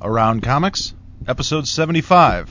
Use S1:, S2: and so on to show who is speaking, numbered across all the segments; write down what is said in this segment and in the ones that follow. S1: Around Comics, episode 75.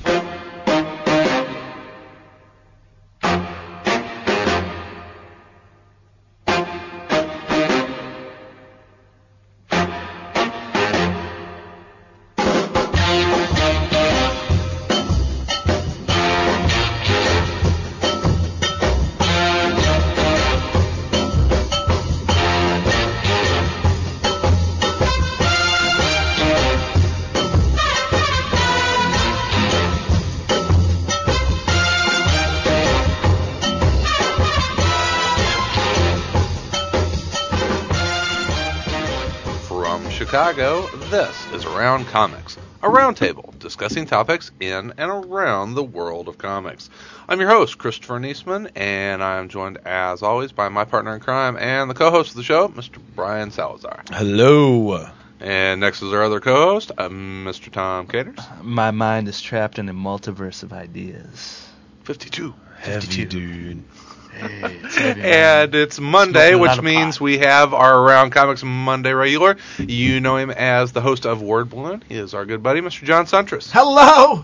S2: From Chicago, this is Around Comics, a roundtable discussing topics in and around the world of comics. I'm your host, Christopher Niesman, and I'm joined, as always, by my partner in crime and the co host of the show, Mr. Brian Salazar.
S3: Hello.
S2: And next is our other co host, uh, Mr. Tom Caters.
S4: My mind is trapped in a multiverse of ideas.
S2: 52.
S3: Heavy dude.
S2: And it's Monday,
S4: Smoking
S2: which
S4: without a
S2: means
S4: pot.
S2: we have our Around Comics Monday regular. You know him as the host of Word Balloon. He is our good buddy, Mr. John Suntress.
S5: Hello.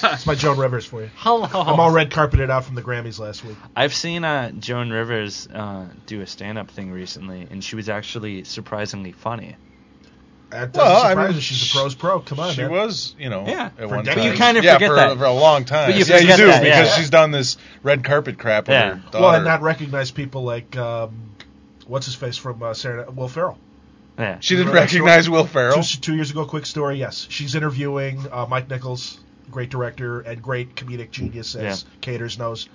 S5: That's my Joan Rivers for you.
S4: Hello.
S5: I'm
S1: Oh.
S5: all red carpeted out from the Grammys last week.
S6: I've seen uh, Joan Rivers uh, do a stand-up thing recently, and she was actually surprisingly funny.
S5: That doesn't
S1: Well, I
S5: surprise
S1: mean,
S5: me. She's
S1: sh-
S5: a pro's pro. Come on,
S1: she
S5: man.
S1: was, you know,
S6: Yeah.
S1: at
S5: For
S1: one
S5: decades.
S1: time.
S5: But you kind
S6: of
S1: yeah,
S6: forget
S1: for,
S6: that.
S1: for a long time.
S6: But you
S1: yeah, you
S6: forget
S1: do
S6: that, yeah.
S1: because she's done this red carpet crap.
S6: Yeah.
S1: With her daughter.
S5: Well, and not recognize people like um, what's his face from uh, Saturday Will Ferrell.
S6: Yeah.
S1: she didn't
S5: Remember that
S1: recognize Will
S5: Two,
S1: Ferrell.
S5: two years ago, quick story. Yes, she's interviewing uh, Mike Nichols, great director and great comedic genius, as Caters knows.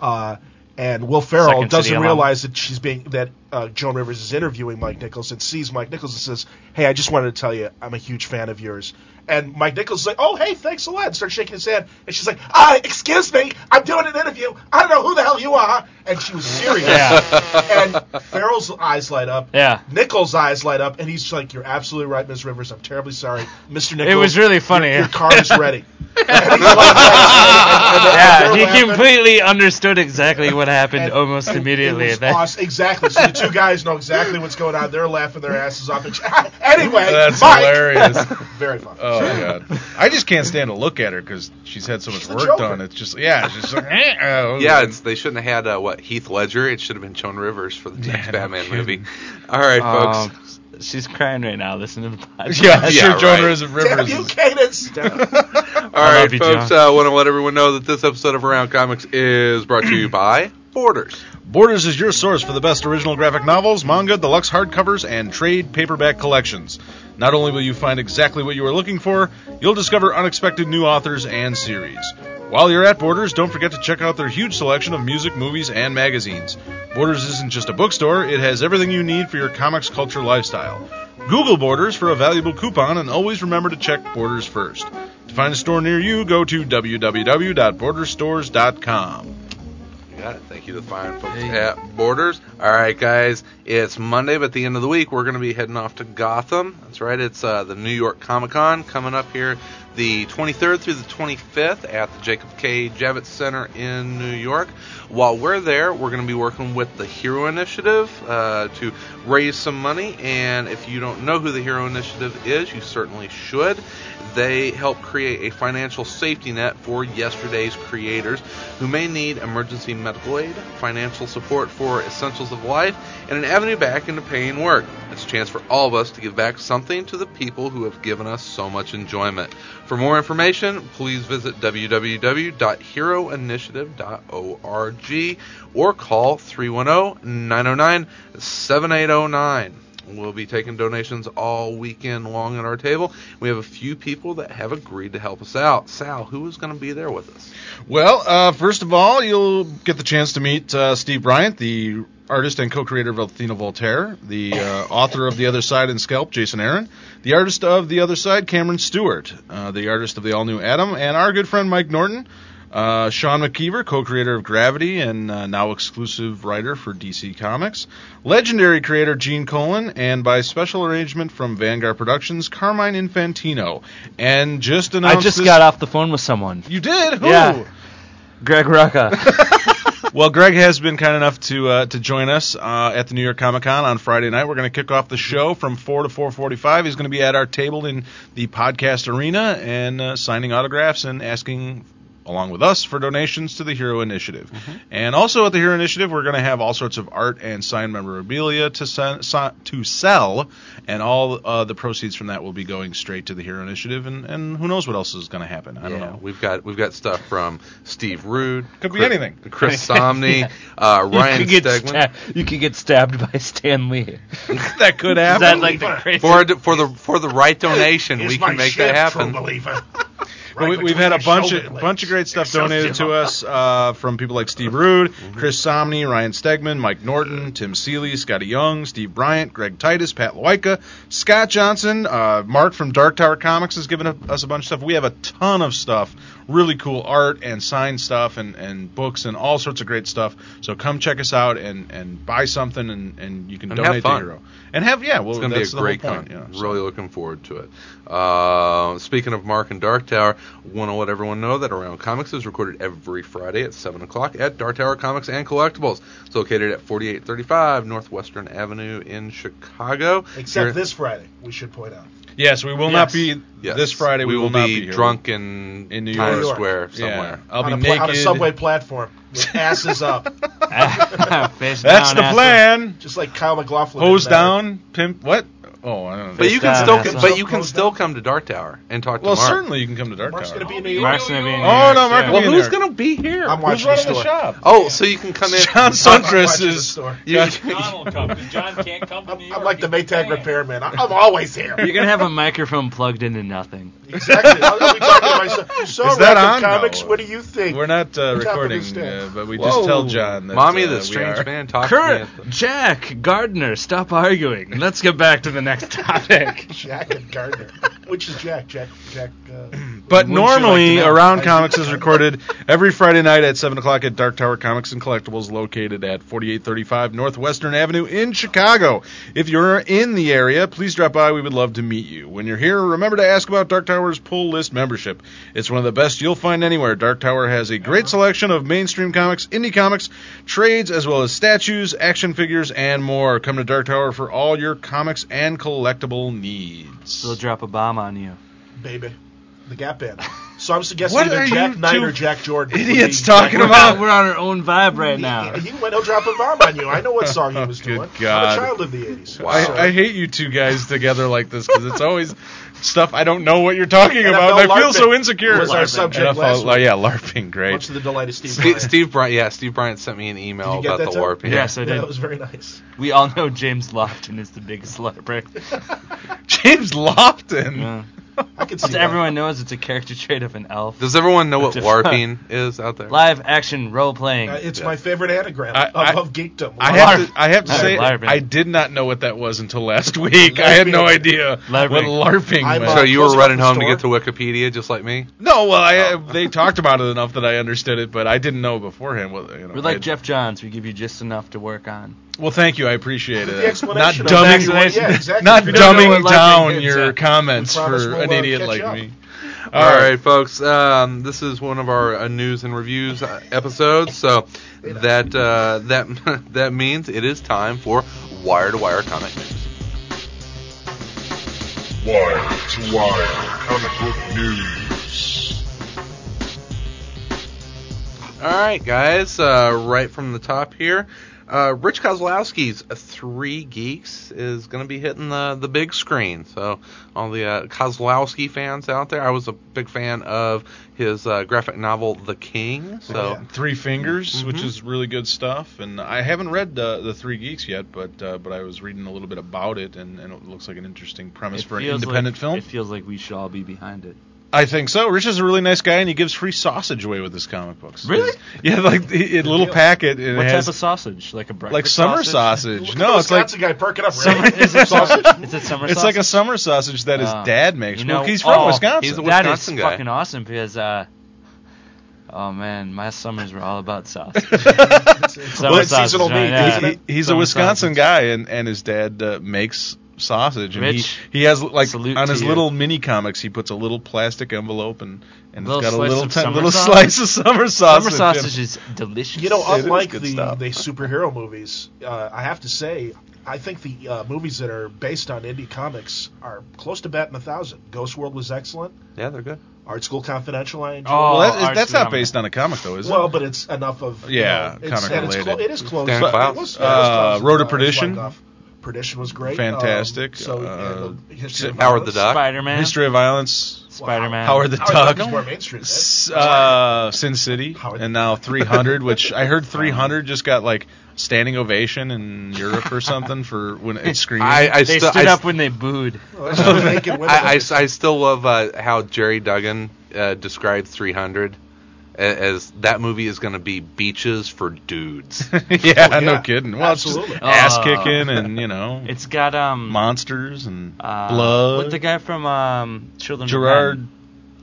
S5: Uh, and Will Ferrell
S6: Second City
S5: doesn't
S6: alum.
S5: realize that she's being that uh, Joan Rivers is interviewing Mike Nichols and sees Mike Nichols and says, "Hey, I just wanted to tell you I'm a huge fan of yours." And Mike Nichols is like, "Oh, hey, thanks a lot," and starts shaking his hand. And she's like, "Ah, excuse me, I'm doing an interview. I don't know who the hell you are." And she was serious. and Ferrell's eyes light up.
S6: Yeah.
S5: Nichols' eyes light up, and he's like, "You're absolutely right, Ms. Rivers. I'm terribly sorry, Mr. Nichols.
S6: It was really funny.
S5: your car is ready."
S6: yeah,
S5: They're
S6: he
S5: laughing.
S6: completely understood exactly what happened almost immediately.
S5: It was
S6: That-
S5: awesome. Exactly. So the two guys know exactly what's going on. They're laughing their asses off. And anyway,
S1: That's
S5: Mike,
S1: hilarious.
S5: Very fun.
S1: Oh god, I just can't stand to look at her because she's had so much
S5: She's the
S1: work
S5: Joker.
S1: done. It's just yeah, it's just like, eh, oh,
S2: Yeah, it's, they shouldn't have had uh, what Heath Ledger. It should have been Joan Rivers for the next
S1: no
S2: Batman
S1: kidding.
S2: movie. All right,
S6: Um,
S2: folks.
S6: she's crying right now. Listen to the podcast.
S1: yeah, I'm sure
S2: Yeah,
S1: Joan
S2: right.
S1: Rivers of
S5: Damn
S1: Rivers.
S5: you,
S1: is-
S5: Cadence.
S2: All right,
S6: love you,
S2: folks. I uh, want to let everyone know that this episode of Around Comics is brought to you by Borders.
S1: Borders is your source for the best original graphic novels, manga, deluxe hardcovers, and trade paperback collections. Not only will you find exactly what you are looking for, you'll discover unexpected new authors and series. While you're at Borders, don't forget to check out their huge selection of music, movies, and magazines. Borders isn't just a bookstore, it has everything you need for your comics culture lifestyle. Google Borders for a valuable coupon and always remember to check Borders first. To find a store near you, go to www.borderstores.com.
S2: You got it. Thank you to the fine folks at Borders. All right, guys. It's Monday, but at the end of the week, we're going to be heading off to Gotham. That's right. It's uh, the New York Comic Con coming up here the 23rd through the 25th at the Jacob K. Javits Center in New York. While we're there, we're going to be working with the Hero Initiative uh, to raise some money. And if you don't know who the Hero Initiative is, you certainly should. They help create a financial safety net for yesterday's creators who may need emergency medical aid, financial support for essentials of life, and an avenue back into paying work. It's a chance for all of us to give back something to the people who have given us so much enjoyment. For more information, please visit www.heroinitiative.org or call oh, 310 909 7809. We'll be taking donations all weekend long at our table. We have a few people that have agreed to help us out. Sal, who is going to be there with us?
S1: Well, uh, first of all, you'll get the chance to meet uh, Steve Bryant, the artist and co-creator of Athena Voltaire, the uh, author of The Other Side and Scalp, Jason Aaron, the artist of The Other Side, Cameron Stewart, uh, the artist of The All New Adam, and our good friend Mike Norton, uh, Sean McKeever, co-creator of Gravity and uh, now exclusive writer for DC Comics, legendary creator Gene Colan, and by special arrangement from Vanguard Productions, Carmine Infantino. And just announced
S6: I just
S1: this-
S6: got off the phone with someone.
S1: You did? Who?
S6: Yeah. Greg Rucka.
S1: Well, Greg has been kind enough to uh, to join us uh, at the New York Comic Con on Friday night. We're going to kick off the show from four to four forty five. He's going to be at our table in the podcast arena and uh, signing autographs and asking. Along with us for donations to the Hero Initiative,
S6: Mm-hmm.
S1: and also at the Hero Initiative, we're going to have all sorts of art and signed memorabilia to sen- si- to sell, and all uh, the proceeds from that will be going straight to the Hero Initiative, and, and who knows what else is going to happen? I don't
S2: Yeah,
S1: know.
S2: We've got we've got stuff from Steve Rude.
S1: Could be
S2: Chris-
S1: anything.
S2: Chris Somney, uh, Ryan
S4: you, could get
S2: Stegman.
S4: sta- you could get stabbed by Stan Lee.
S1: that could
S6: Is
S1: happen.
S6: that like the crazy?
S2: For for the for the right donation,
S5: Here's
S2: we
S5: my
S2: can make
S5: shit,
S2: that happen.
S5: True believer.
S1: But we,
S5: Right
S1: we've had a
S5: between your
S1: bunch
S5: shoulder
S1: of
S5: blades.
S1: bunch of great stuff
S5: Excelsior.
S1: donated to us uh, from people like Steve Rude,
S5: Mm-hmm.
S1: Chris Somney, Ryan Stegman, Mike Norton, Tim Seeley, Scotty Young, Steve Bryant, Greg Titus, Pat Loika, Scott Johnson, uh, Mark from Dark Tower Comics has given us a bunch of stuff. We have a ton of stuff, really cool art and signed stuff and, and books and all sorts of great stuff. So come check us out and, and buy something and, and you can
S2: And have
S1: donate to
S2: fun.
S1: Hero and have yeah. Well,
S2: It's going to be
S1: that's
S2: a
S1: the
S2: great
S1: whole
S2: con.
S1: point. yeah, so.
S2: Really looking forward to it. Uh, speaking of Mark and Dark Tower, want to let everyone know that Around Comics is recorded every Friday at 7 o'clock at Dark Tower Comics and Collectibles. It's located at 4835 Northwestern Avenue in Chicago.
S5: Except
S2: You're-
S5: this Friday, we should point out.
S1: Yes, we will
S6: Yes.
S1: not be
S2: Yes.
S1: this Friday. We,
S2: will,
S1: not
S2: be,
S1: be here.
S2: drunk in,
S1: In New
S2: Times
S5: York.
S2: Square
S1: Yeah.
S2: somewhere.
S1: I'll
S5: on,
S1: be
S5: a pla-
S1: naked.
S5: on a subway platform with asses up,
S6: Face
S1: That's
S6: down,
S1: the
S6: ass
S1: plan.
S5: just like Kyle McLaughlin.
S1: Hose
S5: in that.
S1: down, pimp. What? Oh, I don't know.
S2: But you can
S6: down,
S2: still
S6: ass
S2: come,
S6: up.
S2: but you can
S5: Close
S2: still
S5: down.
S2: come to Dark Tower and talk
S1: well,
S2: to Mark.
S1: certainly you can come to Dark
S5: Mark's
S1: Tower.
S5: gonna be in New
S6: up.
S5: York.
S6: Mark's gonna be in
S1: Oh,
S6: New
S1: no,
S6: York,
S1: Mark
S6: yeah.
S1: will
S2: Well,
S1: be in
S2: who's
S1: there.
S2: going to be here?
S5: I'm
S1: Who's
S5: watching the
S1: running the
S5: store.
S1: shop?
S2: oh, so you can come in.
S1: John Sundress
S5: watching the
S1: is.
S5: store.
S2: You-
S7: John will come. 'cause John can't come to New
S5: I'm,
S7: York.
S5: I'm like the
S7: He's a
S5: Maytag
S7: fan.
S5: repairman. I- I'm always
S4: You're
S5: here.
S4: gonna have a microphone plugged into nothing.
S5: exactly. I'll, I'll be talking to myself. So,
S1: Is that
S5: Rocket
S1: on,
S5: Comics,
S1: though?
S5: what do you think?
S1: We're not uh,
S5: Top of
S1: recording,
S5: his day.
S1: uh, but we
S2: Whoa.
S1: just tell John that.
S2: Mommy,
S1: uh,
S2: the
S1: we
S2: strange
S1: are-
S2: man talks to me
S4: Kurt,
S2: at the-
S4: Jack, Gardner, stop arguing. Let's get back to the next topic.
S5: Jack and Gardner. Which is Jack? Jack. Jack. Uh,
S4: Wouldn't you
S1: But
S4: like
S1: normally,
S4: to know?
S1: Around Comics is recorded every Friday night at 7 o'clock at Dark Tower Comics and Collectibles, located at 4835 Northwestern Avenue in Chicago. If you're in the area, please drop by. We would love to meet you. When you're here, remember to ask about Dark Tower's pull list membership. It's one of the best you'll find anywhere. Dark Tower has a great selection of mainstream comics, indie comics, trades, as well as statues, action figures, and more. Come to Dark Tower for all your comics and collectible needs.
S6: They'll drop a bomb on you.
S5: baby. The Gap Band. So I'm suggesting
S1: What
S5: either
S1: are
S5: Jack
S1: you
S5: Knight
S1: two
S5: or Jack Jordan. would
S1: idiots
S5: be-
S1: talking
S4: we're,
S1: about?
S4: on, we're on our own vibe right now.
S5: He, he went, he'll drop a bomb on you. I know what song he was
S1: Oh, Good
S5: doing.
S1: God.
S5: I'm a child of the 80s.
S2: Wow.
S5: So-
S1: I, I hate you two guys together like this because it's always stuff I don't know what you're talking about. and I feel
S5: LARPing
S1: so insecure.
S5: was our subject
S1: NFL
S5: last
S1: la- yeah, LARPing,
S5: Much
S1: great.
S5: to the delight of Steve.
S2: Steve,
S5: Bryant.
S2: Steve Bryant, yeah, Steve Bryant sent me an
S5: Did
S2: email
S5: you get
S2: about
S5: that,
S2: the
S5: Tim?
S2: LARP.
S6: Yes, I
S5: Yeah,
S6: did.
S5: that was very nice.
S6: We all know James Lofton is the biggest LARPer.
S1: James Lofton.
S6: Yeah.
S5: I could see
S6: Since
S5: that.
S6: everyone knows it's a character trait of an elf.
S2: Does everyone know what
S6: Just-
S2: LARPing is out there?
S6: Live action role playing.
S5: Uh, it's
S2: Yeah.
S5: my favorite anagram
S1: I- I-
S5: of, of geekdom.
S1: I have
S6: LARP.
S1: to, I have to
S6: Not
S1: say,
S6: LARPing.
S1: I did not know what that was until last week. I had no
S5: LARPing.
S1: idea what LARPing
S5: I'm
S1: meant.
S5: a-
S2: So you were
S5: Close
S2: running
S5: enough
S2: home
S5: to
S2: to get to Wikipedia just like me?
S1: no, well, I,
S5: Oh.
S1: they talked about it enough that I understood it, but I didn't know beforehand. What, you know,
S6: We're like
S1: I-
S6: Jeff Johns. We give you just enough to work on.
S1: well, thank you. I appreciate
S5: The
S1: it. Not
S5: explanation of
S1: dumbing,
S5: vaccination. Yeah, exactly.
S1: not
S5: If you don't know
S1: dumbing
S5: what LARPing
S1: down
S5: is,
S1: your
S5: yeah.
S1: comments
S5: We promise
S1: for
S5: we'll,
S1: an
S5: uh,
S1: idiot
S5: catch
S1: like
S5: up.
S1: me.
S2: All right, folks. Um, this is one of our uh, news and reviews uh, episodes, so that uh, that that means it is time for wire to wire comic news.
S8: Wire to Wire Comic Book News.
S2: All right, guys. Uh, right from the top here, uh, Rich Kozlowski's Three Geeks is going to be hitting the the big screen. So all the uh, Kozlowski fans out there, I was a big fan of his uh, graphic novel The King. So.
S5: yeah.
S1: Three Fingers, which
S6: Mm-hmm.
S2: Mhm.
S1: is really good stuff. And I haven't read uh, the Three Geeks yet, but uh, but I was reading a little bit about it, and, and it looks like an interesting premise for an
S6: feels
S1: independent
S6: like,
S1: film.
S6: It feels like we should all be behind it.
S1: I think so. Rich is a really nice guy, and he gives free sausage away with his comic books.
S6: Really?
S1: Yeah, like a little packet. And
S6: what
S1: it
S6: type of
S1: has
S6: sausage? Like a breakfast
S1: like summer sausage. No, it's like
S5: Wisconsin guy perking up.
S6: Summer,
S5: Really?
S6: is, it
S5: Sausage?
S6: sausage? is it summer
S1: it's
S6: sausage?
S1: like a summer sausage that his
S6: Ah.
S1: dad makes.
S6: You
S1: Well,
S6: know-
S1: he's from
S6: oh,
S1: Wisconsin.
S2: he's a
S6: That is
S2: Wisconsin guy.
S6: fucking awesome because, uh, oh man, my summers were all about sausage.
S5: Well, it's seasonal
S6: sausage,
S5: meat,
S6: right,
S5: isn't
S6: yeah.
S5: it?
S1: He- he's a
S6: Summer
S1: Wisconsin
S6: sausage.
S1: guy, and, and his dad uh, makes sausage. And
S6: Rich,
S1: he, he has like
S6: salute
S1: on
S6: to
S1: his
S6: you.
S1: little mini comics, he puts a little plastic envelope and and
S6: Little
S1: it's got a
S6: slice
S1: little
S6: of
S1: ti-
S6: summer
S1: little
S6: sausage.
S1: slice of summer
S6: Summer
S1: sausage.
S6: sausage is delicious.
S5: You know,
S1: It is
S5: unlike the,
S1: good
S5: the
S1: stuff.
S5: superhero movies, uh, I have to say, I think the uh, movies that are based on indie comics are close to batting a thousand. Ghost World was excellent.
S2: Yeah, they're good.
S5: Art School Confidential, I enjoyed.
S1: Well,
S6: Oh,
S1: that is-
S6: Arts
S1: that's not
S6: Phenomenon.
S1: based on a comic though, is it?
S5: well, but it's enough of you
S1: Yeah,
S5: know, it's,
S1: comic
S5: and it's
S1: related.
S5: clo- it is close.
S2: Dan
S5: but it
S2: Clouse.
S5: was- it was
S1: Uh,
S5: close to,
S1: Road to
S5: uh,
S1: Perdition.
S5: Schweigoff. Perdition was great. um,
S1: Fantastic, uh,
S5: so and the History of
S2: Howard the
S5: Violence.
S2: Duck.
S6: Spider Man.
S1: History of Violence,
S6: Spider Man.
S1: Howard the
S5: Howard
S1: Duck,
S5: Duck is more mainstream.
S1: S- uh, Sin City,
S5: Howard the
S1: and now 300, which I heard 300 just got like standing ovation in Europe or something for when it's screened.
S2: I, I,
S6: They
S2: still-
S6: stood
S2: I,
S6: up when they booed.
S5: That's what I'm thinking with
S2: I, I
S5: it.
S2: s- I still love uh, how Jerry Duggan uh, described 300 a- as that movie is going to be beaches for dudes.
S1: yeah,
S5: Oh,
S1: no
S5: yeah.
S1: kidding. Well, it's just
S5: Absolutely.
S1: ass
S6: Oh.
S1: kicking and you know
S6: It's got um
S1: monsters and
S6: uh,
S1: blood.
S6: With the guy from um Children of
S1: Gerard
S6: Men,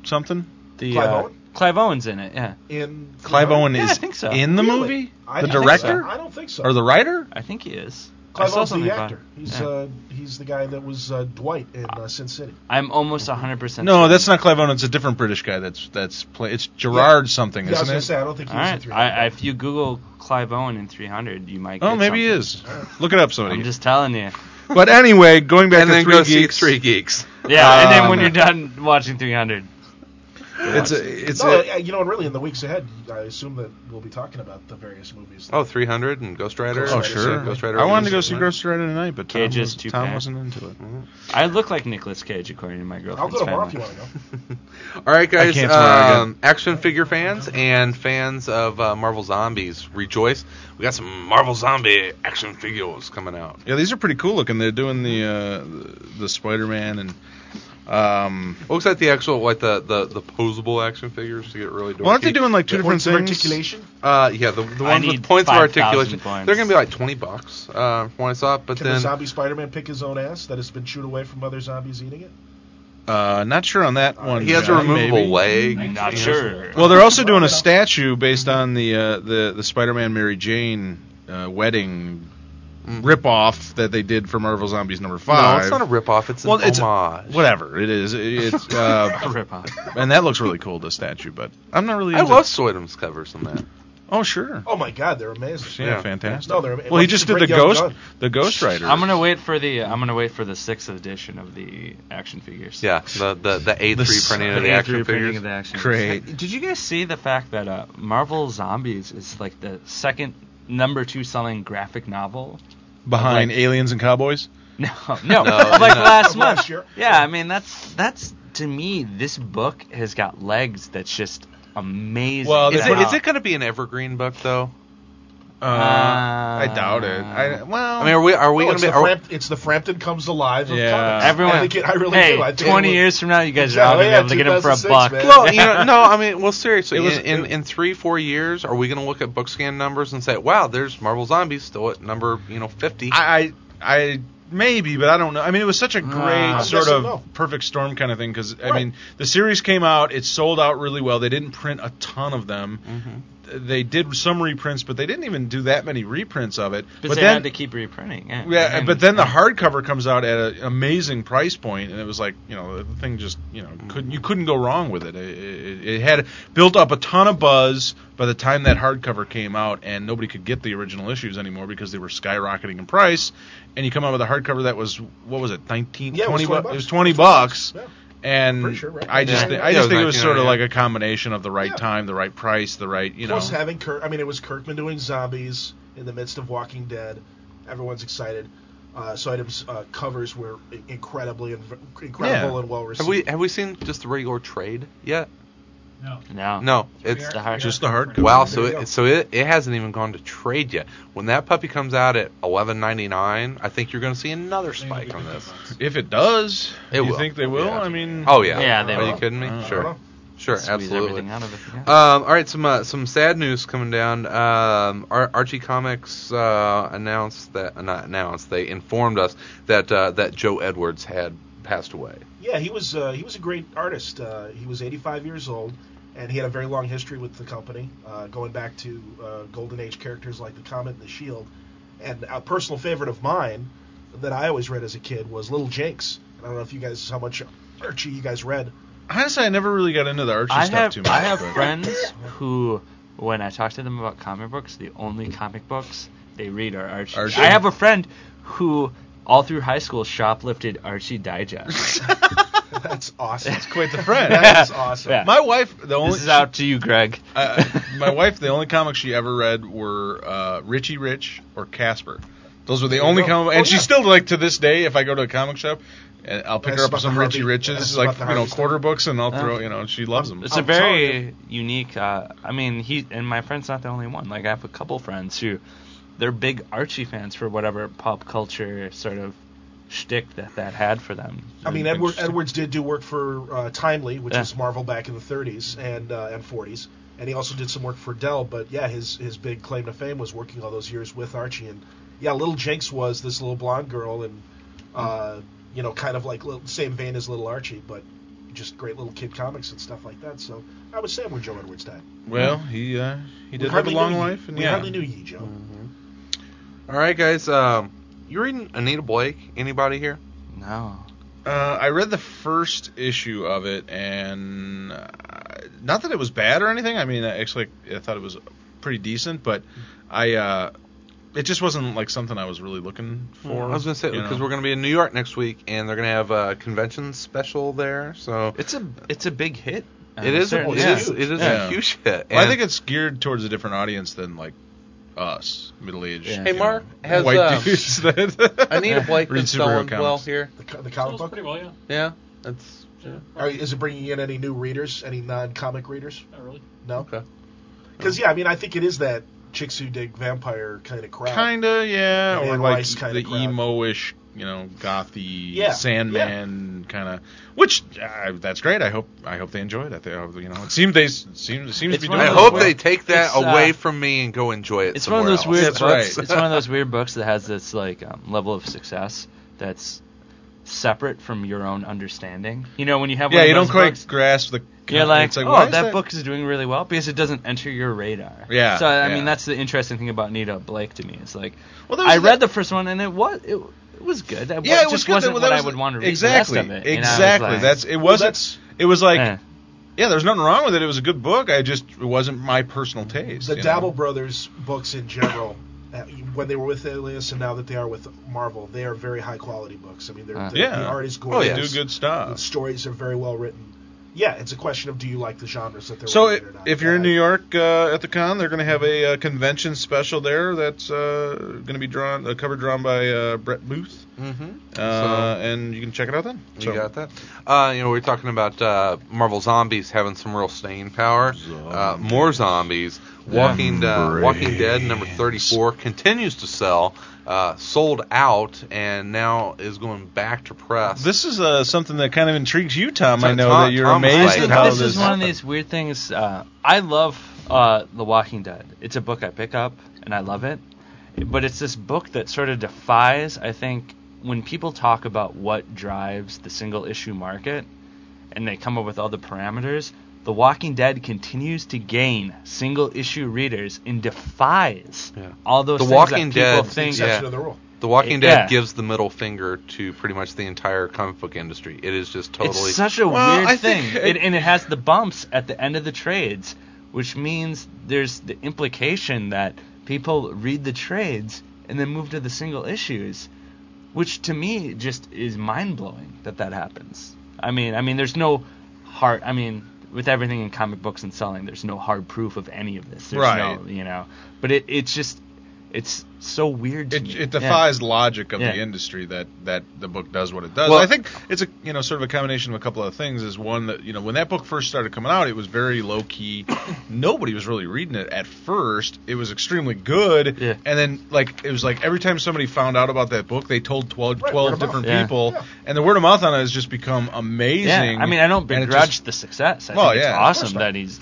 S1: something.
S6: the
S5: Clive
S6: uh,
S5: Owen?
S6: Clive Owens in it. Yeah,
S5: in
S1: Clive Owen
S6: Yeah, I
S1: is
S6: think so.
S1: in the
S5: Really?
S1: movie,
S5: I
S1: the
S5: don't think so.
S1: director
S5: I don't think so.
S1: or the writer.
S6: I think he is. I
S5: Clive
S6: saw
S5: Owen's
S6: something
S5: the
S6: about
S5: actor.
S6: it.
S5: He's
S6: Yeah.
S5: uh, he's the guy that was uh, Dwight in uh, Sin City.
S6: I'm almost 100 percent.
S1: No, that's not Clive Owen. It's a different British guy. That's that's play. It's Gerard something,
S5: Yeah, I was
S1: isn't
S5: gonna
S1: it?
S5: say I don't think he
S6: All
S5: was
S6: right.
S5: in
S6: I,
S5: 300.
S6: I, if you Google Clive Owen in 300, you might. Get
S1: Oh, maybe he
S6: something.
S1: is. Look it up, somebody.
S6: I'm just telling you.
S1: But anyway, going back
S2: and
S1: to
S2: then
S1: three
S2: go
S1: geeks.
S2: see Three Geeks.
S6: Yeah, and then when
S1: Um,
S6: you're done watching 300,
S1: It's a, it's
S5: no,
S1: a,
S5: yeah, you know, and really in the weeks ahead, I assume that we'll be talking about the various movies.
S2: Oh, 300 and Ghost Rider.
S1: oh
S5: Ghost
S1: sure.
S2: Ghost Rider
S1: I wanted to go
S2: releases
S1: see
S2: it.
S1: Ghost Rider tonight, but Tom,
S6: Cages,
S1: was,
S6: two
S1: Tom
S6: pack.
S1: wasn't into it.
S6: I look like Nicolas Cage according to my
S5: I'll
S6: girlfriend's
S5: go tomorrow if you
S6: family.
S5: want to go.
S2: All right, guys.
S1: can't tomorrow, I got-
S2: Um, action figure fans and fans of uh, Marvel Zombies, rejoice! We got some Marvel Zombie action figures coming out.
S1: Yeah, these are pretty cool looking. They're doing the uh, the, the Spider Man and um.
S2: It looks like the actual, like the the, the posable action figures to get really. Dorky.
S1: Well, aren't they doing like two different
S5: Points of
S1: things?
S5: articulation.
S2: Uh, yeah, the, the
S6: I
S2: ones
S6: need
S2: with points of
S6: 5,000
S2: articulation.
S6: points.
S2: They're gonna be like twenty bucks. Uh, from what I saw, but
S5: Can the
S2: then
S5: zombie Spider-Man pick his own ass that has been chewed away from other zombies eating it?
S1: Uh, not sure on that one.
S2: he has a
S1: John,
S2: removable
S1: maybe.
S2: leg.
S7: Not
S2: You know,
S6: sure.
S1: Well, they're also doing a statue based on the uh, the the Spider-Man Mary Jane uh, wedding ripoff that they did for Marvel Zombies number
S2: Mm-hmm. No,
S1: five.
S2: it's not a ripoff. It's an
S1: Well, it's-
S2: homage.
S1: Whatever it is, it- it's uh,
S6: Rip off.
S1: and that looks really cool, the statue. But I'm not really.
S2: I
S1: Into
S2: love Soydum's covers on that.
S1: Oh sure.
S5: Oh my God, they're amazing.
S1: Yeah,
S2: Yeah.
S1: fantastic.
S5: No, they're-
S1: well, he
S5: it's
S1: just
S5: the
S1: did the
S5: Great Young
S1: ghost,
S5: Gun.
S1: the Ghost Rider.
S6: I'm gonna wait for the I'm gonna wait for the sixth edition of the action figures.
S2: Yeah, the the the A three
S1: s-
S2: printing of
S6: The
S2: the
S6: A3
S2: action
S6: printing
S2: figures.
S6: of the action
S1: Great.
S6: figures. Did you guys see the fact that uh, Marvel Zombies is like the second number two selling graphic novel?
S1: behind
S6: like-
S1: aliens and cowboys.
S6: No, no,
S2: No,
S6: like
S2: no.
S6: last
S5: Of
S6: month.
S5: last year.
S6: Yeah, I mean that's that's to me this book has got legs that's just amazing.
S1: Well,
S2: Is
S1: they
S2: it,
S1: put-
S2: is it going to be an evergreen book though?
S1: Uh, I doubt it. I, well,
S2: I mean, are we are we
S5: No,
S2: going to
S5: Oh. it's,
S2: be?
S5: the
S2: Are, we-
S5: Framp- it's the Frampton comes alive. Of
S1: Yeah.
S5: comics.
S6: Everyone-
S5: I, think it, I really
S6: hey,
S5: do. I think it
S6: 20
S5: would-
S6: years from now, you guys
S5: Yeah,
S6: are all gonna
S5: yeah,
S6: be able to get them for a
S5: 2006,
S6: buck.
S5: man.
S2: well, you know, no. I mean, well, seriously,
S1: It was-
S2: in, in in three four years, are we going to look at book scan numbers and say, "Wow, there's Marvel Zombies still at number you know 50?
S1: I, I, I maybe, but I don't know. I mean, it was such a great
S6: Uh,
S5: I
S1: sort
S5: guess I
S1: of
S5: know.
S1: perfect storm kind of thing because I
S5: Right.
S1: mean, the series came out, it sold out really well. They didn't print a ton of them.
S6: Mm-hmm.
S1: They did some reprints, but they didn't even do that many reprints of it.
S6: But, they had to keep reprinting. Yeah,
S1: Yeah,
S6: And-
S1: but then the
S5: uh,
S1: hardcover comes out at an amazing price point, and it was like you know the thing just you know
S5: Mm.
S1: couldn't you couldn't go wrong with it. It, it, it had built up a ton of buzz by the time that hardcover came out, and nobody could get the original issues anymore because they were skyrocketing in price. And you come out with a hardcover that was what was it 19,
S5: Yeah, it was
S1: 20
S5: 20
S1: bu-
S5: bucks.
S1: It was twenty bucks.
S5: Yeah.
S1: And
S5: Pretty sure, right?
S1: I just
S2: Yeah.
S1: thi-
S2: Yeah,
S1: I
S2: it
S1: just
S2: was
S1: think it was
S2: 19,
S1: sort of
S2: yeah.
S1: like a combination of the right
S5: Yeah.
S1: time, the right price, the right you know.
S5: Plus, having Kirk, I mean, it was Kirkman doing zombies in the midst of Walking Dead. Everyone's excited. Uh, so items uh, covers were i- incredibly, inv- incredible
S1: Yeah.
S5: and well
S2: have
S5: received.
S2: we have we seen just the regular trade yet?
S7: No.
S6: no,
S2: No, it's
S6: the hard-
S1: Just the hardcover.
S2: wow. So
S5: There you go.
S2: it, so it, it hasn't even gone to trade yet. When that puppy comes out at eleven ninety nine, I think you're going to see another spike on this.
S1: if it does,
S2: It
S1: you
S2: will.
S1: think they will?
S2: Yeah.
S1: I mean,
S2: Oh yeah,
S6: Yeah, they
S2: Are you
S6: will.
S2: kidding me?
S1: Uh, I
S2: sure,
S5: don't
S2: sure,
S6: Squeeze
S2: absolutely.
S6: everything out of it, yeah.
S2: Um, all right, some uh, some sad news coming down. Um, Ar- Archie Comics uh, announced that uh, not announced they informed us that uh, that Joe Edwards had passed away.
S5: Yeah, he was uh, he was a great artist. Uh, he was 85 years old, and he had a very long history with the company, uh, going back to uh, Golden Age characters like the Comet and the Shield. And a personal favorite of mine that I always read as a kid was Little Jinx. I don't know if you guys how much Archie you guys read.
S1: Honestly, I never really got into the Archie
S6: I
S1: stuff
S6: have
S1: too much.
S6: I have
S1: but-
S6: friends who, when I talk to them about comic books, the only comic books they read are Archie.
S1: Archie.
S6: I have a friend who, all through high school, shoplifted Archie Digest.
S5: That's awesome. That's
S1: quite the friend.
S5: That's awesome.
S6: Yeah.
S1: My wife, the only
S6: this is out to you, Greg.
S1: uh, my wife, the only comics she ever read were uh, Richie Rich or Casper. Those were the only
S5: go.
S1: comic,
S5: Oh,
S1: and she
S5: yeah.
S1: still like to this day. If I go to a comic shop, and I'll pick
S5: That's
S1: her up
S5: about
S1: some
S5: the
S1: Richie
S5: Harvey- this
S1: Riches,
S5: is
S1: like
S5: about the
S1: you know
S5: Harvey stuff.
S1: quarter books, and I'll throw
S6: Oh.
S1: you know she loves them.
S6: It's a
S5: I'm telling
S6: very unique. Uh, I mean, he and my friend's not the only one. Like I have a couple friends who, they're big Archie fans for whatever pop culture sort of shtick that that had for them.
S5: I mean, Edward,
S6: Interesting.
S5: Edwards did do work for uh, Timely, which
S6: Yeah.
S5: was Marvel back in the 30s and uh, and 40s, and he also did some work for Dell. But yeah, his his big claim to fame was working all those years with Archie, and yeah, Little Jinx was this little blonde girl, and
S1: Mm.
S5: uh, you know, kind of like little, same vein as Little Archie, but just great little kid comics and stuff like that. So I was sad when Joe Edwards died.
S1: Well, he uh, he
S5: We
S1: did have a
S5: hardly
S1: long
S5: knew ye.
S1: life, and
S5: we
S1: yeah, Mm-hmm.
S5: hardly knew ye, Joe.
S2: All right, guys. Um, you reading Anita Blake? Anybody here?
S6: No.
S1: uh, I read the first issue of it, and uh, not that it was bad or anything. I mean, I actually I thought it was pretty decent, but I uh, it just wasn't like something I was really looking for.
S2: I was gonna say
S1: you know?
S2: because we're gonna be in New York next week, and they're gonna have a convention special there. So
S6: It's a it's a big hit. Uh,
S2: it is. A,
S6: certainly.
S2: it
S5: yeah.
S2: is. It is
S1: Yeah.
S2: a huge hit.
S1: Well, I
S2: And-
S1: think it's geared towards a different audience than like us, middle aged.
S6: Yeah.
S2: Hey, Mark, has,
S1: white
S2: um,
S1: dudes. That
S2: Anita Blake
S1: Read
S2: been
S1: superhero
S2: selling
S1: comics.
S2: well here.
S5: The, co- the
S7: Sells
S5: comic book.
S7: pretty well, yeah.
S2: Yeah, that's
S7: yeah.
S5: Are, is it bringing in any new readers, any non-comic readers?
S7: Not really.
S5: No.
S2: okay.
S5: Because yeah, I mean, I think it is that chicks who dig vampire kind of crowd.
S1: kinda, yeah,
S5: Yeah,
S1: or like
S5: Rice kinda
S1: the
S5: crowd.
S1: emo-ish, you know, gothy
S5: Yeah,
S1: Sandman kind of. Which uh, that's great. I hope I hope they enjoy it. I think uh, you know, it seems they s- seem seems to
S6: It's
S1: be doing.
S6: one
S2: I
S6: of
S1: it
S6: those
S2: hope
S1: well.
S2: they take that
S6: It's, uh,
S2: away from me and go enjoy it.
S6: It's
S2: somewhere
S6: one of those
S2: else.
S6: weird
S1: That's
S6: books.
S1: right.
S6: It's one of those weird books that has this like um, level of success that's separate from your own understanding. You know, when you have
S1: Yeah,
S6: one
S1: you
S6: of
S1: don't
S6: those
S1: quite
S6: books,
S1: grasp the.
S6: you're like,
S1: it's like,
S6: oh,
S1: why is
S6: that, book is doing really well because it doesn't enter your radar.
S1: Yeah,
S6: So I
S1: yeah.
S6: mean, that's the interesting thing about Nita Blake to me. It's like
S1: Well, that was
S6: I
S1: the-
S6: read the first one and it was it, it was good. It
S1: Yeah, it
S6: just
S1: was good.
S6: wasn't
S1: that,
S6: what
S1: that
S6: I
S1: was-
S6: would want to read.
S1: Exactly.
S6: The rest of it. And I was
S1: Exactly.
S6: like,
S1: that's it.
S5: Well,
S1: Wasn't.
S5: that's
S1: it was like.
S6: eh.
S1: Yeah, there's nothing wrong with it. It was a good book. I just it wasn't my personal taste.
S5: the
S1: you know?
S5: Dabble Brothers books in general. uh, When they were with Alias and now that they are with Marvel, they are very high quality books. I mean, they're,
S6: Uh,
S5: the,
S1: Yeah.
S5: the art is
S1: Oh,
S5: gorgeous.
S1: they do good
S5: The
S1: stuff.
S5: stories are very well written. Yeah, it's a question of do you like the genres that they're
S1: So
S5: written
S1: i
S5: in or not.
S1: if you're in
S5: Yeah,
S1: New York uh, at the con, they're going to have a uh, convention special there that's uh, going to be drawn, a cover drawn by uh, Brett Booth,
S2: Mm-hmm.
S1: uh, and you can check it out then.
S2: You got that? Uh, you know, we are talking about uh, Marvel zombies having some real staying power. Uh, more zombies. Walking uh, Walking Dead number 34 continues to sell, uh, sold out, and now is going back to press.
S1: This is uh, something that kind of intrigues you, Tom.
S2: Tom-
S1: I know
S2: Tom-
S1: that you're
S2: Tom was
S1: amazed
S2: like,
S1: at
S2: how
S1: how
S6: this is one of
S1: happened.
S6: these weird things. Uh, I love uh, The Walking Dead. It's a book I pick up and I love it, but it's this book that sort of defies. I think when people talk about what drives the single issue market, and they come up with all the parameters. The Walking Dead continues to gain single issue readers and defies
S2: Yeah.
S6: all those
S2: The
S6: things that
S2: Walking
S6: people
S2: Dead-
S6: think.
S5: exception
S2: yeah.
S5: to the rule.
S2: the Walking
S6: Yeah.
S2: Dead gives the middle finger to pretty much the entire comic book industry. It is just totally.
S6: It's such a
S1: Well,
S6: weird
S1: I
S6: thing,
S1: think
S6: it,
S1: it-
S6: and it has the bumps at the end of the trades, which means there's the implication that people read the trades and then move to the single issues, which to me just is mind blowing that that happens. I mean, I mean, there's no hard. I mean, with everything in comic books and selling, there's no hard proof of any of this. There's
S1: Right.
S6: No, you know, but it it's just it's so weird. To
S1: It,
S6: me.
S1: it
S6: Yeah.
S1: defies logic of the
S6: Yeah.
S1: industry that, that the book does what it does.
S2: Well-
S1: I think it's a you know sort of a combination of a couple of things. Is one that you know when that book first started coming out, it was very low key. Nobody was really reading it at first. It was extremely good,
S6: Yeah.
S1: and then like it was like every time somebody found out about that book, they told 12,
S5: Right,
S1: 12
S5: word of mouth.
S1: different
S6: Yeah.
S1: people, and the word of mouth on it has just become amazing.
S6: Yeah, I mean, I don't
S1: and it
S6: begrudge
S1: just-
S6: the success. I
S1: Well,
S6: think
S1: yeah, of
S6: it's
S1: course
S6: awesome
S1: not.
S6: that he's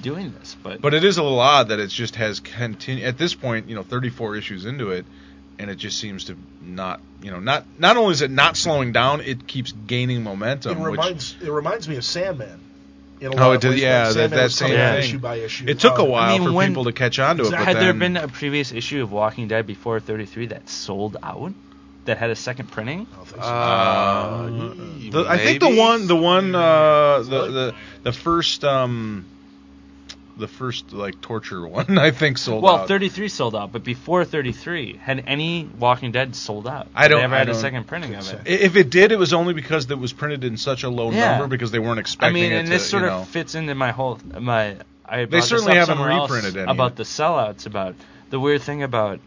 S6: doing this, but,
S1: But it is a little odd that it just has continued at this point. You know, 34 issues into it, and it just seems to not. You know, not not only is it not slowing down, it keeps gaining momentum.
S5: It
S1: which
S5: reminds it reminds me of Sandman. in a
S1: Oh,
S5: lot
S1: it
S5: of
S1: did-
S5: ways.
S1: yeah, that-
S5: Sandman
S1: that
S5: was coming
S6: same
S5: out
S6: thing.
S5: issue by issue.
S1: it took
S5: Uh,
S1: a while
S6: I mean,
S1: for
S6: when-
S1: people to catch on to it. But
S6: had there
S1: then-
S6: been a previous issue of Walking Dead before 33 that sold out? that had a second printing?
S2: Uh,
S1: The, I think the
S2: maybe?
S1: one, the
S6: Mm-hmm.
S1: one, uh, the the the first, um, the first like torture one, I think sold
S6: Well,
S1: out.
S6: 33 sold out, but before 33, had any Walking Dead sold out?
S1: I don't-
S6: They ever
S1: I
S6: had a
S1: don't-
S6: second printing of
S1: I-
S6: it.
S1: If it did, it was only because it was printed in such a low
S6: Yeah.
S1: number because they weren't
S6: I
S1: expecting
S6: mean,
S1: it
S6: and
S1: to,
S6: this sort
S1: you
S6: of
S1: know.
S6: fits into my whole my. I
S1: They
S6: brought this
S1: certainly
S6: up
S1: haven't
S6: somewhere else
S1: reprinted any.
S6: about the sellouts. About the weird thing about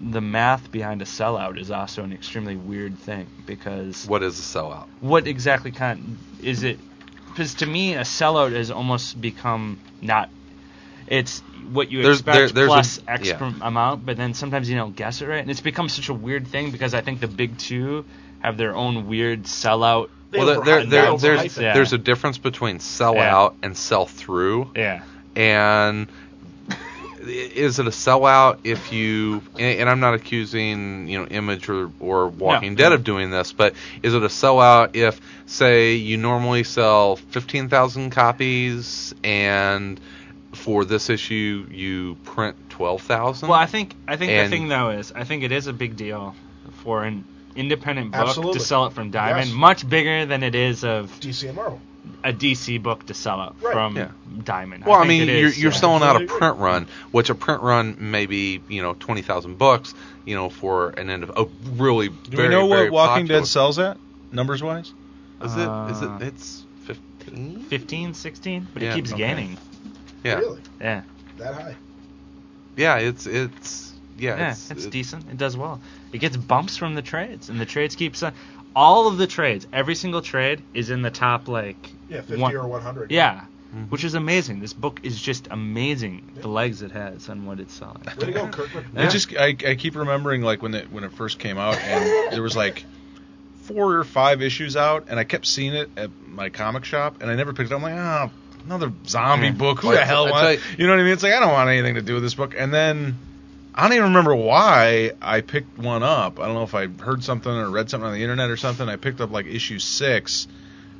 S6: the math behind a sellout is also an extremely weird thing because
S2: what is a sellout?
S6: what exactly kind is it? Because to me, a sellout has almost become not. It's what you
S2: There's-
S6: expect
S2: there- there's a-
S6: plus X
S2: yeah.
S6: prom- amount, but then sometimes you don't guess it right, and it's become such a weird thing because I think the big two have their own weird sellout.
S5: They
S2: well,
S5: overhyped
S2: there,
S5: it.
S2: there,
S5: They
S2: there's
S5: overhyped it.
S2: there's a difference between sell
S6: Yeah.
S2: out and sell through,
S6: Yeah,
S2: and i- is it a sellout if you? And, and I'm not accusing you know Image or, or Walking Dead of doing this, but is it a sellout if say you normally sell fifteen thousand copies and for this issue you print twelve thousand?
S6: Well, I think I think
S2: And-
S6: the thing though is I think it is a big deal for an independent book
S5: Absolutely.
S6: to sell it from Diamond,
S5: Yes.
S6: much bigger than it is of
S5: DC and Marvel.
S6: a DC book to sell it
S5: Right.
S6: from
S2: Yeah.
S6: Diamond.
S2: Well, I,
S6: think
S2: mean,
S6: it
S2: you're,
S6: is,
S2: you're
S6: yeah.
S2: selling out a
S5: Absolutely
S2: print run, which a print run may be, you know, 20,000 bucks, you know, for an end of a really
S1: Do
S2: very,
S1: we know
S2: very
S1: what Walking
S2: popular-
S1: Dead sells at numbers wise?
S2: Is it, is
S6: Uh,
S2: it, it's 15?
S6: 15, 16, but
S2: Yeah,
S6: it keeps
S2: okay.
S6: gaining.
S2: Yeah.
S5: Really?
S6: Yeah,
S5: That high?
S2: Yeah, it's, it's, yeah,
S6: yeah,
S2: it's,
S6: it's, decent. It does well. It gets bumps from the trades, and the trades keep. se- All of the trades, every single trade is in the top like
S5: Yeah, 50
S6: one-
S5: or 100.
S6: Yeah. Which is amazing. This book is just amazing. The legs it has and what it's selling.
S5: Way to go, Kirkman.
S1: It just I, I keep remembering like when it when it first came out and there was like four or five issues out and I kept seeing it at my comic shop and I never picked it up. I'm like, ah, another zombie
S6: Yeah.
S1: book. Who
S2: Well,
S1: the hell
S2: I- I
S1: wants?
S2: tell
S1: You, know what I mean? It's like I don't want anything to do with this book. And then I don't even remember why I picked one up. I don't know if I heard something or read something on the internet or something. I picked up like issue six.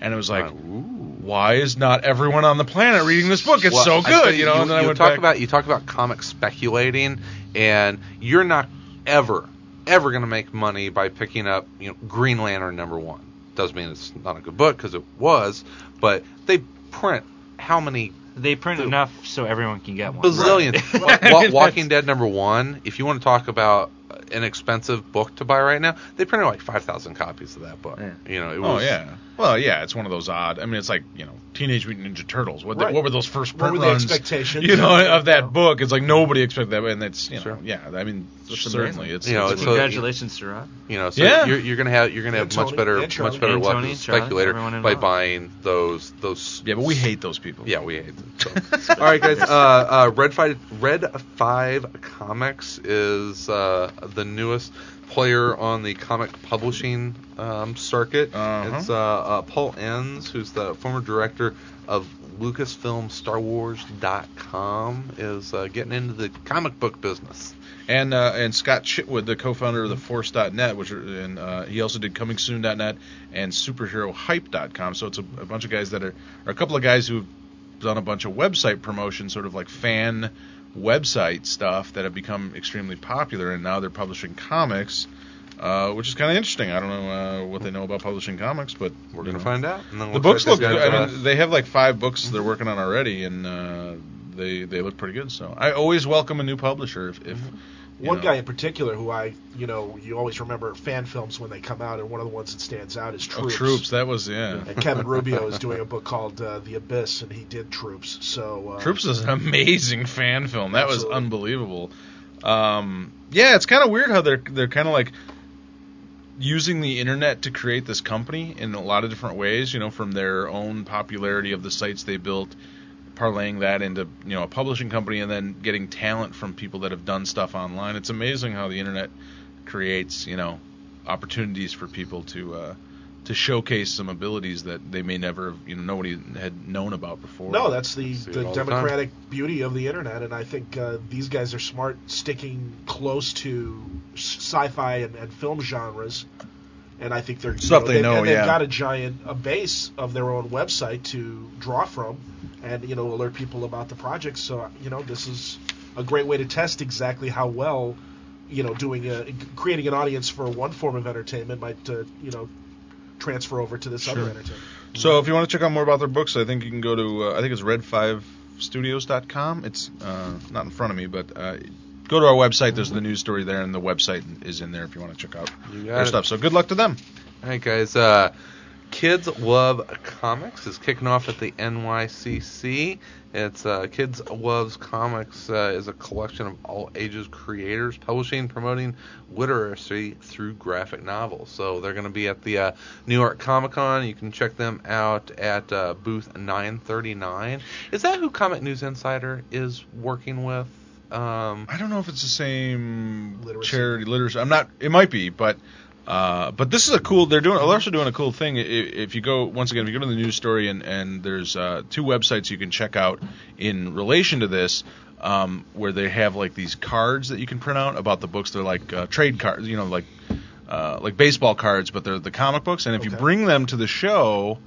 S1: And it was like,
S2: Uh,
S1: why is not everyone on the planet reading this book? It's
S2: Well,
S1: so
S2: I
S1: good,
S2: tell
S1: you know. and then I
S2: you
S1: went
S2: talk
S1: back-
S2: about you talk about comics speculating, and you're not ever ever going to make money by picking up you know Green Lantern number one. Doesn't mean it's not a good book because it was, but they print how many
S6: They print enough so everyone can get one.
S2: bazillions.
S6: Right.
S2: Wa- Wa- Walking Dead number one. If you want to talk about an expensive book to buy right now, they printed like five thousand copies of that book.
S6: Yeah.
S2: You know, it
S1: Oh
S2: was
S1: yeah. Well, yeah, it's one of those odd. I mean, it's like you know, Teenage Mutant Ninja Turtles. What, the-
S5: Right.
S1: what were those first
S5: What
S1: print
S5: were the
S1: runs?
S5: expectations?
S1: You know, of that book, it's like nobody expected that, and it's you know,
S2: Sure.
S1: yeah. I mean,
S6: It's
S1: certainly,
S6: amazing.
S1: it's,
S2: You know,
S1: it's
S2: so-
S6: Congratulations to Rob.
S2: You know, so
S1: Yeah.
S2: you're, you're going to have you're going to have
S5: And
S2: much
S5: Tony,
S2: better
S5: and Charlie,
S2: much better
S6: and
S2: luck
S6: Tony,
S2: as a
S6: Charlie,
S2: speculator
S6: everyone
S2: by
S6: involved.
S2: buying those those.
S1: yeah, but we hate those people.
S2: Yeah, we hate them. so. All right, guys. Uh, uh, Red Five Red Five Comics is uh, the newest player on the comic publishing um, circuit.
S1: Uh-huh.
S2: It's uh, uh, Paul Enns, who's the former director of Lucasfilm Star Wars.com, is uh, getting into the comic book business.
S1: And uh, and Scott Chitwood, the co-founder of the Force.net, which are, and uh, he also did ComingSoon.net and SuperheroHype.com. So it's a, a bunch of guys that are, are a couple of guys who've done a bunch of website promotion, sort of like fan website stuff that have become extremely popular, and now they're publishing comics, uh, which is kind of interesting. I don't know uh, what they know about publishing comics, but
S2: We're
S1: you
S2: going to
S1: know.
S2: find out. And then
S1: The
S2: we'll
S1: books
S2: check
S1: look
S2: this
S1: good.
S2: guy's,
S1: I
S2: uh,
S1: mean, they have like five books they're working on already, and uh, they they look pretty good. So I always welcome a new publisher if. if you
S5: One
S1: know.
S5: guy in particular who I, you know, you always remember fan films when they come out, and one of the ones that stands out is
S1: Oh,
S5: Troops.
S1: troops. That was yeah.
S5: And Kevin Rubio is doing a book called uh, The Abyss, and he did Troops. So uh,
S1: Troops is an amazing fan film. That was
S5: Absolutely.
S1: unbelievable. Um, yeah, it's kind of weird how they're they're kind of like using the internet to create this company in a lot of different ways. You know, from their own popularity of the sites they built, parlaying that into you know a publishing company, and then getting talent from people that have done stuff online. It's amazing how the internet creates you know opportunities for people to. Uh, to showcase some abilities that they may never, have, you know, nobody had known about before.
S5: No, that's the,
S2: See it
S5: the
S2: all the time.
S5: democratic beauty of the internet, and I think uh, these guys are smart, sticking close to s- sci-fi and, and film genres. And I think they're you
S1: Stuff they
S5: they've-
S1: know,
S5: and they've
S1: yeah.
S5: got a giant a base of their own website to draw from, and you know alert people about the project. So you know this is a great way to test exactly how well you know, doing a, creating an audience for one form of entertainment might, uh, you know, transfer over to this other entertainment.
S1: So if you want to check out more about their books, I think you can go to uh, I think it's red5studios.com. It's uh, not in front of me, but uh, go to our website. There's the news story there, and the website is in there if you want to check out
S2: You got
S1: their
S2: it.
S1: stuff. So good luck to them.
S2: All right, guys. Uh, Kids Love Comics is kicking off at the NYCC. It's uh, Kids Loves Comics uh, is a collection of all ages creators publishing, promoting literacy through graphic novels. So they're going to be at the uh, New York Comic Con. You can check them out at uh, booth 939. Is that who Comic News Insider is working with? Um,
S1: I don't know if it's the same
S5: Literacy.
S1: charity literacy. I'm not. It might be, but uh, but this is a cool. They're doing. They're also doing a cool thing. I- If you go once again, if you go to the news story and and there's uh, two websites you can check out in relation to this. Um, where they have like these cards that you can print out about the books. They're like uh, trade cards, you know, like uh, like baseball cards, but they're the comic books. And if you
S5: Okay.
S1: bring them to the show,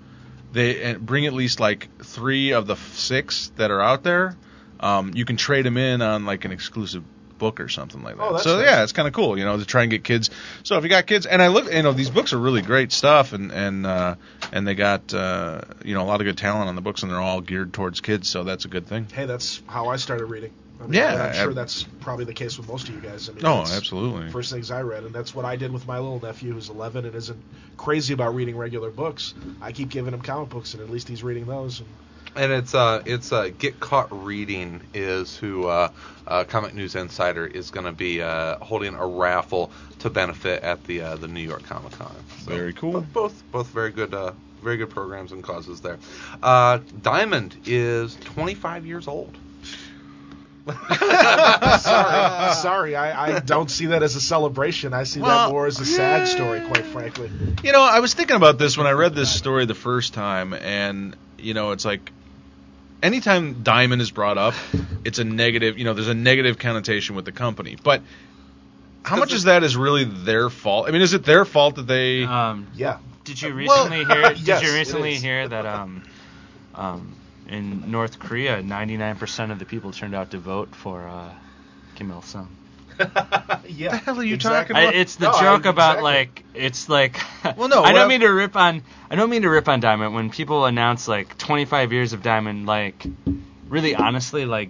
S1: they and bring at least like three of the f- six that are out there. Um, you can trade them in on like an exclusive book or something like that.
S5: Oh, that's
S1: so
S5: nice.
S1: yeah, it's kind of cool, you know, to try and get kids. So if you got kids, and I look, you know, these books are really great stuff, and and uh, and they got uh, you know a lot of good talent on the books, and they're all geared towards kids, so that's a good thing.
S5: Hey, that's how I started reading. I mean,
S1: Yeah,
S5: I'm sure
S1: I-
S5: that's probably the case with most of you guys. I mean,
S1: No,
S5: that's
S1: absolutely.
S5: the First things I read, and that's what I did with my little nephew who's 11 and isn't crazy about reading regular books. I keep giving him comic books, and at least he's reading those. And
S2: And it's uh it's uh get caught reading is who uh, uh Comic News Insider is going to be uh holding a raffle to benefit at the uh, the New York Comic Con. So
S1: Very cool.
S2: both- Both both very good uh very good programs and causes there. Uh, Diamond is 25 years old.
S5: sorry, sorry, I, I don't see that as a celebration. I see
S1: Well,
S5: that more as a sad story, quite frankly.
S1: You know, I was thinking about this when I read this story the first time, and you know, it's like anytime diamond is brought up, it's a negative. You know, there's a negative connotation with the company, but. How much is that is really their fault? I mean, is it their fault that they?
S6: Um,
S5: Yeah.
S6: Did you
S5: Uh, Well,
S6: recently hear? Did
S5: yes, it
S6: you recently
S5: is.
S6: hear that um, um, in North Korea, 99% of the people turned out to vote for uh, Kim Il Sung.
S5: yeah.
S1: hell are you
S5: exactly.
S1: talking
S6: I, it's the
S5: No, I-
S6: joke about
S5: exactly.
S6: like it's like.
S1: Well, no,
S6: I
S1: what
S6: don't
S1: I'm-
S6: mean to rip on. I don't mean to rip on Diamond when people announce like 25 years of Diamond. Like, really, honestly, like,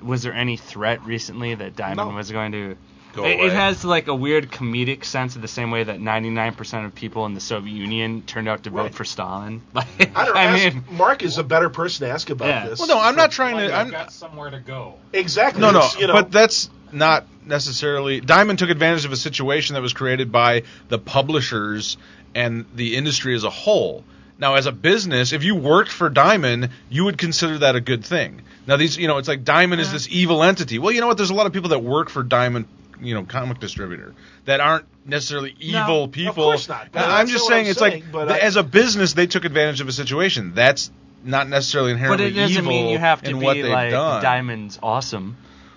S6: was there any threat recently that Diamond
S5: No.
S6: was going to?
S2: Go
S6: it,
S2: away.
S6: it has like a weird comedic sense of the same way that 99% of people in the Soviet Union turned out to vote
S5: Right.
S6: for Stalin. Like,
S5: I don't know.
S6: I
S5: ask-
S6: mean,
S5: Mark is a better person to ask about
S6: Yeah.
S5: this.
S1: well, no, I'm not trying
S7: Like,
S1: to.
S7: I've
S1: I'm,
S7: got somewhere to go.
S5: exactly.
S1: no, no,
S5: It's, you know,
S1: but that's not necessarily. Diamond took advantage of a situation that was created by the publishers and the industry as a whole. Now, as a business, if you worked for Diamond, you would consider that a good thing. Now, these, you know, it's like Diamond is this evil entity. Well, you know what? There's a lot of people that work for Diamond, you know, comic distributor that aren't necessarily evil people.
S5: course not. But
S1: And
S5: that's
S1: I'm just
S5: what I'm
S1: saying, it's
S5: saying,
S1: like
S5: but
S1: th-
S5: I-
S1: as a business, they took advantage of a situation. That's not necessarily
S6: but
S1: inherently
S6: it doesn't
S1: evil
S6: mean you have to
S1: in
S6: be
S1: what they've
S6: like
S1: done.
S6: Diamond's awesome.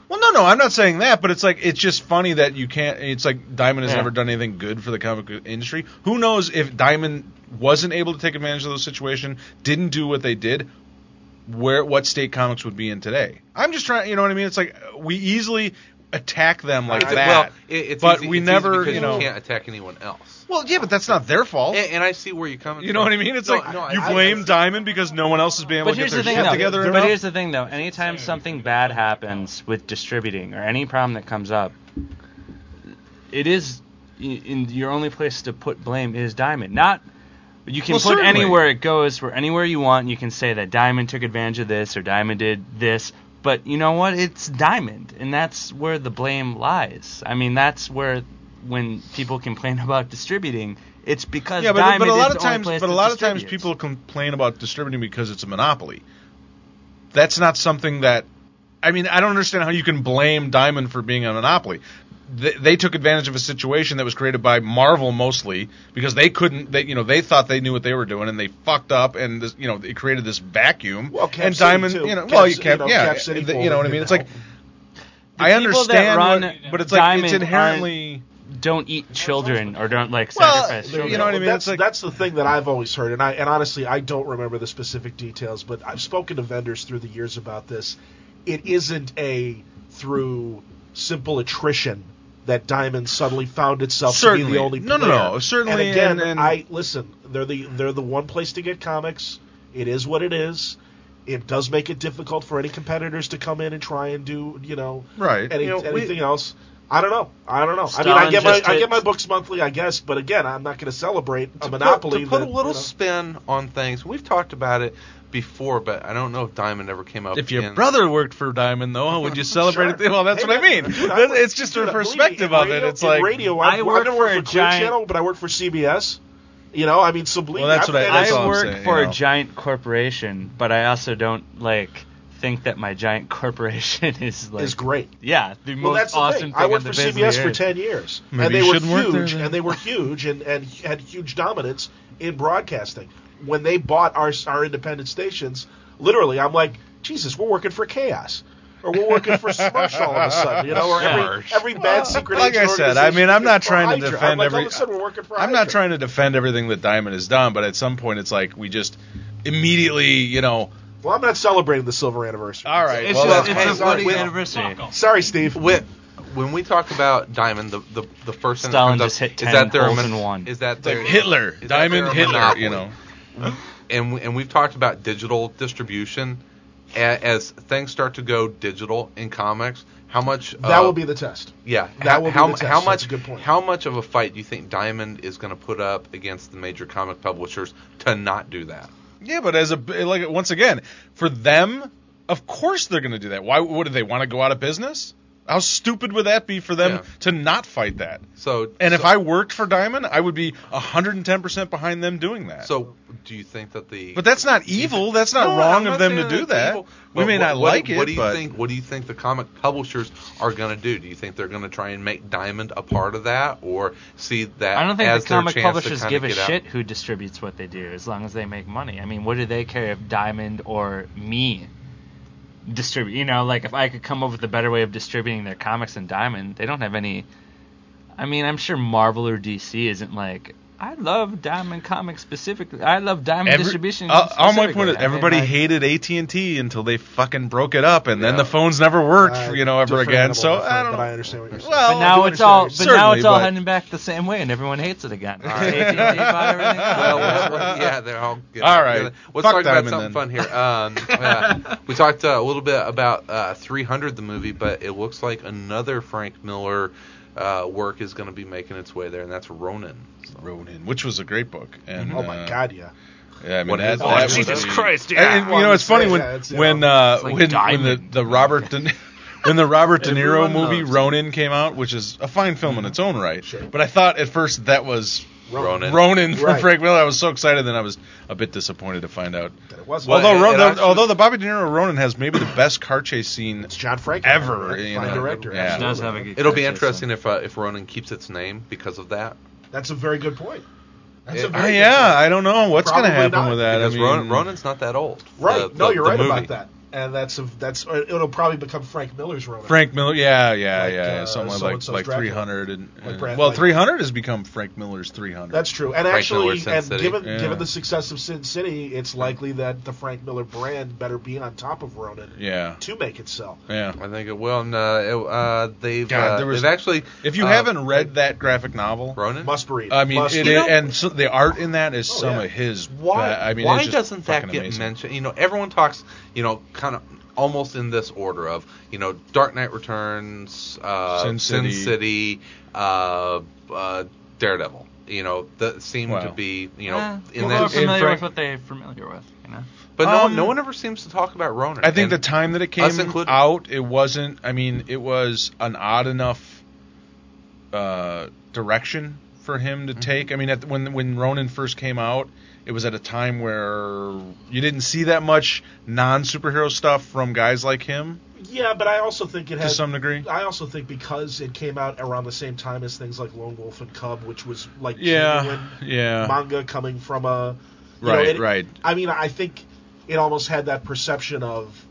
S1: Well, no, no, I'm not saying that, but it's like it's just funny that you can't. It's like Diamond has
S6: Yeah.
S1: never done anything good for the comic book industry. Who knows if Diamond wasn't able to take advantage of the situation, didn't do what they did, where what state comics would be in today? I'm just trying, you know what I mean? It's like uh, we easily attack them like
S2: It's-
S1: that.
S2: Well, it, it's
S1: but
S2: easy-
S1: we
S2: it's easy
S1: never,
S2: because
S1: you know.
S2: can't attack anyone else.
S1: Well, yeah, but that's not their fault.
S2: And, and I see where you're coming.
S1: you know what I
S2: from.
S1: mean? It's
S2: No,
S1: like
S2: no, I-
S1: you
S2: I-
S1: blame Diamond because no one else has been able
S6: But
S1: to get
S6: here's
S1: their
S6: the thing,
S1: shit
S6: though.
S1: together.
S6: But
S1: enough.
S6: here's the thing, though. Anytime something bad happens with distributing or any problem that comes up, it is i- in your only place to put blame is Diamond. Not you can
S1: Well,
S6: put
S1: certainly.
S6: anywhere it goes, or anywhere you want. You can say that Diamond took advantage of this or Diamond did this. But you know what? It's Diamond, and that's where the blame lies. I mean, that's where when people complain about distributing, it's because
S1: yeah, but,
S6: Diamond
S1: but a
S6: is
S1: lot of
S6: the only
S1: times,
S6: place
S1: but a
S6: that
S1: lot of times
S6: distributes.
S1: people complain about distributing because it's a monopoly. That's not something that, I mean, I don't understand how you can blame Diamond for being a monopoly. They, they took advantage of a situation that was created by Marvel mostly because they couldn't. They, you know, they thought they knew what they were doing and they fucked up and this, you know, it created this vacuum.
S5: Well, Cap
S1: and
S5: City,
S1: Diamond,
S5: too.
S1: you know,
S5: Cap
S1: well, you
S5: City,
S1: can't,
S5: you know,
S1: yeah,
S5: Cap City
S1: the-
S5: pulled
S1: you know what I
S5: in
S1: mean.
S5: to
S1: It's like
S5: help.
S1: I
S6: people that
S1: understand,
S6: run
S1: what- but it's like it's
S6: Diamond
S1: inherently.
S6: don't eat children or don't like
S1: Well,
S6: sacrifice
S1: you know
S6: children.
S1: what I mean?
S5: That's,
S1: It's like-
S5: that's the thing that I've always heard, and I and honestly, I don't remember the specific details, but I've spoken to vendors through the years about this. It isn't a through simple attrition that Diamond suddenly found itself to be
S1: Certainly.
S5: the only
S1: No, no,
S5: player.
S1: no, certainly,
S5: And again,
S1: and- and-
S5: I listen. They're the they're the one place to get comics. It is what it is. It does make it difficult for any competitors to come in and try and do you know
S1: Right.
S5: any,
S1: You know, we-
S5: anything else. I don't know. I don't know. I mean, I
S6: Stalin
S5: get my
S6: just
S5: I get
S6: hit-
S5: my books monthly, I guess, but again, I'm not going to celebrate a
S2: To Uh, put-
S5: monopoly.
S2: to put
S5: that,
S2: a little
S5: you know-
S2: spin on things. We've talked about it before, but I don't know if Diamond ever came up.
S1: If your
S2: in-
S1: brother worked for Diamond, though, would you celebrate
S5: Sure.
S1: it? Well, that's
S5: Hey,
S1: what I mean.
S5: man, dude, I
S1: That-
S5: work-
S1: it's just
S5: dude,
S1: a
S5: believe me,
S1: perspective
S5: in
S1: of it.
S5: radio-
S1: It's
S5: in
S1: like
S5: radio.
S6: I
S5: I, I
S6: work
S5: don't
S6: for
S5: work
S6: a
S5: for Clear
S6: giant-
S5: Channel, but I work for CBS. You know, I mean, so believe
S1: Well,
S5: me,
S1: that's
S5: I've
S1: what I-
S5: been-
S1: that's
S6: I
S1: all I'm
S6: work
S1: saying,
S6: for
S1: you know.
S6: a giant corporation, but I also don't like think that my giant corporation is like
S5: is great.
S6: yeah the
S5: Well,
S6: most
S5: that's the
S6: awesome
S5: thing. I
S6: on
S5: worked
S6: the
S5: for
S6: face of
S5: CBS
S6: the
S5: for
S6: earth.
S5: ten years,
S1: Maybe
S5: and they
S1: you
S5: were
S1: shouldn't work there
S5: huge,
S1: then.
S5: and they were huge, and and had huge dominance in broadcasting. When they bought our our independent stations, literally, I'm like, Jesus, we're working for chaos. or we're working for Smush all of a sudden, you know, or every,
S2: Smush.
S5: every bad secret
S1: like
S5: agent
S1: I said, I
S5: organization
S1: mean, I'm
S5: working
S1: not
S5: for
S1: trying to
S5: Hydra. I'm
S1: defend
S5: like,
S1: every-
S5: All of a sudden, we're working for
S1: I'm not
S5: Hydra.
S1: trying to defend everything that Diamond has done, but at some point, it's like we just immediately, you know,
S5: Well, I'm not celebrating the silver anniversary.
S1: all right.
S6: It's
S1: well,
S6: just
S1: that's
S6: it's
S1: fine.
S6: just what
S2: Well,
S6: anniversary.
S5: Sorry, Steve.
S2: when, when we talk about Diamond, the the, the first thing
S6: Stalin
S2: that comes
S6: just
S2: up
S6: hit 10
S2: is that they're a
S6: holes
S2: mon-
S6: in one.
S2: Is that
S1: like
S2: they're
S1: Hitler,
S2: is that
S1: Diamond
S2: they're a
S1: Hitler,
S2: monopoly.
S1: you know.
S2: and we, and we've talked about digital distribution A- as things start to go digital in comics. How much
S5: That
S2: uh,
S5: will be the test.
S2: yeah
S5: that
S2: how,
S5: will be
S2: how,
S5: the test.
S2: how
S5: That's
S2: much
S5: a good point.
S2: how much of a fight do you think Diamond is going to put up against the major comic publishers to not do that?
S1: Yeah, but as a like once again, for them, of course they're going to do that. Why would they want to go out of business? How stupid would that be for them
S2: Yeah.
S1: to not fight that?
S2: So
S1: And if
S2: so-
S1: I worked for Diamond, I would be 110% behind them doing that.
S2: so do you think that the
S1: but that's not evil. That's not
S2: No,
S1: wrong
S2: I'm
S1: of them to
S2: saying
S1: do
S2: that's
S1: that.
S2: evil,
S1: We
S2: but
S1: may
S2: what-
S1: not
S2: what-
S1: like it,
S2: What do you
S1: but
S2: think? What do you think the comic publishers are going to do? Do you think they're going to try and make Diamond a part of that, or see that?
S6: I don't think
S2: as
S6: the
S2: their
S6: comic
S2: chance to
S6: publishers
S2: kinda
S6: give a
S2: get out?
S6: shit who distributes what they do as long as they make money. I mean, what do they care if Diamond or me distribute? You know, like if I could come up with a better way of distributing their comics than Diamond, they don't have any. I mean, I'm sure Marvel or DC isn't like. I love Diamond Comics specifically. I love Diamond
S1: Every-
S6: distribution.
S1: uh, all my
S6: specifically."
S1: point is
S6: I mean,
S1: everybody
S6: like-
S1: hated AT and T until they fucking broke it up, and then
S2: Yeah.
S1: the phones never worked,
S5: Uh,
S1: you know, ever
S5: different
S1: again.
S5: animal,
S1: So
S5: different,
S1: I don't.
S5: But I
S1: know.
S5: understand what you're saying.
S1: Well,
S6: But now
S5: do
S6: it's all. But
S1: understand.
S6: now it's all
S1: Certainly, but-
S6: heading back the same way, and everyone hates it again.
S2: right.
S6: AT&T bought everything up.
S2: well, whatever. yeah, they're all good.
S1: All right.
S2: Let's
S1: Fuck
S2: talk about
S1: Diamond
S2: something
S1: then.
S2: fun here. Um, uh, we talked uh, a little bit about uh, 300, the movie, but it looks like another Frank Miller uh, work is going to be making its way there, and that's Ronin.
S1: Ronin, which was a great book. And,
S5: Oh my
S1: uh,
S5: God, yeah.
S1: Yeah, I mean,
S2: What
S1: that,
S2: is
S1: that
S2: that?
S1: was
S4: Jesus
S1: the-
S4: Christ,
S1: And,
S4: yeah.
S1: and, you know, it's funny when
S5: Yeah, it's, you
S1: when
S5: know,
S1: uh,
S6: like
S1: when, when the,
S6: diamond.
S1: the Robert De, when the Robert De Niro
S6: Everyone
S1: movie
S6: knows.
S1: Ronin came out, which is a fine film
S2: Mm-hmm.
S1: in its own right. But I thought at first that was
S2: Ronin.
S1: Ronin from
S5: Right.
S1: Frank Miller. I was so excited, then I was a bit disappointed to find out.
S5: That it wasn't.
S1: although
S2: it-
S1: Ro-
S2: it
S1: the,
S2: actually-
S1: although the Bobby De Niro Ronin has maybe the best car chase scene
S5: it's John Frank.
S1: ever,
S5: Fine
S1: you know,
S5: director.
S1: yeah.
S6: It does
S5: absolutely.
S6: have a good
S2: It'll be
S6: character, so-
S2: interesting if uh, if Ronin keeps its name because of that.
S5: That's a very good point. That's
S2: Yeah.
S1: Oh,
S5: a very
S1: yeah,
S5: good
S1: I don't know what's going to
S5: Probably
S1: happen
S5: not,
S1: with that.
S2: because
S1: I mean,
S2: Ronin, Ronin's not that old.
S5: point. right.
S2: The-
S5: no,
S2: the-
S5: you're
S2: the
S5: right
S2: movie.
S5: about that. And that's a, that's or it'll probably become Frank Miller's Ronin.
S1: Frank Miller, yeah, yeah,
S5: Like,
S1: yeah,
S5: uh,
S1: someone like
S5: so-and-so's
S1: like
S5: Dracula.
S1: three hundred and, and-
S5: Brad-
S1: well,
S5: like-
S1: three hundred has become Frank Miller's three hundred.
S5: That's true. And
S2: Frank Miller,
S5: actually,
S2: Sin
S5: and
S2: City.
S5: given
S1: Yeah.
S5: given the success of Sin City, it's likely that the Frank Miller brand better be on top of Ronin
S1: yeah,
S5: to make it sell.
S1: yeah.
S2: I think it will. And, uh, it- uh, they've
S1: God,
S2: uh,
S1: there was-
S2: they've actually.
S1: If you
S2: uh,
S1: haven't read that graphic novel,
S2: Ronin,
S5: Must read.
S1: I mean,
S5: Must
S1: it,
S5: read.
S1: and so the art in that is
S5: Oh,
S1: some
S5: yeah.
S1: of his.
S2: Why?
S1: I mean,
S2: why
S1: it's just
S2: doesn't that
S1: fucking
S2: get
S1: amazing.
S2: mentioned? You know, everyone talks. You know, kind of almost in this order of you know, Dark Knight Returns, uh,
S1: Sin City.
S2: City, uh, uh, Daredevil. You know, that seem
S1: Wow.
S2: to be you know
S6: Eh,
S2: in
S6: people
S2: that.
S6: are familiar
S1: Frank-
S6: with what they're familiar with, you know.
S2: but no,
S1: Um,
S2: no one ever seems to talk about Ronin.
S1: I think
S2: And
S1: the time that it came
S2: us included.
S1: out, it wasn't. I mean, it was an odd enough uh, direction for him
S2: Mm-hmm.
S1: to take. I mean, at, when when Ronin first came out, it was at a time where you didn't see that much non superhero stuff from guys like him
S5: yeah, but I also think it
S1: to
S5: has
S1: some degree.
S5: I also think because it came out around the same time as things like Lone Wolf and Cub, which was like
S1: Yeah,
S5: genuine
S1: yeah,
S5: manga coming from a you know,
S1: right,
S5: it-
S1: right.
S5: I mean, I think it almost had that perception of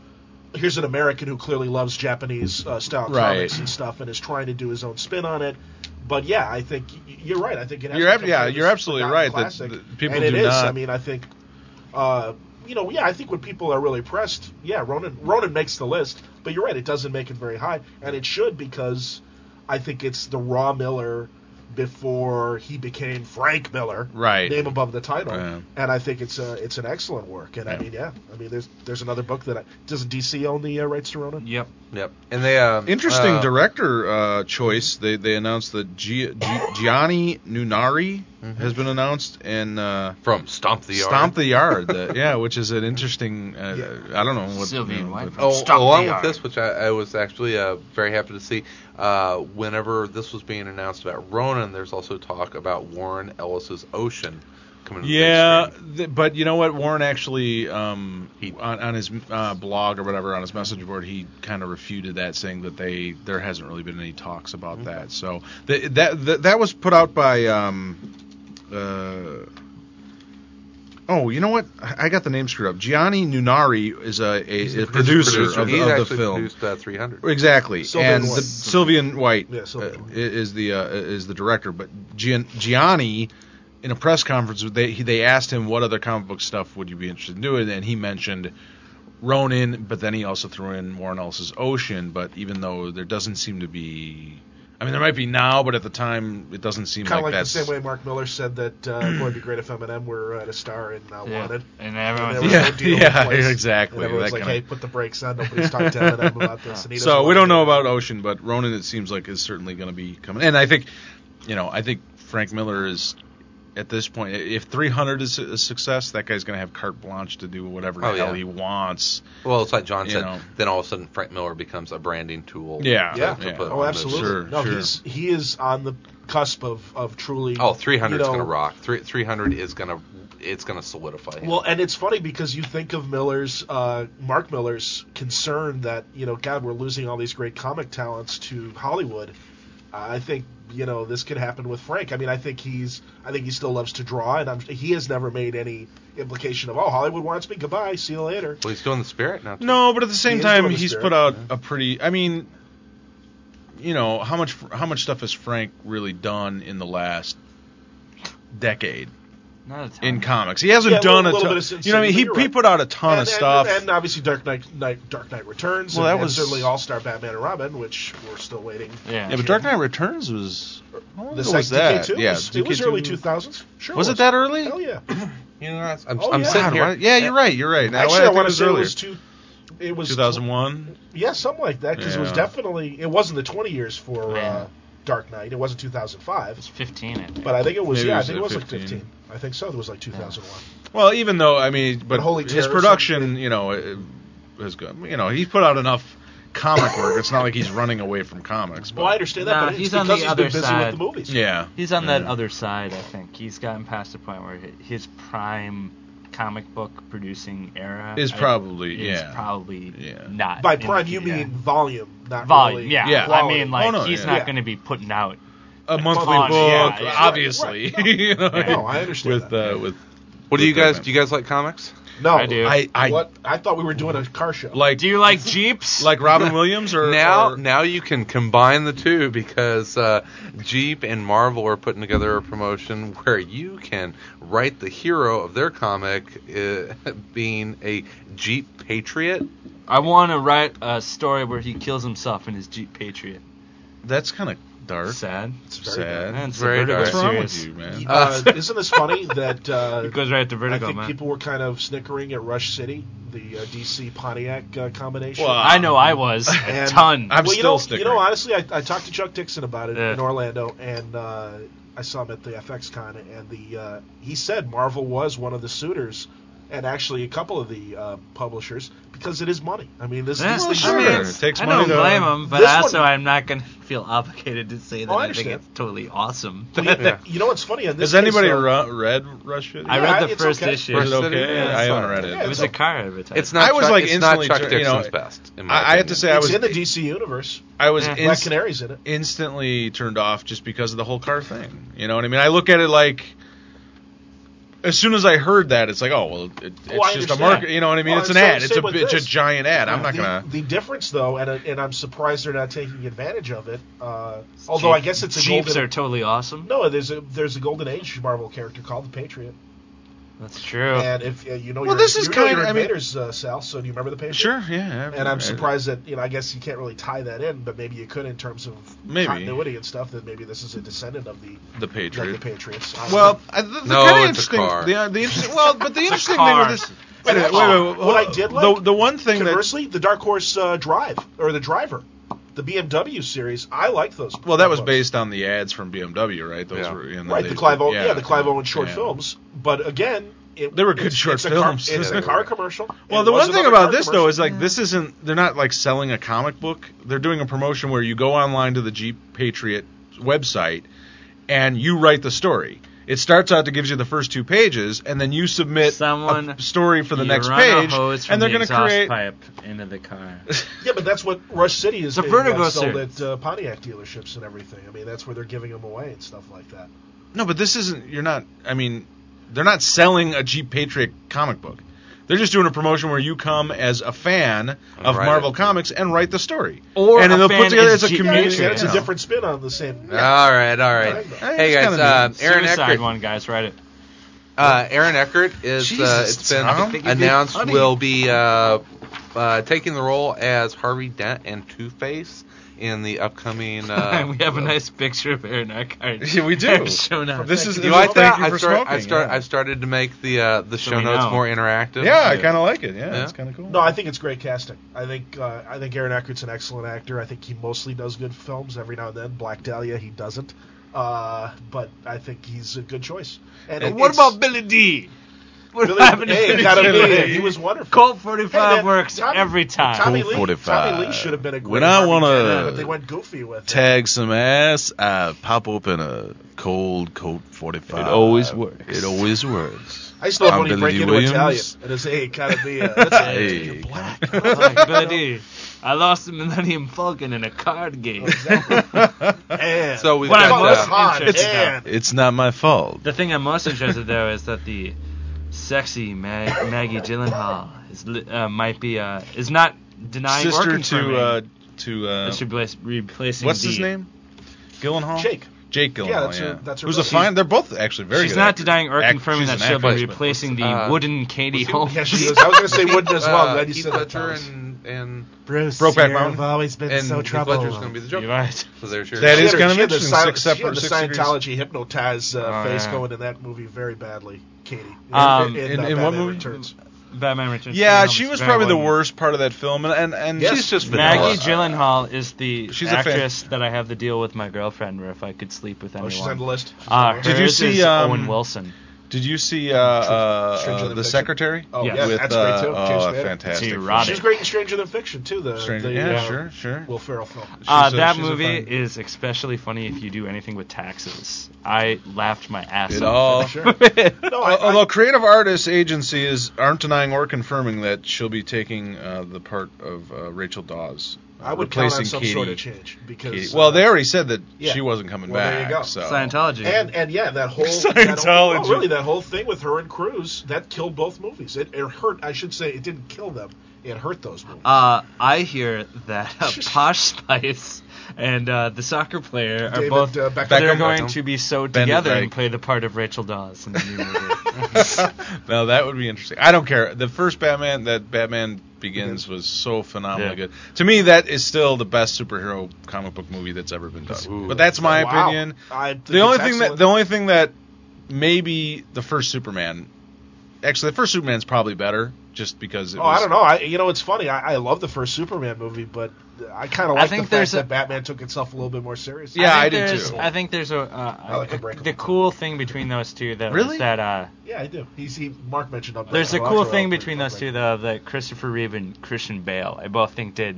S5: here's an American who clearly loves Japanese uh, style
S1: Right.
S5: comics and stuff, and is trying to do his own spin on it. But yeah, I think y- you're right. I think it. Has
S1: You're ab-
S5: become
S1: yeah,
S5: sort of
S1: you're
S5: this
S1: absolutely
S5: forgotten
S1: right that-
S5: classic.
S1: that people
S5: and it
S1: do
S5: is.
S1: not-
S5: I mean, I think. Uh, you know, yeah, I think when people are really pressed, yeah, Ronan Ronan makes the list, but you're right, it doesn't make it very high, and it should because I think it's the Raw Miller before he became Frank Miller.
S1: Right.
S5: Name above the title.
S1: Yeah.
S5: And I think it's a, it's an excellent work. And I
S1: Yeah.
S5: mean, yeah. I mean, there's there's another book that I, doesn't DC own the uh, rights to Ronin?
S4: Yep.
S2: Yep. And they um,
S1: Interesting
S2: uh,
S1: director uh, choice. They they announced that G- G- Gianni Nunari
S2: Mm-hmm.
S1: has been announced and uh,
S2: from Stomp the Yard.
S1: Stomp the Yard. uh, yeah, which is an interesting. Uh, I don't know what.
S4: Sylvian
S1: you know,
S4: White.
S1: but-
S2: Oh,
S4: Stomp the
S2: along with
S4: Yard.
S2: this, which I, I was actually uh, very happy to see, uh, whenever this was being announced about Ronan, there's also talk about Warren Ellis's Ocean coming. To the big
S1: Yeah,
S2: screen.
S1: th- but you know what? Warren actually, um,
S2: He-
S1: on, on his uh, blog or whatever, on his message board, he kind of refuted that, saying that they there hasn't really been any talks about that. So th- that, that that was put out by. Um, uh, oh, you know what? I I got the name screwed up. Gianni Nunari is a,
S2: He's
S1: a,
S2: the
S1: a producer, of,
S2: He's
S1: the- of the
S2: actually
S1: film.
S2: produced uh, 300.
S1: Exactly,
S5: Sylvian
S1: and
S5: White.
S1: the, Sylvian White
S5: Yeah, Sylvian
S1: uh,
S5: White.
S1: i- is the uh, is the director. But Gian, Gianni, in a press conference, they he- they asked him what other comic book stuff would you be interested in doing, and he mentioned Ronin, but then he also threw in Warren Ellis's Ocean. But even though there doesn't seem to be, I mean, there might be now, but at the time, it doesn't seem
S5: Kind of like, the
S1: that's
S5: same way Mark Miller said that uh, it would be great if Eminem were uh, a star in uh,
S4: Yeah.
S5: Wanted.
S4: And
S5: And
S4: everyone's
S5: there was
S1: Yeah,
S5: no deal in
S1: yeah,
S5: place.
S1: exactly,
S5: And everyone's
S1: that
S5: like,
S1: kinda-
S5: hey, put the brakes on. Nobody's talked to Eminem about this. And he doesn't
S1: So we
S5: wanna
S1: don't
S5: do
S1: know
S5: it.
S1: about Ocean, but Ronan it seems like is certainly going to be coming. And I think, you know, I think Frank Miller is at this point. If 300 is a success, that guy's going to have carte blanche to do whatever
S2: Oh,
S1: the hell
S2: yeah.
S1: he wants.
S2: Well, it's like John
S1: You
S2: said.
S1: know.
S2: Then all of a sudden, Frank Miller becomes a branding tool.
S1: Yeah,
S2: to-
S5: Yeah.
S2: to
S1: yeah.
S2: put on
S5: Oh,
S2: those.
S5: absolutely.
S1: Sure,
S5: no,
S1: sure.
S5: he's he is on the cusp of of truly.
S2: Oh, 300
S5: you
S2: is
S5: know,
S2: gonna rock. Three, 300 is gonna it's gonna solidify. Him.
S5: Well, and it's funny because you think of Miller's uh, Mark Miller's concern that you know, God, we're losing all these great comic talents to Hollywood. Uh, I think you know this could happen with Frank. I mean, I think he's I think he still loves to draw, and I'm, he has never made any implication of oh, Hollywood wants me, goodbye, see you later.
S2: Well, he's doing the spirit now. Too.
S1: No, but at the same
S5: He is
S1: time,
S5: doing the
S1: he's
S5: spirit,
S1: put out a pretty. I mean, you know, how much how much stuff has Frank really done in the last decade?
S6: Not a ton.
S1: in comics. He hasn't
S5: Yeah, a
S1: done a,
S5: little- little
S1: ton.
S5: bit of
S1: you know, what I mean, he,
S5: sincerity,
S1: he
S5: you're
S1: put out a ton
S5: and,
S1: of
S5: and-
S1: stuff.
S5: and, obviously Dark Knight, Knight Dark Knight Returns.
S1: Well,
S5: and,
S1: that
S5: and
S1: was-
S5: certainly All Star Batman and Robin, which we're still waiting.
S4: Yeah.
S1: yeah, but Dark Knight Returns was. How long
S5: The
S1: ago
S5: second
S1: was that?
S5: DK2
S1: yeah,
S5: was, it was early
S1: DK2.
S5: 2000s. Sure,
S1: Was it that early?
S5: Hell yeah.
S2: you know, I'm, I'm
S5: Oh, yeah.
S2: sitting
S1: God,
S2: here.
S1: why- yeah, you're right. You're right. Now,
S5: Actually,
S1: I,
S5: I,
S1: think
S5: want
S1: it
S5: to
S1: was
S5: say
S1: earlier.
S5: it was two. It was
S1: 2001.
S5: Yeah, something like that because it was
S1: Yeah.
S5: definitely it wasn't the 20 years for
S4: Yeah.
S5: uh, Dark Knight. It wasn't 2005,
S4: It's 15, I think.
S5: but I think it was.
S1: Maybe it
S5: yeah,
S1: was
S5: I think
S1: at
S5: it was like
S1: 15.
S5: 15. I think so. It was like 2001.
S1: Well, even though I mean, but
S5: Holy
S1: his
S5: Terror or
S1: production, you know, it- is good. You know, he's put out enough comic work. It's not like he's running away from comics. But,
S5: Well, I understand that,
S6: Nah,
S5: but it's
S6: he's
S5: because
S6: on the
S5: he's
S6: other
S5: been busy
S6: side.
S5: with the movies.
S1: yeah,
S6: He's on that
S1: Yeah.
S6: other side, I think. He's gotten past the point where hi- his prime comic book producing era
S1: Is
S6: I-
S1: probably-
S6: is
S1: yeah.
S6: probably
S1: Yeah.
S6: not
S5: By
S6: in the
S5: prime, you
S6: future.
S5: mean volume, not
S6: volume.
S5: really
S6: Yeah,
S1: Yeah.
S6: I
S5: quality.
S6: mean like
S1: Oh, no,
S6: he's
S1: yeah.
S6: not
S5: Yeah.
S6: going to be putting out.
S1: a monthly
S6: on, yeah,
S1: book,
S6: yeah. Right,
S1: obviously.
S5: right.
S1: you know,
S5: No, I understand
S1: With
S5: that.
S1: uh, with
S2: What do you
S1: With that,
S2: guys?
S1: man.
S2: Do you guys like comics?
S5: no,
S6: I do.
S1: Oh, I I
S5: what I thought we were doing a car show.
S1: like
S6: Do you like Jeeps?
S1: like Robin Williams or
S2: now,
S1: or-
S2: now you can combine the two because uh, Jeep and Marvel are putting together a promotion where you can write the hero of their comic uh, being a Jeep Patriot.
S6: I want to write a story where he kills himself in his Jeep Patriot.
S1: that's kind of dark.
S6: Sad.
S5: It's very
S1: Sad.
S5: bad.
S6: Man, it's
S2: Very
S6: Vertigo
S2: dark.
S1: What's wrong
S6: series.
S1: with you, man?
S5: Uh, isn't this funny that uh,
S6: It goes right to
S5: I
S6: Vertigo,
S5: think
S6: man.
S5: people were kind of snickering at Rush City, the uh, DC Pontiac uh, combination?
S1: Well,
S6: I know I was a
S5: And-
S6: ton.
S1: I'm
S5: well,
S1: still
S5: you know,
S1: snickering.
S5: you know, honestly, I, I talked to Chuck Dixon about it
S6: Yeah.
S5: in Orlando, and uh, I saw him at the FX con, and the uh, he said Marvel was one of the suitors, and actually a couple of the uh, publishers because it is money. I mean, this
S6: Yeah,
S5: is
S1: Well,
S5: the
S1: sure.
S5: sure.
S1: It takes
S6: I
S1: money
S6: don't
S1: to-
S6: blame him, but
S5: This
S6: also
S5: one-
S6: I'm not going to feel obligated to say that
S5: Oh, I
S6: I, think
S5: understand.
S6: it's totally awesome.
S2: Yeah.
S5: You know what's funny? In this
S1: Has anybody
S5: case, though,
S1: ru- read Rush City?
S6: I
S5: Yeah,
S6: read the
S5: it's
S6: first
S5: okay.
S6: issue.
S1: Is
S2: First
S1: it okay?
S2: Yeah,
S1: I
S2: it's
S1: haven't
S2: fine.
S1: read it.
S5: Yeah,
S6: It was a car advertisement.
S2: It's not.
S1: I was
S2: Chuck,
S1: like
S2: it's not
S1: instantly
S2: Chuck
S1: ju- you know,
S2: Dixon's best. In my
S1: I, I have to
S2: opinion.
S1: say, I
S5: it's
S1: was
S5: in the DC universe.
S1: I was
S6: Yeah.
S5: eh, Black
S1: inst-
S5: Canary's in it.
S1: instantly turned off just because of the whole car thing. You know what I mean? I look at it like as soon as I heard that, it's like, oh well, it, it's
S5: Oh, I
S1: just a
S5: understand.
S1: market. You know what I mean?
S5: Well,
S1: it's an
S5: and so
S1: ad.
S5: same
S1: It's a
S5: with
S1: it's a
S5: this.
S1: giant ad. I'm not
S5: the,
S1: gonna.
S5: The difference, though, and uh, and I'm surprised they're not taking advantage of it. Uh, although I guess it's a
S6: Jeeps
S5: golden
S6: are totally awesome.
S5: No, there's a there's a golden age Marvel character called the Patriot.
S6: That's true.
S5: And if uh, you know,
S1: Well,
S5: your,
S1: this is
S5: you know
S1: kind-
S5: your
S1: I mean-
S5: invaders, uh, Sal. So do you remember the paper?
S1: Sure, yeah.
S5: And I'm surprised that you know. I guess you can't really tie that in, but maybe you could in terms of
S1: Maybe.
S5: continuity and stuff. That maybe this is a descendant of the
S1: the
S5: like the
S1: Patriot.
S5: Patriots. I don't know.
S1: Well, I, the, the
S2: No,
S1: kind of
S2: it's a
S1: interesting.
S2: car.
S1: The, the interesting. Well, but the interesting thing
S6: car.
S1: with this. Wait,
S5: Wait,
S1: wait,
S5: hold on.
S1: wait, wait,
S5: uh, What I
S1: hold-
S5: did
S1: the,
S5: like-
S1: the one thing that
S5: Conversely, the Dark Horse uh, Drive or the Driver, the BMW series, I like those.
S1: Well, that was
S5: books.
S1: based on the ads from BMW, right? Those
S2: Yeah.
S1: were and
S5: right
S1: they-
S5: the Clive Owen, yeah, the Clive Owen short
S1: yeah.
S5: films. But again, it,
S1: They were good
S5: it's-
S1: short
S5: it's a car-
S1: films.
S5: it's
S2: Yeah,
S5: a
S2: they
S5: car
S2: were.
S5: commercial.
S1: Well,
S5: It
S1: the
S5: was
S1: one thing
S5: another
S1: about
S5: car
S1: this though
S5: commercial.
S1: is like this isn't they're not like selling a comic book. They're doing a promotion where you go online to the Jeep Patriot website and you write the story. It starts out to gives you the first two pages, and then you submit
S6: Someone-
S1: a story for the
S4: You
S1: next
S4: run a
S1: page,
S4: hose from
S1: and they're
S4: the
S1: going to
S4: exhaust
S1: create.
S4: pipe into the car.
S5: yeah, but that's what Rush City is.
S6: The
S5: being,
S6: Vertigo
S5: uh, sold
S6: series.
S5: at uh, Pontiac dealerships and everything. I mean, that's where they're giving them away and stuff like that.
S1: No, but this isn't. You're not. I mean, they're not selling a Jeep Patriot comic book. They're just doing a promotion where you come as a fan of
S2: write
S1: Marvel
S2: it.
S1: Comics and write the story,
S6: Or
S1: and
S6: a
S1: they'll
S6: fan
S1: put together as
S6: is
S1: a
S6: Jeep
S5: Yeah,
S1: community.
S5: it's,
S6: Patriot.
S5: it's a
S1: you know.
S5: different spin on the same.
S2: All right, all right.
S5: Yeah.
S2: Hey
S1: It's
S2: guys,
S1: kinda
S2: uh,
S1: neat.
S2: Aaron
S4: Suicide
S2: Eckert.
S4: one, guys. Write it.
S2: Uh, Aaron Eckert is uh,
S1: Jesus,
S2: it's been
S1: Tom. I think you
S2: announced
S1: did putty.
S2: will be uh, uh, taking the role as Harvey Dent and Two Face in the upcoming. Uh,
S4: we have a nice picture of Aaron Eckhart.
S1: Yeah, we do.
S4: Shown up.
S1: This is
S2: You like that?
S1: thank you
S2: I
S1: for
S2: start, I
S1: smoking,
S2: start,
S1: yeah.
S2: I've started to make the uh, the show
S4: we
S2: notes
S4: know.
S2: more interactive.
S1: Yeah, I kind of like it. Yeah,
S2: Yeah.
S1: it's kind of cool.
S5: No, I think it's great casting. I think uh, I think Aaron Eckert's an excellent actor. I think he mostly does good films every now and then. Black Dahlia, he doesn't, uh, but I think he's a good choice. And it-
S4: what
S5: it's-
S4: about Billy D? What
S5: Billy-
S4: happened to
S5: hey,
S4: Billy
S5: gotta
S4: D?
S5: admit it, He was wonderful.
S4: Colt
S5: Hey,
S4: 45
S5: man,
S4: works
S5: Tommy-
S4: every time.
S5: Tommy
S3: Colt
S5: Lee,
S3: 45.
S5: Tommy Lee should have been a great.
S3: When I
S5: Harvey
S3: wanna-
S5: Dent, but they went goofy with it.
S3: Tag some ass. I pop open a cold Colt 45.
S6: It always works.
S3: It always works.
S5: I still love when he
S3: I'm
S5: break
S3: Billy
S5: into
S3: Williams.
S5: Italian and it's hey, gotta be. Uh, that's a,
S3: Hey.
S5: you're black.
S4: Like, Billy D. I lost the Millennium Falcon in a card game.
S5: And
S2: So we've
S4: What
S2: got.
S4: I'm
S5: Fuck,
S4: most
S2: uh,
S5: hot,
S4: interested in-
S5: and-
S3: It's not my fault.
S4: The thing I'm most interested though is that the sexy Mag- Maggie Gyllenhaal is li- uh, might be uh, is not denying or
S1: Sister
S4: confirming
S1: to uh, to uh,
S4: that she's replace- replacing
S1: what's his
S4: Dee.
S1: name? Gyllenhaal.
S5: Jake.
S1: Jake Gyllenhaal.
S5: Yeah,
S1: Yeah,
S5: that's
S1: that's,
S5: her- that's her
S1: Who's a
S5: brother.
S1: fine. They're both actually very.
S4: she's
S1: good
S4: not
S1: actors.
S4: derying or
S1: Act-
S4: confirming
S1: she's
S4: that
S1: an
S4: she'll
S1: actress,
S4: be
S1: but-
S4: replacing the
S2: uh,
S4: wooden Katie Holmes.
S5: Yeah, she is. I was gonna say wooden as well. I'm
S2: Uh,
S5: glad you
S2: Heath
S5: said that.
S2: Ledger
S5: Thomas.
S2: and and,
S5: Bruce,
S1: Brokeback
S5: you've
S1: Mountain.
S5: always been
S2: and
S5: so
S2: Heath
S5: trouble.
S2: Ledger's going to be the
S4: You're
S2: Joker.
S4: right.
S2: So there's your.
S1: That
S5: She
S1: is
S5: had her-
S1: kind of
S5: she had the
S1: interesting.
S5: Sci-
S1: Six
S5: she had
S1: separate.
S5: the
S1: Six degrees.
S5: Scientology hypnotized uh,
S4: Oh,
S5: face
S4: yeah.
S5: going in that movie very badly, Katie.
S6: Um,
S1: in- in what movie?
S5: uh, Returns.
S4: Batman Returns.
S1: Yeah,
S4: Holmes,
S1: she was
S4: very
S1: probably the
S4: well-
S1: worst part of that film, and and, and
S5: Yes.
S2: She's just vanilla.
S6: Maggie Gyllenhaal is the
S1: She's a fan.
S6: actress that I have the deal with my girlfriend where if I could sleep with
S5: Oh,
S6: anyone.
S5: she's on the list. She's
S6: uh,
S5: on the
S1: Did
S6: hers
S1: you
S5: list.
S1: see,
S6: is
S1: um,
S6: Owen Wilson?
S1: Did you see uh, uh,
S5: Stranger
S1: uh,
S5: Than
S1: the
S5: Fiction.
S1: secretary?
S5: Oh,
S6: yeah.
S5: yes,
S1: with,
S5: that's
S1: uh,
S5: great too. James
S1: Oh,
S5: Spader.
S1: fantastic.
S6: It's
S1: film.
S6: erotic.
S5: She's great in Stranger Than Fiction too. The,
S1: Stranger-
S5: the,
S1: yeah,
S5: uh,
S1: sure, sure.
S5: Will Ferrell film.
S6: Uh,
S1: She's a-
S6: that
S1: she's a
S6: movie
S1: fun-
S6: is especially funny if you do anything with taxes. I laughed my ass
S1: It
S6: off.
S1: all. Oh,
S5: Sure. No, I, I,
S1: Although Creative Artists Agency is aren't denying or confirming that she'll be taking uh, the part of uh, Rachel Dawes, uh,
S5: I would count
S1: replacing
S5: on some
S1: Katie.
S5: sort of change because
S1: Katie-
S5: uh,
S1: Well, they already said that
S5: yeah.
S1: she wasn't coming
S5: Well,
S1: back.
S5: there you go.
S1: So
S4: Scientology.
S5: And and yeah, that whole That whole,
S1: Scientology.
S5: well, really, that whole thing with her and Cruz that killed both movies. It, it hurt. I should say it didn't kill them. It hurt those movies.
S4: Uh, I hear that uh, Posh Spice and uh, the soccer player are
S5: David,
S4: both.
S5: uh, Beckham.
S4: they're
S1: Beckham.
S4: going to be sewed
S1: Benedict.
S4: together and play the part of Rachel Dawes in the new movie.
S1: now that would be interesting. I don't care. The first Batman that Batman Begins
S5: Mm-hmm.
S1: was so phenomenally
S4: Yeah.
S1: good. To me, that is still the best superhero comic book movie that's ever been done.
S2: Ooh.
S1: But that's my
S5: Wow.
S1: opinion.
S5: I think
S1: the only
S5: it's
S1: thing that
S5: excellent.
S1: the only thing that maybe the first Superman, actually the first Superman's probably better, just because. It
S5: Oh,
S1: was,
S5: I don't know. I you know, it's funny. I, I love the first Superman movie, but I kind of like
S6: think
S5: the fact
S6: there's a-
S5: that Batman took itself a little bit more seriously.
S1: Yeah, I,
S6: think
S1: did
S6: there's-
S1: too.
S6: I think there's a, uh,
S5: I like
S6: uh,
S5: a break.
S6: the cool thing between those two though
S1: Really?
S6: is that uh,
S5: yeah, I do. He's he. Mark mentioned up.
S6: there's a
S5: Well,
S6: cool
S5: after all,
S6: thing
S5: pretty
S6: between those
S5: much like-
S6: two though that Christopher Reeve and Christian Bale I both think did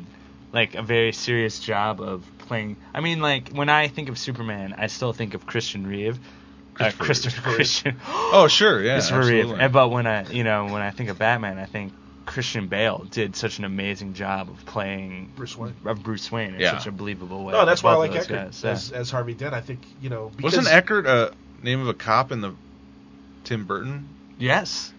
S6: like a very serious job of playing. I mean like when I think of Superman I still think of Christian Reeve. uh, Christopher Christian.
S1: oh, sure, yeah,
S6: Christopher Reeve.
S1: absolutely.
S6: And- But when I, you know, when I think of Batman, I think Christian Bale did such an amazing job of playing
S5: Bruce Wayne.
S6: of Bruce Wayne in
S1: Yeah.
S6: such a believable way.
S5: No, Oh, that's why I
S6: Both
S5: like
S6: of those
S5: Eckert
S6: guys,
S5: as, as Harvey Dent. I think you know. Because
S1: uh, Wasn't Eckert a name of a cop in the Tim Burton?
S6: yeah. Yes.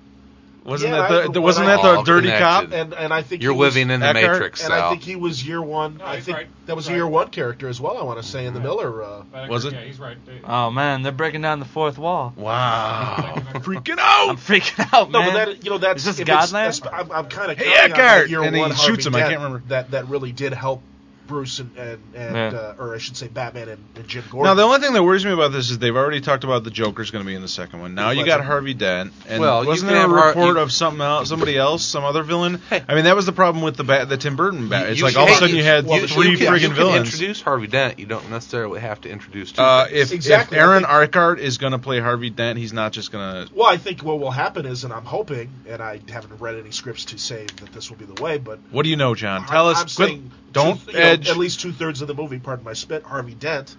S1: Wasn't
S5: Yeah, I-
S1: that the, wasn't
S5: when
S1: that
S5: I-
S1: the
S2: All
S1: dirty cop?
S2: connected.
S5: and and I think
S2: You're
S5: he was-
S2: living in the
S1: Eckhart,
S2: Matrix,
S5: And
S2: Sal.
S5: I think he was year one.
S7: No,
S5: I
S7: he's
S5: think
S7: right.
S5: that was a
S7: He's
S5: year
S7: right.
S5: one character as well. I want to say in the
S7: Right.
S5: Miller. Uh,
S1: Was it?
S7: Yeah, he's right. They-
S6: Oh man, they're breaking down the fourth wall.
S1: Wow.
S7: Eckhart.
S1: Freaking
S6: I'm
S1: out!
S6: freaking out,
S5: no,
S6: man.
S5: but that you know that's
S6: Is this
S5: if it's-
S6: Godland?
S5: that's- I'm, I'm kind of
S1: Hey, Eckhart!
S5: that year
S1: And he
S5: one
S1: shoots
S5: Harvey
S1: him, I
S5: Dent
S1: can't remember.
S5: that that really did help Bruce and and, and
S6: Yeah.
S5: uh, or I should say Batman and, and Jim Gordon.
S1: Now the only thing that worries me about this is they've already talked about the Joker's going to be in the second one. Now you got Harvey Dent, and
S2: Well, you
S1: wasn't
S2: can
S1: there a
S2: have Har-
S1: report
S2: you-
S1: of something else, somebody else, some other villain?
S2: Hey.
S1: I mean, that was the problem with the ba- the Tim Burton bat.
S2: You-
S1: It's
S2: you
S1: like all of a
S2: can-
S1: sudden you had
S5: well,
S1: three
S2: you can- you
S1: friggin'
S2: can
S1: villains.
S2: Introduce Harvey Dent. You don't necessarily have to introduce two.
S1: Uh,
S2: things.
S1: if,
S5: Exactly.
S1: if Aaron Eckhart is going to play Harvey Dent, he's not just going to.
S5: Well, I think what will happen is, and I'm hoping, and I haven't read any scripts to say that this will be the way, but
S1: What do you know, John? Tell
S5: I-
S1: us.
S5: I'm
S1: quit-
S5: saying
S1: don't
S5: two- you know,
S1: edge.
S5: at least two thirds of the movie. Pardon my spit. Harvey Dent.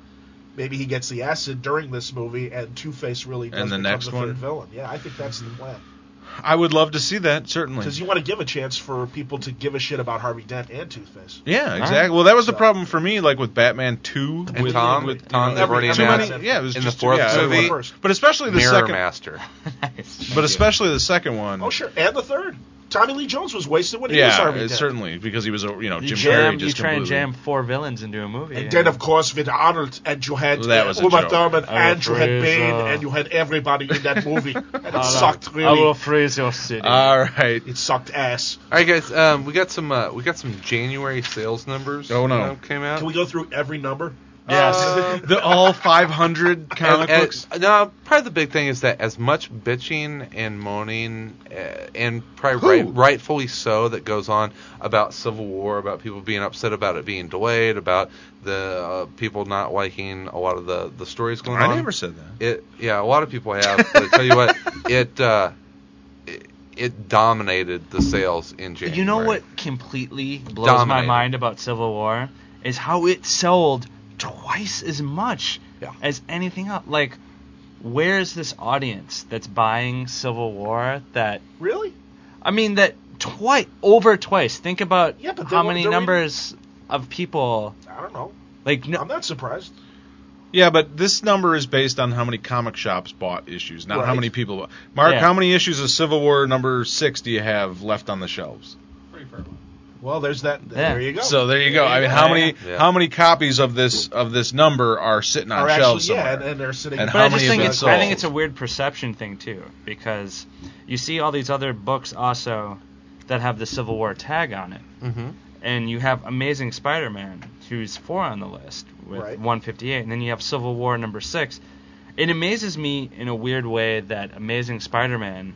S5: Maybe he gets the acid during this movie, and Two Face really does
S1: And the
S5: become
S1: next
S5: the
S1: one?
S5: third villain. Yeah, I think that's the plan
S1: I would love to see that certainly.
S5: because you want to give a chance for people to give a shit about Harvey Dent and Two Face.
S1: Yeah, exactly. Well, that was the problem for me, like with Batman Two
S2: And
S1: with
S2: Tom-
S1: with you
S2: Tom,
S1: know,
S2: they've already
S1: too
S5: announced
S1: many-
S5: it.
S1: Yeah, it was
S2: In the
S1: just
S2: fourth
S1: yeah, it
S2: movie,
S1: was- but especially the
S2: Mirror
S1: second,
S2: Master.
S1: but especially the second one.
S5: Oh sure, and the third. Tommy Lee Jones was wasted when he was
S1: yeah,
S5: Harvey
S1: it-
S5: Dent.
S1: certainly because he was a you know
S6: you
S1: Jim
S6: jam,
S1: Carrey
S6: you
S1: just
S6: try and
S1: completely-
S6: jam four villains into a movie.
S5: And
S6: yeah.
S5: then, of course, with Arnold, and you had
S1: That was a
S5: Uma
S1: joke.
S5: Thurman,
S6: I
S5: and you had
S6: freeze,
S5: Bane,
S6: uh,
S5: and you had everybody in that movie, and
S6: I
S5: it
S6: will-
S5: sucked
S6: I will
S5: really.
S6: freeze your city.
S1: All right.
S5: It sucked ass.
S2: All right, guys. Um, we got some. Uh, we got some January sales numbers.
S1: Oh, no.
S2: uh, came out.
S5: Can we go through every number?
S6: yes.
S2: Um,
S1: The all 500 comic
S2: And- and-
S1: books.
S2: no, probably the big thing is that as much bitching and moaning, uh, and probably right, rightfully so, that goes on about Civil War, about people being upset about it being delayed, about the uh, people not liking a lot of the the stories going on.
S1: I never said that.
S2: It, yeah, a lot of people have. But I tell you what, it. Uh, it- it dominated the sales in January.
S6: You know what completely blows
S2: Dominated.
S6: my mind about Civil War is how it sold twice as much
S2: Yeah.
S6: as anything else. Like, where is this audience that's buying Civil War? That
S5: Really?
S6: I mean, that twice over twice. Think about
S5: Yeah, but
S6: how
S5: they're-
S6: many
S5: they're in-
S6: numbers of people.
S5: I don't know.
S6: Like, no,
S5: I'm not surprised.
S1: Yeah, but this number is based on how many comic shops bought issues, not how
S5: Right.
S1: many people. bought. Mark,
S6: Yeah.
S1: how many issues of Civil War number six do you have left on the shelves?
S7: Pretty fair one.
S5: Well, there's that. There you go.
S1: So there you go. I mean, how many
S2: Yeah.
S1: how many copies of this of this number are sitting on
S5: Or
S1: uh, shelves
S5: actually,
S1: somewhere?
S5: yeah, and, and they're sitting.
S1: And
S6: But
S1: how
S6: I just
S1: many
S6: think
S1: have
S6: it's
S1: been
S6: I think
S1: sold?
S6: it's a weird perception thing too, because you see all these other books also that have the Civil War tag on it,
S2: Mm-hmm.
S6: and you have Amazing Spider-Man, who's four on the list with
S5: Right.
S6: 158, and then you have Civil War number six. It amazes me in a weird way that Amazing Spider-Man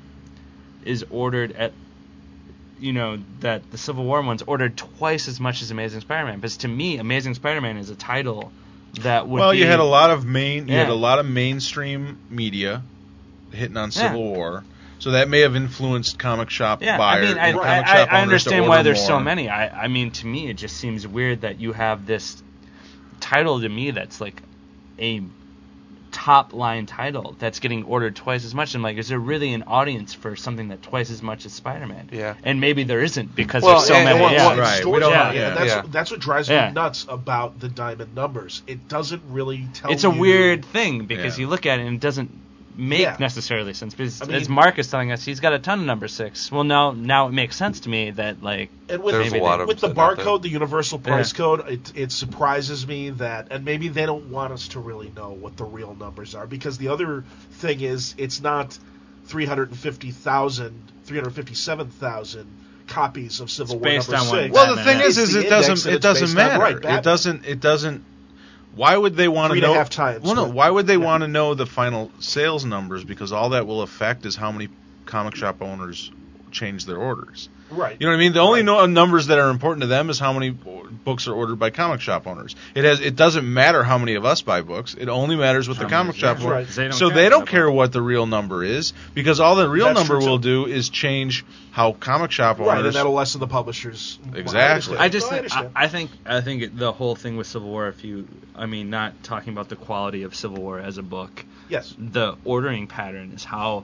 S6: is ordered at, you know, that the Civil War one's ordered twice as much as Amazing Spider-Man, because to me, Amazing Spider-Man is a title that would
S1: well,
S6: be
S1: you had a lot of main you had
S6: Yeah.
S1: a lot of mainstream media hitting on
S6: Yeah.
S1: Civil War, so that may have influenced comic shop
S6: Yeah,
S1: buyers.
S6: I mean, I,
S1: comic
S6: I, I,
S1: shop
S6: I
S1: owners to
S6: understand
S1: order
S6: why there's so
S1: more.
S6: many. I, I mean, to me, it just seems weird that you have this title to me that's like a top line title that's getting ordered twice as much. I'm like, is there really an audience for something that twice as much as Spider-Man?
S2: Yeah.
S6: And maybe there isn't because
S2: Well,
S6: there's so
S2: and-
S6: many.
S2: well,
S6: yeah.
S2: well,
S1: Right, we don't
S5: yeah,
S1: know, yeah.
S5: That's,
S2: Yeah.
S5: that's what drives
S6: Yeah.
S5: me nuts about the diamond numbers. It doesn't really tell.
S6: It's a
S5: you-
S6: weird thing because
S1: Yeah.
S6: you look at it and it doesn't make
S5: Yeah.
S6: necessarily sense because
S5: I mean-
S6: as Mark is telling us he's got a ton of number six. Well now now it makes sense to me that like
S5: And with,
S2: There's
S6: a lot
S2: of
S5: with the
S2: them out there.
S5: barcode, the universal price
S6: Yeah.
S5: code, it, it surprises me that, and maybe they don't want us to really know what the real numbers are because the other thing is it's not 350,000, 357,000 copies of Civil
S4: It's
S5: War
S4: based
S5: number
S4: on what
S5: six.
S1: Well, the
S4: Batman
S1: thing
S5: has.
S1: is, is
S5: It's the
S1: it
S5: index
S1: doesn't
S5: and
S1: it
S5: it's
S1: doesn't
S5: based on-
S1: matter.
S5: right,
S1: it
S5: Batman.
S1: doesn't it doesn't. Why would they want to
S5: Three and a
S1: know?
S5: half times
S1: Well, no.
S5: the-
S1: Why would they
S5: yeah.
S1: want to know the final sales numbers? Because all that will affect is how many comic shop owners change their orders.
S5: Right.
S1: You know what I mean? The only
S5: Right.
S1: no- numbers that are important to them is how many bo- books are ordered by comic shop owners. It has it doesn't matter how many of us buy books. It only matters what the
S4: How
S1: comic
S4: many-
S1: shop
S5: yeah.
S1: owner.
S5: Right.
S4: They don't
S1: so
S4: care
S1: they
S4: about
S1: don't
S4: that.
S1: care what the real number is because all the real
S5: That's
S1: number
S5: true, too.
S1: will do is change how comic shop
S5: Right, and
S1: owners. Uh,
S5: that'll lessen the publishers. Well, I
S1: Exactly.
S5: understand.
S4: I just
S5: No,
S4: think, I,
S5: understand.
S4: I think I think it- the whole thing with Civil War. If you, I mean, not talking about the quality of Civil War as a book,
S5: yes.
S4: the ordering pattern is how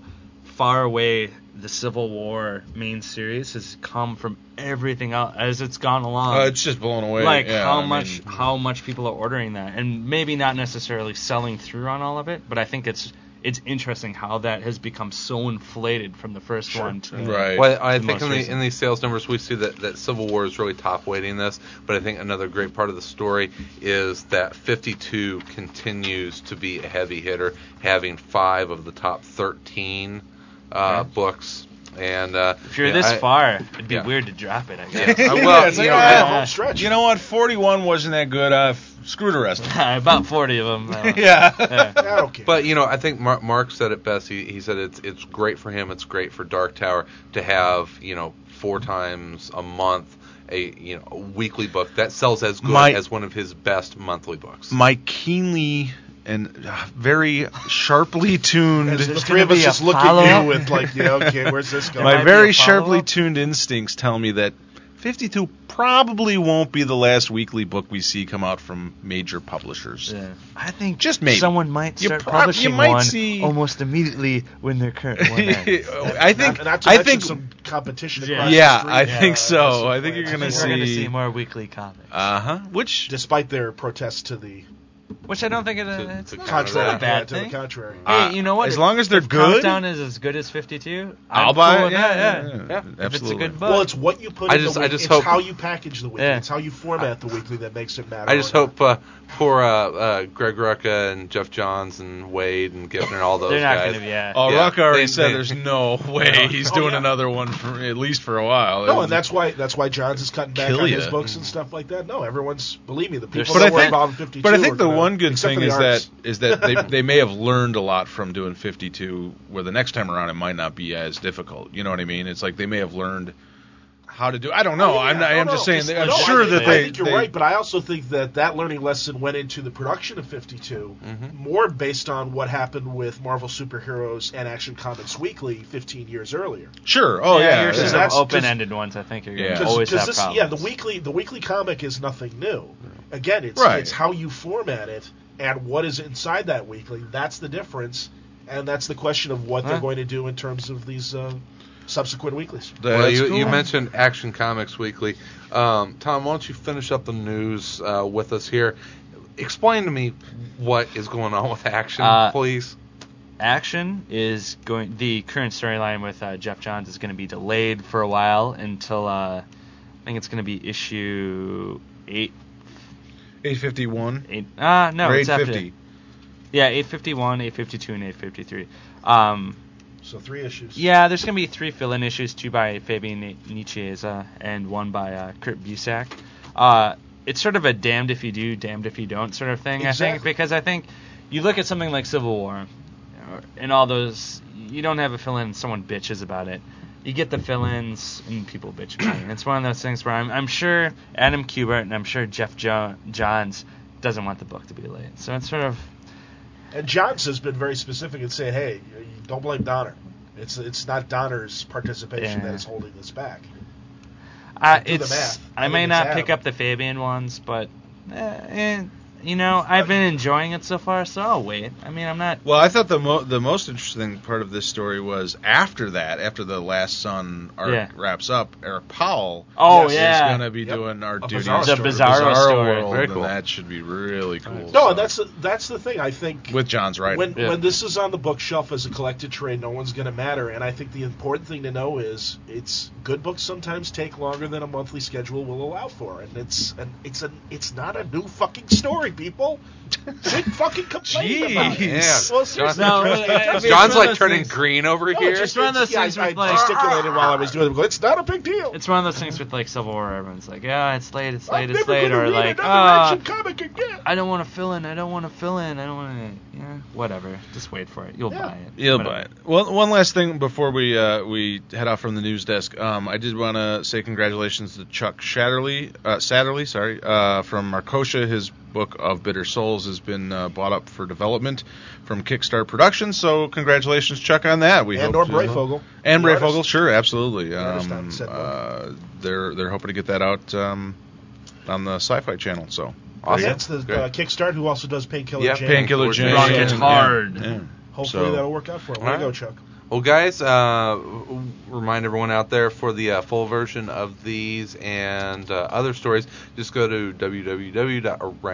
S4: far away the Civil War main series has come from everything else as it's gone along.
S1: Uh, it's just blown away.
S4: like
S1: Yeah,
S4: how
S1: I
S4: much
S1: mean-
S4: how much people are ordering that, and maybe not necessarily selling through on all of it, but I think it's
S6: it's interesting how that has become so inflated from the first one to
S1: Right.
S2: Well, I
S6: the
S2: think
S6: most
S2: in, the,
S6: recent.
S2: in these sales numbers we see that, that Civil War is really top weighting this, but I think another great part of the story is that 52 continues to be a heavy hitter, having five of the top 13 uh, books. And uh,
S6: If you're
S2: yeah,
S6: this
S2: I-
S6: far, it'd be
S2: yeah.
S6: weird to drop it. I guess.
S2: yeah, I- well,
S1: Yeah, it's
S2: you
S1: like,
S2: know,
S1: ah,
S2: I-
S5: Home stretch.
S1: You know what? 41 wasn't that good. Uh, f- screw the rest.
S6: About 40 of them.
S1: yeah.
S5: I don't care.
S2: But you know, I think Mark, Mark said it best. He, he said it's it's great for him. It's great for Dark Tower to have you know four times a month a you know a weekly book that sells as good
S3: My-
S2: as one of his best monthly books.
S3: My keenly and uh, very sharply tuned,
S5: As the three of us just look at you with like, yeah, okay, where's this going?
S3: my
S6: might be
S3: very
S6: a
S3: sharply
S6: follow-up?
S3: tuned instincts tell me that 52 probably won't be the last weekly book we see come out from major publishers.
S6: I think
S3: Just maybe.
S6: someone might
S3: You
S6: start
S3: prob- you
S6: publishing
S3: might
S6: one
S3: see-
S6: almost immediately when their current one ends.
S3: I think.
S5: Not, not to
S3: I
S5: mention
S3: think.
S5: some competition.
S6: Yeah.
S5: across the
S3: Yeah,
S5: street.
S3: I think so.
S5: uh,
S3: I think you're
S6: I
S3: gonna
S6: think we're gonna
S3: see.
S6: see more weekly comics,
S3: Uh huh. Which
S5: Despite their protests to the
S6: which I don't think it,
S2: To-
S6: it's
S2: to
S6: not,
S2: counter
S6: it's not
S5: contrary,
S6: a bad
S5: yeah, to
S6: thing.
S5: the contrary.
S3: Uh,
S6: hey, you know what?
S3: As
S6: If-
S3: long as they're
S6: if
S3: good,
S6: Countdown is as good as 52.
S3: I'll
S6: I'm
S3: buy.
S6: cool
S3: it.
S6: with that, yeah. If it's a
S3: Absolutely.
S6: good book,
S5: Well, it's what you put
S2: I
S5: in
S2: just-
S5: the
S2: I
S5: weekly.
S2: just
S5: it's
S2: hope-
S5: how you package the weekly.
S6: Yeah.
S5: It's how you format the weekly that makes it matter.
S2: I just
S5: or not.
S2: hope uh, poor uh, uh, Greg Rucka and Jeff Johns and Wade and Giffner and all those
S6: they're not
S2: guys.
S6: going to be. Yeah.
S1: Oh,
S2: Yeah.
S1: Rock already
S2: They-
S1: said
S2: they-
S1: there's no way he's
S5: Oh,
S1: doing
S5: yeah.
S1: another one for at least for a while.
S5: No, and that's why that's why Johns is cutting back
S3: Kill
S5: on
S3: ya.
S5: his books and stuff like that. No, everyone's believe me, the people
S6: But
S5: that
S6: I
S5: were
S6: think-
S5: involved in 52.
S1: But I
S5: are
S1: think the
S5: gonna-
S1: one good
S5: except
S1: thing
S5: for the
S1: is that
S5: artists.
S1: is that they they may have learned a lot from doing 52, where the next time around it might not be as difficult. You know what I mean? It's like they may have learned how to do. I don't know.
S5: Oh, yeah,
S1: I'm not,
S5: no,
S1: I'm
S5: no,
S1: just saying.
S5: it's-
S1: that I'm
S5: no, I
S1: sure
S5: think-
S1: that
S5: I
S1: they.
S5: think you're
S1: they-
S5: right, but I also think that that learning lesson went into the production of 52 more based on what happened with Marvel Superheroes and Action Comics Weekly 15 years earlier.
S1: Sure. Oh
S6: yeah,
S1: yeah.
S6: yours is
S1: yeah.
S5: that's just-
S6: open-ended ones. I think you're going
S1: Yeah.
S6: to
S1: Just-
S6: always have
S5: this-
S6: problems.
S5: yeah, the weekly the weekly comic is nothing new. Again, it's
S1: Right.
S5: it's how you format it and what is inside that weekly. That's the difference, and that's the question of what they're
S6: Huh.
S5: going to do in terms of these uh, subsequent weeklies.
S2: Well,
S1: That's
S2: you,
S1: cool.
S2: you mentioned Action Comics Weekly. Um, Tom, why don't you finish up the news uh, with us here? Explain to me what is going on with Action,
S6: Uh,
S2: please.
S6: action is going the current storyline with uh, Jeff Johns is going to be delayed for a while until uh, I think it's going to be issue eight
S1: 851.
S6: eight ah no
S1: or
S6: it's after
S1: 850.
S6: yeah eight fifty one eight fifty two and eight fifty three um
S5: So three issues.
S6: yeah there's going to be three fill in issues two by Fabian Ni- Nicieza and one by uh, Kurt Busiek uh it's sort of a damned if you do damned if you don't sort of thing I think
S5: Exactly.
S6: because I think you look at something like Civil War uh, and all those you don't have a fill in and someone bitches about it. You get the fill ins and people bitch about it. And it's one of those things where I'm, I'm sure Adam Kubert and I'm sure Jeff jo- Johns doesn't want the book to be late. So it's sort of
S5: And Johns has been very specific in saying, "Hey, you- don't blame Donner. It's it's not Donner's participation
S6: Yeah.
S5: that is holding this back."
S6: I
S5: Do the
S6: it's
S5: math.
S6: I
S5: I
S6: may
S5: think it's
S6: not
S5: Adam.
S6: pick up the Fabian ones, but eh, and you know I've been enjoying it so far, so I'll wait. I mean I'm not
S1: Well, I thought the mo- the most interesting part of this story was after that, after the Last Sun arc
S6: Yeah.
S1: wraps up, Eric Powell
S6: Oh,
S1: is
S6: yeah.
S1: going to be
S5: Yep.
S1: doing our
S5: A
S1: duties
S5: Bizarro
S1: for
S5: story. The
S6: Bizarro story.
S1: World,
S2: Very
S1: and
S2: cool.
S1: that should be really cool.
S5: No,
S1: So-
S5: and that's the, that's the thing. I think
S1: with John's right.
S5: When
S6: Yeah.
S5: when this is on the bookshelf as a collected trade, no one's going to matter. And I think the important thing to know is it's good books sometimes take longer than a monthly schedule will allow for, and it's and it's an it's not a new fucking story, people. Quit fucking complaining about it.
S2: Yeah.
S5: Well, seriously,
S6: No,
S5: it's-
S6: I- I mean, it's one
S2: John's
S6: of
S2: like
S6: those
S2: turning
S6: things-
S2: green over
S5: no,
S2: here.
S5: it's just-
S6: one of those
S5: yeah,
S6: things
S5: I,
S6: with,
S5: I
S6: like-
S5: gesticulated while I was doing it. It's not a big deal.
S6: It's one of those things with like Civil War. where Everyone's like, yeah, it's late, it's
S5: I'm
S6: late, it's
S5: never
S6: late,
S5: gonna
S6: or
S5: read
S6: like,
S5: another
S6: ah,
S5: action comic again.
S6: I don't want to fill in. I don't want to fill in. I don't want to. Yeah, whatever. Just wait for it. You'll
S5: Yeah.
S6: buy it.
S1: You'll
S6: Whatever.
S1: buy it. Well, one last thing before we uh, we head off from the news desk. Um, I did want to say congratulations to Chuck Shatterly, uh, Satterley, sorry, uh, from Marcosia. His book of Bitter Souls has been uh, bought up for development from Kickstart Productions. So congratulations, Chuck, on that. We
S5: and
S1: hope
S5: Norm
S1: to-
S5: Brayfogle.
S1: and
S5: the
S1: Brayfogle,
S5: artist.
S1: sure, absolutely.
S5: artist
S1: Um,
S5: on said book.
S1: uh, they're they're hoping to get that out um, on the Sci-Fi Channel. So
S2: awesome.
S5: That's the
S2: Great.
S5: uh, Kickstart, who also does Painkiller
S2: Yeah,
S5: Jane.
S1: Painkiller
S2: Lord
S1: Jane.
S2: Rocket
S1: Yeah.
S4: Hard.
S1: Yeah.
S5: Hopefully
S1: So-
S5: that'll work out for him.
S2: All
S5: Way
S2: right.
S5: to go, Chuck.
S2: Well, guys, uh, remind everyone out there for the uh, full version of these and uh, other stories, just go to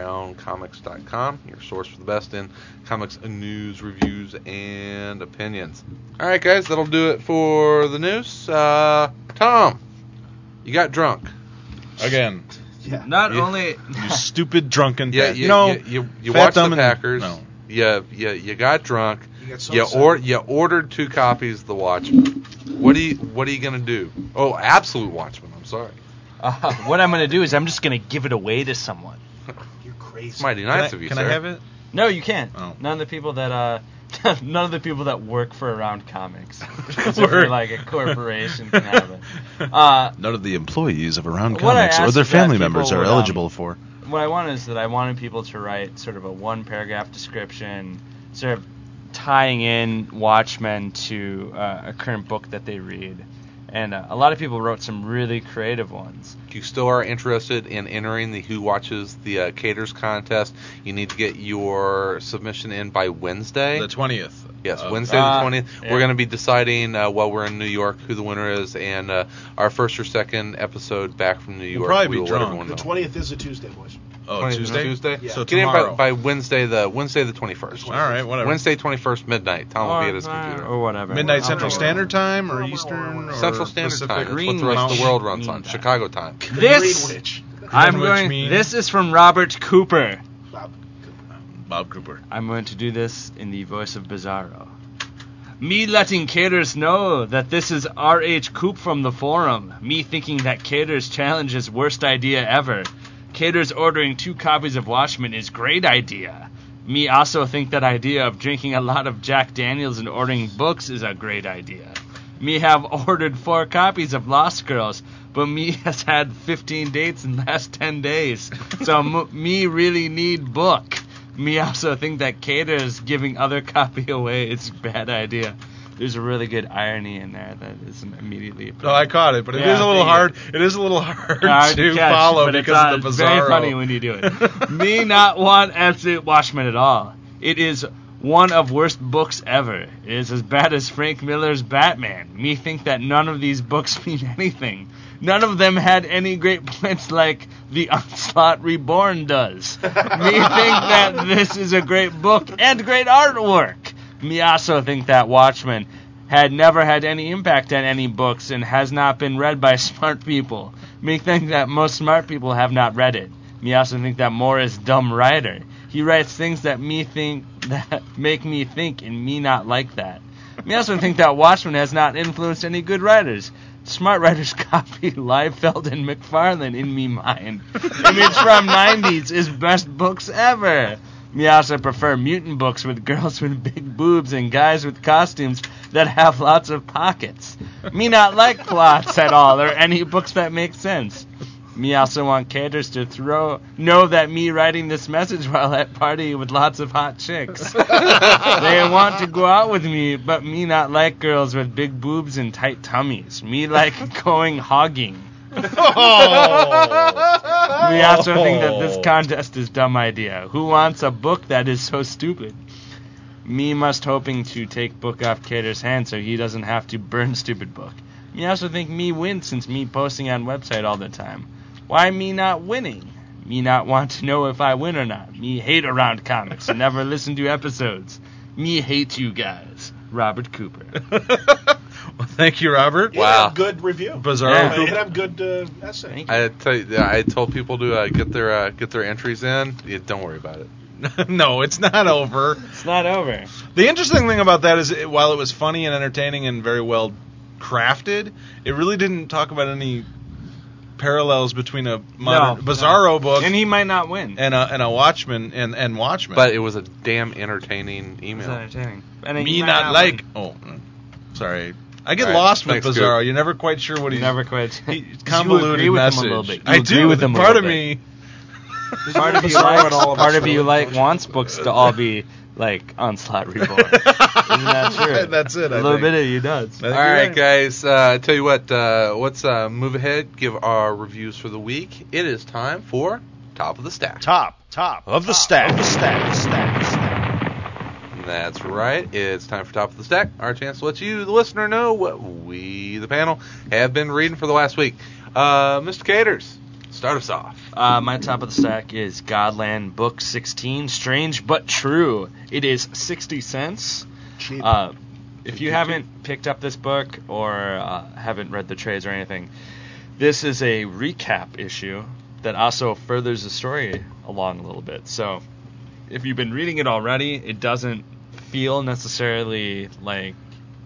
S2: www.aroundcomics.com, your source for the best in comics news, reviews, and opinions. All right, guys, that'll do it for the news. Uh, Tom, you got drunk.
S1: Again,
S5: Yeah.
S4: Not
S2: You-
S4: only
S1: you stupid drunken.
S2: Yeah,
S1: pig.
S2: you,
S1: you know,
S2: you, you, you
S1: fat,
S2: watched
S1: dumb,
S2: the
S1: and-
S2: Packers.
S1: no.
S2: Yeah, yeah, you got drunk.
S5: You got so
S2: You,
S5: upset.
S2: or, you ordered two copies of The Watchmen. What do you What are you gonna do? Oh, Absolute Watchmen. I'm sorry.
S6: Uh, what I'm gonna do is I'm just gonna give it away to someone.
S2: It's
S5: You're crazy.
S2: mighty
S1: Can,
S2: nice
S1: I,
S2: of you,
S1: can
S2: sir.
S1: I have it?
S6: No, you can't.
S1: Oh.
S6: None of the people that uh, none of the people that work for Around Comics, except for
S1: Work.
S6: like a corporation, can have it. Uh,
S3: None of the employees of Around
S6: What
S3: Comics or
S6: I asked
S3: their
S6: is that
S3: family
S6: people
S3: members are
S6: would, um,
S3: eligible for.
S6: what I wanted is that I wanted people to write sort of a one paragraph description, sort of tying in Watchmen to uh, a current book that they read. And uh, a lot of people wrote some really creative ones.
S2: If you still are interested in entering the Who Watches the uh, Caters contest, you need to get your submission in by Wednesday.
S1: The twentieth.
S2: Yes, Wednesday
S6: Uh,
S1: ah,
S2: the twentieth.
S6: yeah.
S2: We're going to be deciding uh, while we're in New York who the winner is, and uh, our first or second episode back from New York.
S1: We'll probably
S2: we
S1: be
S2: will
S1: drunk.
S2: Let everyone
S5: The
S2: know.
S5: twentieth is a Tuesday, boys.
S1: Oh,
S2: 20th is
S1: Tuesday.
S2: Tuesday.
S5: Yeah.
S1: So
S2: Get in by,
S1: tomorrow.
S2: by Wednesday the Wednesday the twenty first.
S1: All right, whatever.
S2: Wednesday twenty first midnight. Tom will be at his
S6: Or- uh,
S2: computer.
S6: or whatever.
S1: Midnight
S6: I'll
S1: Central
S6: write it.
S1: Standard Time or Eastern or
S2: Central Standard
S1: Pacific?
S2: Time. That's what
S6: Greenwich
S2: the rest of the world runs
S6: Mean
S2: on.
S6: Time.
S2: Chicago time.
S6: This
S5: Greenwich.
S6: I'm
S1: Greenwich
S6: going.
S1: mean-
S6: This is from Robert Cooper.
S5: Bob.
S1: Bob Cooper.
S6: I'm going to do this in the voice of Bizarro. Me letting Caters know that this is R.H. Coop from the forum. Me thinking that Caters' challenge is worst idea ever. Caters ordering two copies of Watchmen is great idea. Me also think that idea of drinking a lot of Jack Daniels and ordering books is a great idea. Me have ordered four copies of Lost Girls, but me has had 15 dates in the last 10 days. So m- me really need book. Me also think that Caters giving other copy away is a bad idea. There's a really good irony in there that isn't immediately apparent.
S1: No, I caught it, but it is
S6: Yeah,
S1: a little
S6: I
S1: hard. It is a little hard
S6: Hard
S1: to
S6: catch,
S1: follow
S6: but it's,
S1: because of
S6: uh,
S1: the
S6: it's
S1: bizarro.
S6: Very funny when you do it. Me not want Absolute Watchmen at all. It is one of worst books ever. It is as bad as Frank Miller's Batman. Me think that none of these books mean anything. None of them had any great points like The Onslaught Reborn does. Me think that this is a great book and great artwork. Me also think that Watchmen had never had any impact on any books and has not been read by smart people. Me think that most smart people have not read it. Me also think that Moore is dumb writer. He writes things that me think that make me think and me not like that. Me also think that Watchmen has not influenced any good writers. Smart writers copy Liefeld and McFarlane in me mind. Image from 90s is best books ever. Me also prefer mutant books with girls with big boobs and guys with costumes that have lots of pockets. Me not like plots at all or any books that make sense. Me also want caters to throw know that me writing this message while at party with lots of hot chicks. they want to go out with me, but me not like girls with big boobs and tight tummies. Me like going hogging. We also think that this contest is dumb idea. Who wants a book that is so stupid? Me must hoping to take book off Cater's hand so he doesn't have to burn stupid book. Me also think me win since me posting on website all the time. Why me not winning? Me not want to know if I win or not. Me hate around comics and never listen to episodes. Me hate you guys. Robert Cooper.
S1: well, thank you, Robert.
S2: Wow.
S5: And a good review.
S1: Bizarro.
S6: Yeah.
S5: And a good uh, essay.
S6: Thank
S2: I tell you, I told people to uh, get their uh, get their entries in. Yeah, don't worry about it.
S1: no, it's not over.
S6: It's not over.
S1: The interesting thing about that is, it, while it was funny and entertaining and very well crafted, it really didn't talk about any parallels between a modern
S6: no.
S1: Bizarro book
S6: And he might not win.
S1: and a and a Watchman and and Watchman.
S2: But it was a damn entertaining
S6: It's
S2: email.
S6: entertaining. And he
S1: me
S6: might
S1: not
S6: win.
S1: like. Oh, mm, sorry. I get
S2: All right,
S1: lost with
S2: thanks,
S1: Bizarro.
S2: Coop.
S1: You're never quite sure what he's
S6: Never quit.
S1: he-
S6: agree
S1: convoluted
S6: with
S1: message.
S6: him a little bit. You
S1: I
S6: agree
S1: do.
S6: with him a
S1: part
S6: little
S1: of
S6: bit.
S1: me.
S6: part of you like part of you like wants books to all be like onslaught reborn. Isn't that true?
S1: That's it,
S6: A
S1: I
S6: little
S1: think.
S6: bit of you does.
S1: I think
S2: All right,
S1: you're
S2: guys. Uh, I tell you what. Uh, let's uh, move ahead. Give our reviews for the week. It is time for top of the stack.
S3: Top, top of the stack.
S2: That's right. It's time for Top of the Stack, our chance to let you, the listener, know what we, the panel, have been reading for the last week. Uh, Mr. Caters, start us off.
S6: Uh, my top of the stack is Godland Book 16, Strange but True. It is 60 cents.
S5: Cheap.
S6: Uh, if you haven't picked up this book or uh, haven't read the trades or anything, this is a recap issue that also furthers the story along a little bit. So if you've been reading it already, it doesn't feel necessarily like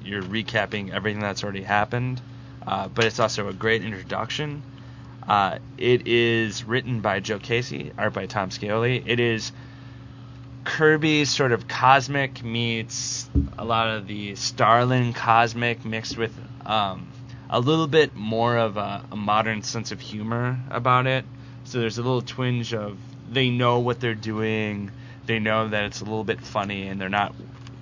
S6: you're recapping everything that's already happened, uh, but it's also a great introduction. Uh, it is written by Joe Casey, art by Tom Scioli. It is Kirby's sort of cosmic meets a lot of the Starlin cosmic mixed with um, a little bit more of a, a modern sense of humor about it. So there's a little twinge of they know what they're doing, they know that it's a little bit funny, and they're not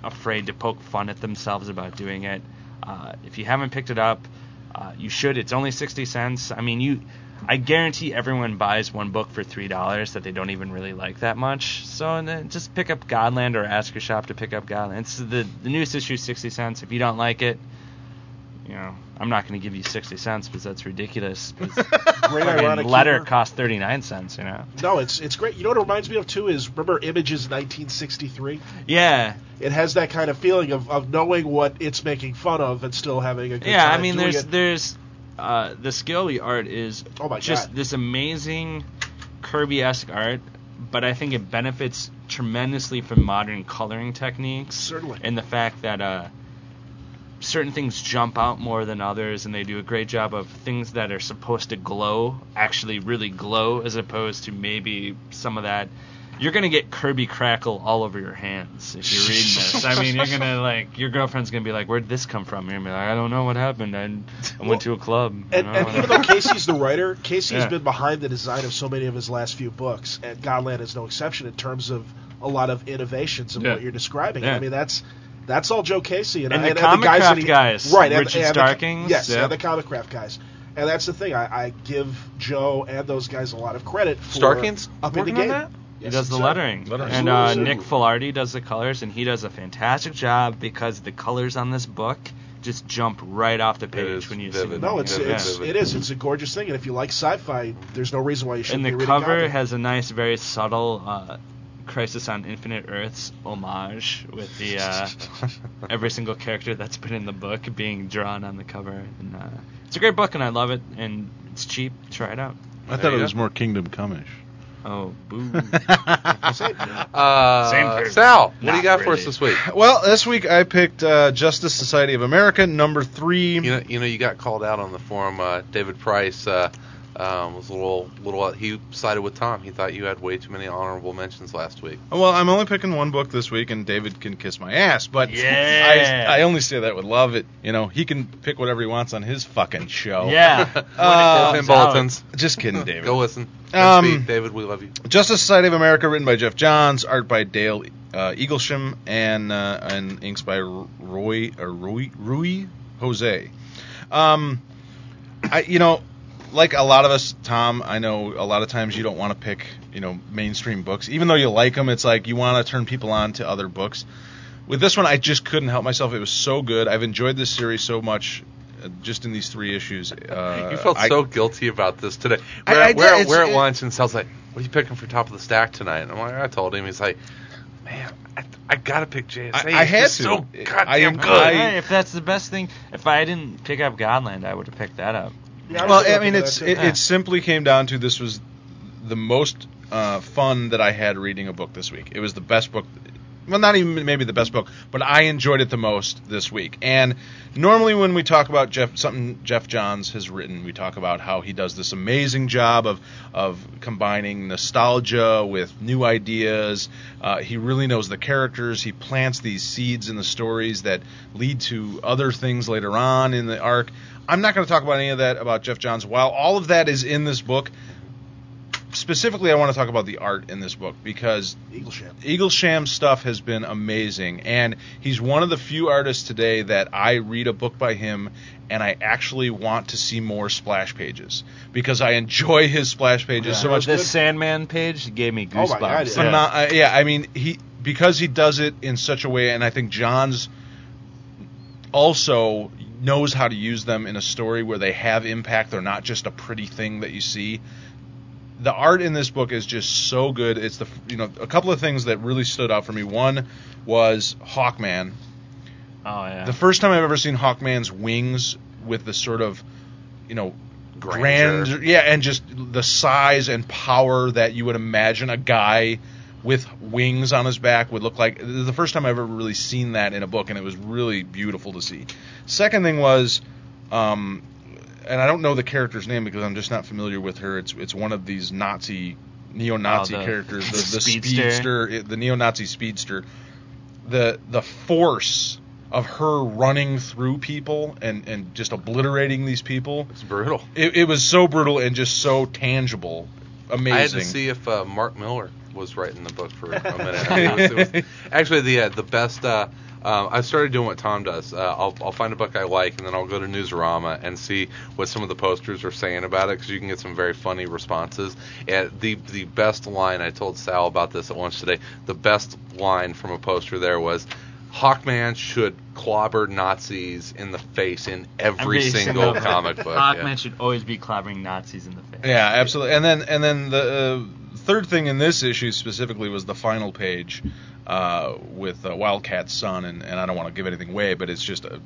S6: afraid to poke fun at themselves about doing it. Uh, if you haven't picked it up, uh, you should. It's only sixty cents. I mean, you. I guarantee everyone buys one book for three dollars that they don't even really like that much. So and then just pick up Godland or ask your shop to pick up Godland. It's the the newest issue, sixty cents. If you don't like it, you know I'm not going to give you sixty cents because that's ridiculous. 'cause
S5: Great
S6: fucking
S5: ironic
S6: letter
S5: humor.
S6: cost thirty nine cents. You know.
S5: No, it's it's great. You know what it reminds me of too is remember Images 1963.
S6: Yeah.
S5: It has that kind of feeling of, of knowing what it's making fun of and still having a good
S6: yeah,
S5: time
S6: I mean,
S5: doing
S6: there's
S5: it.
S6: there's uh, the Scully art is
S5: Oh my
S6: just
S5: God.
S6: this amazing Kirby-esque art, but I think it benefits tremendously from modern coloring techniques.
S5: Certainly.
S6: and the fact that uh, certain things jump out more than others, and they do a great job of things that are supposed to glow actually really glow, as opposed to maybe some of that. You're gonna get Kirby crackle all over your hands if you're reading this. I mean, you're gonna like your girlfriend's gonna be like, "Where'd this come from?" You're gonna be like, "I don't know what happened. I, I
S5: Well,
S6: went to a club." you
S5: And,
S6: know,
S5: and even
S6: whatever."
S5: though Casey's the writer, Casey has
S6: Oh. Yeah.
S5: been behind the design of so many of his last few books, and Godland is no exception in terms of a lot of innovations of
S6: Yeah.
S5: what you're describing.
S6: Yeah.
S5: I mean, that's that's all Joe Casey and,
S6: And the
S5: I- and,
S6: Comic
S5: guys, that
S6: Craft
S5: he-
S6: guys,
S5: right? and-
S6: Richard
S5: and, the-
S6: Starkings,
S5: yes,
S6: yeah.
S5: and the Comic Craft guys. And that's the thing. I, I give Joe and those guys a lot of credit for
S2: Starkings
S5: up in the
S2: working on
S5: game.
S2: that?
S6: He
S5: Yes,
S6: does the
S5: sir.
S6: lettering.
S1: Lettering.
S6: And uh,
S5: Absolutely.
S6: Nick Filardi does the colors, and he does a fantastic job because the colors on this book just jump right off the
S2: is
S6: page when you see
S2: vivid.
S6: them.
S5: No, it's
S2: Yeah,
S5: it's
S2: yeah.
S5: it is. It's a gorgeous thing, and if you like sci-fi, there's no reason why you shouldn't.
S6: And
S5: be
S6: the
S5: reading
S6: cover
S5: Godland.
S6: has a nice, very subtle uh, Crisis on Infinite Earths homage with the uh, every single character that's been in the book being drawn on the cover. And uh, it's a great book, and I love it. And it's cheap. Try it out.
S3: I
S2: There
S3: thought
S2: you
S3: it
S2: go.
S3: was more Kingdom Comeish.
S6: Oh, boo!
S2: Uh,
S6: Same here.
S2: Sal, what do you
S6: Not
S2: got for
S6: really.
S2: us this week?
S1: Well, this week I picked uh, Justice Society of America, number three.
S2: You know, you know, you got called out on the forum. Uh, David Price uh, um, was a little, little. He sided with Tom. He thought you had way too many honorable mentions last week.
S1: Well, I'm only picking one book this week, and David can kiss my ass. But
S6: Yeah.
S1: I, I only say that with love. It, you know, he can pick whatever he wants on his fucking
S2: Oh.
S1: show.
S6: yeah.
S1: Uh,
S2: Pin bulletins.
S1: just kidding, David.
S2: Go listen.
S1: Um,
S2: Godspeed, David, we love you.
S1: Justice Society of America, written by Jeff Johns, art by Dale uh, Eaglesham, and uh, and inks by Roy uh, Roy Rui Jose. Um, I you know, like a lot of us, Tom, I know a lot of times you don't want to pick you know mainstream books, even though you like them. It's like you want to turn people on to other books. With this one, I just couldn't help myself. It was so good. I've enjoyed this series so much, uh, just in these three issues. Uh,
S2: you felt
S1: I-
S2: so guilty about this today.
S1: I-
S2: We're,
S1: I
S2: at-
S1: did,
S2: we're, at-
S1: it's-
S2: we're at
S1: it-
S2: lunch, and Sal's like, "What are you picking for top of the stack tonight?" And I'm like, "I told him." He's like, "Man, I, I gotta pick JSA.
S1: I- I
S2: It's
S1: had
S2: just
S1: to.
S2: So
S1: I-
S2: goddamn
S1: I-
S2: good."
S6: Hey, if that's the best thing, if I didn't pick up Godland, I would have picked that up.
S5: Yeah, was
S1: well,
S5: thinking
S1: I
S5: about
S1: mean,
S5: that,
S1: it's
S5: too.
S1: it,
S6: Yeah.
S1: it simply came down to this was the most uh, fun that I had reading a book this week. It was the best book. Well, not even maybe the best book, but I enjoyed it the most this week. And normally, when we talk about Jeff, something Jeff Johns has written, we talk about how he does this amazing job of of combining nostalgia with new ideas. Uh, he really knows the characters. He plants these seeds in the stories that lead to other things later on in the arc. I'm not going to talk about any of that about Jeff Johns. While all of that is in this book, specifically, I want to talk about the art in this book because
S5: Eaglesham.
S1: Eaglesham's stuff has been amazing, and he's one of the few artists today that I read a book by him and I actually want to see more splash pages because I enjoy his splash pages so much.
S6: This Sandman page gave me
S5: Oh
S6: goosebumps.
S5: my God,
S1: Pheno- uh, yeah, I mean he because he does it in such a way, and I think John's also knows how to use them in a story where they have impact. They're not just a pretty thing that you see. The art in this book is just so good. It's the you know a couple of things that really stood out for me. One was Hawkman.
S4: Oh yeah.
S1: The first time I've ever seen Hawkman's wings with the sort of you know grand
S2: Grandeur.
S1: yeah and just the size and power that you would imagine a guy with wings on his back would look like This is the first time i've ever really seen that in a book and it was really beautiful to see second thing was um, and i don't know the character's name because i'm just not familiar with her it's it's one of these nazi neo-nazi
S4: Oh, the-
S1: characters the, the
S4: Speedster.
S1: speedster the neo-nazi speedster the the force of her running through people and and just obliterating these people
S2: It's brutal.
S1: it, it was so brutal and just so tangible. Amazing.
S2: I had to see if uh, Mark Miller was writing the book for a minute. It was- it was- actually, the uh, the best. Uh, uh, I started doing what Tom does. Uh, I'll, I'll find a book I like, and then I'll go to Newsarama and see what some of the posters are saying about it, because you can get some very funny responses. And the the best line I told Sal about this at lunch today. The best line from a poster there was, "Hawkman should clobber Nazis in the face in every, single comic book."
S4: Hawkman
S2: Yeah.
S4: should always be clobbering Nazis in the face.
S1: Yeah, absolutely. And then and then the uh, third thing in this issue specifically was the final page uh, with uh, Wildcat's son, and, and I don't want to give anything away, but it's just a,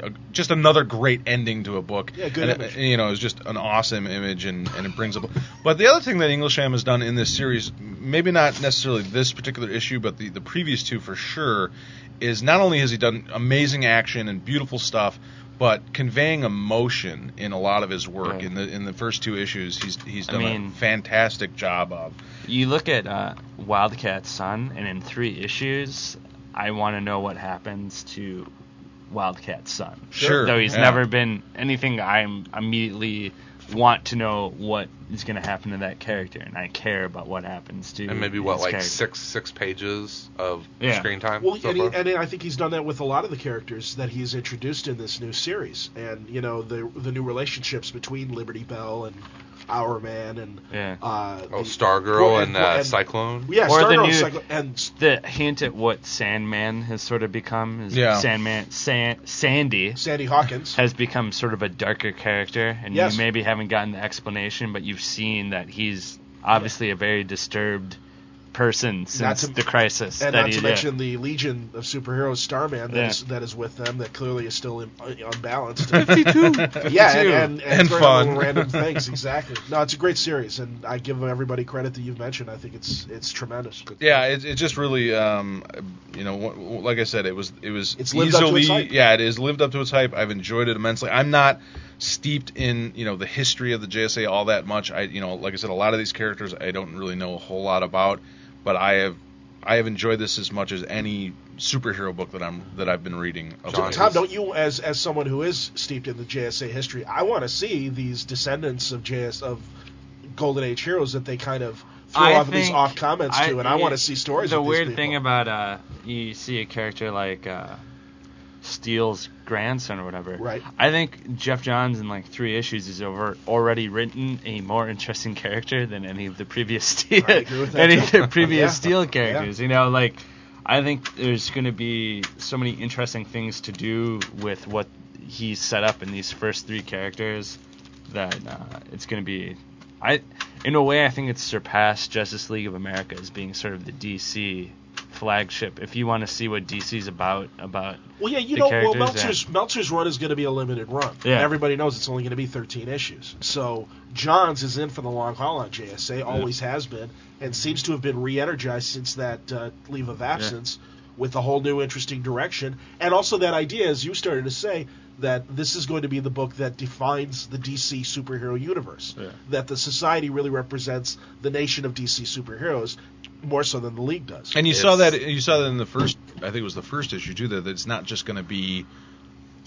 S1: a just another great ending to a book.
S5: Yeah, good
S1: And,
S5: image.
S1: uh, you know, it's just an awesome image, and, and it brings up. But the other thing that Inglesham has done in this series, maybe not necessarily this particular issue, but the the previous two for sure, is not only has he done amazing action and beautiful stuff. But conveying emotion in a lot of his work
S6: Right.
S1: in the in the first two issues, he's he's
S6: I
S1: done a
S6: mean-
S1: fantastic job of.
S6: You look at uh, Wildcat's son, and in three issues, I want to know what happens to Wildcat's son.
S1: Sure,
S6: Though he's
S1: yeah.
S6: never been anything, I'm immediately want to know what is going to happen to that character, and I care about what happens to.
S2: and maybe what
S6: his
S2: like
S6: character.
S2: six six pages of
S6: Yeah.
S2: screen time.
S5: Well,
S2: so
S5: and, he,
S2: far?
S5: and I think he's done that with a lot of the characters that he's introduced in this new series, and you know the the new relationships between Liberty Bell and Our Man and
S6: Yeah.
S5: uh,
S2: oh,
S5: the-
S2: Stargirl
S5: well,
S2: and, uh, Cyclone.
S5: Yeah,
S6: Or the
S5: Stargirl
S6: new-
S5: Cyclo- and
S6: The hint at what Sandman has sort of become is
S1: Yeah.
S6: Sandman San, Sandy
S5: Sandy Hawkins.
S6: has become sort of a darker character, and
S5: Yes.
S6: you maybe haven't gotten the explanation, but you've seen that he's obviously a very disturbed person since
S5: to-
S6: the crisis
S5: and
S6: that
S5: not
S6: he
S5: to
S6: did.
S5: mention the Legion of Superheroes Starman that is
S6: Yeah.
S5: that is with them that clearly is still in, unbalanced. Fifty two, yeah, and, and, and,
S1: And
S5: throwing
S1: fun.
S5: little random things. Exactly. No, it's a great series, and I give everybody credit that you've mentioned. I think it's it's tremendous.
S1: Yeah, it, it just really, um, you know, wh- wh- like I said, it was it was
S5: It's lived up to
S1: easily,
S5: its hype.
S1: yeah, it is lived up to its hype. I've enjoyed it immensely. I'm not steeped in you know the history of the JSA all that much. I you know, like I said, a lot of these characters I don't really know a whole lot about, but I have I have enjoyed this as much as any superhero book that I'm that I've been reading. Of
S2: John,
S1: late.
S5: Tom, don't you, as as someone who is steeped in the JSA history, I want to see these descendants of JS of Golden Age heroes that they kind of throw
S4: I
S5: off these
S4: think-
S5: off comments to, and I want to see stories.
S4: The
S5: with these
S4: weird thing
S5: people.
S4: about uh, you see a character like uh, Steele's grandson or whatever.
S5: Right.
S4: I think Jeff Johns in like three issues has over already written a more interesting character than any of the previous Steel,
S5: I agree with that,
S4: any
S5: too.
S4: of the previous
S5: Yeah.
S4: Steel characters. You know, like I think there's going to be so many interesting things to do with what he set up in these first three characters that uh, it's going to be. I, in a way, I think it's surpassed Justice League of America as being sort of the DC flagship. If you want to see what DC's about, about
S5: Well, yeah, you
S4: the
S5: know, well,
S4: characters that-
S5: Meltzer's, Meltzer's run is going to be a limited run.
S4: Yeah.
S5: Everybody knows it's only going to be 13 issues. So Johns is in for the long haul on JSA, always has been, and seems to have been re-energized since that uh, leave of absence with a whole new interesting direction. And also that idea, as you started to say, that this is going to be the book that defines the DC superhero universe. That the society really represents the nation of DC superheroes more so than the league does.
S1: And you saw that you saw that in the first I think it was the first issue too that it's not just going to be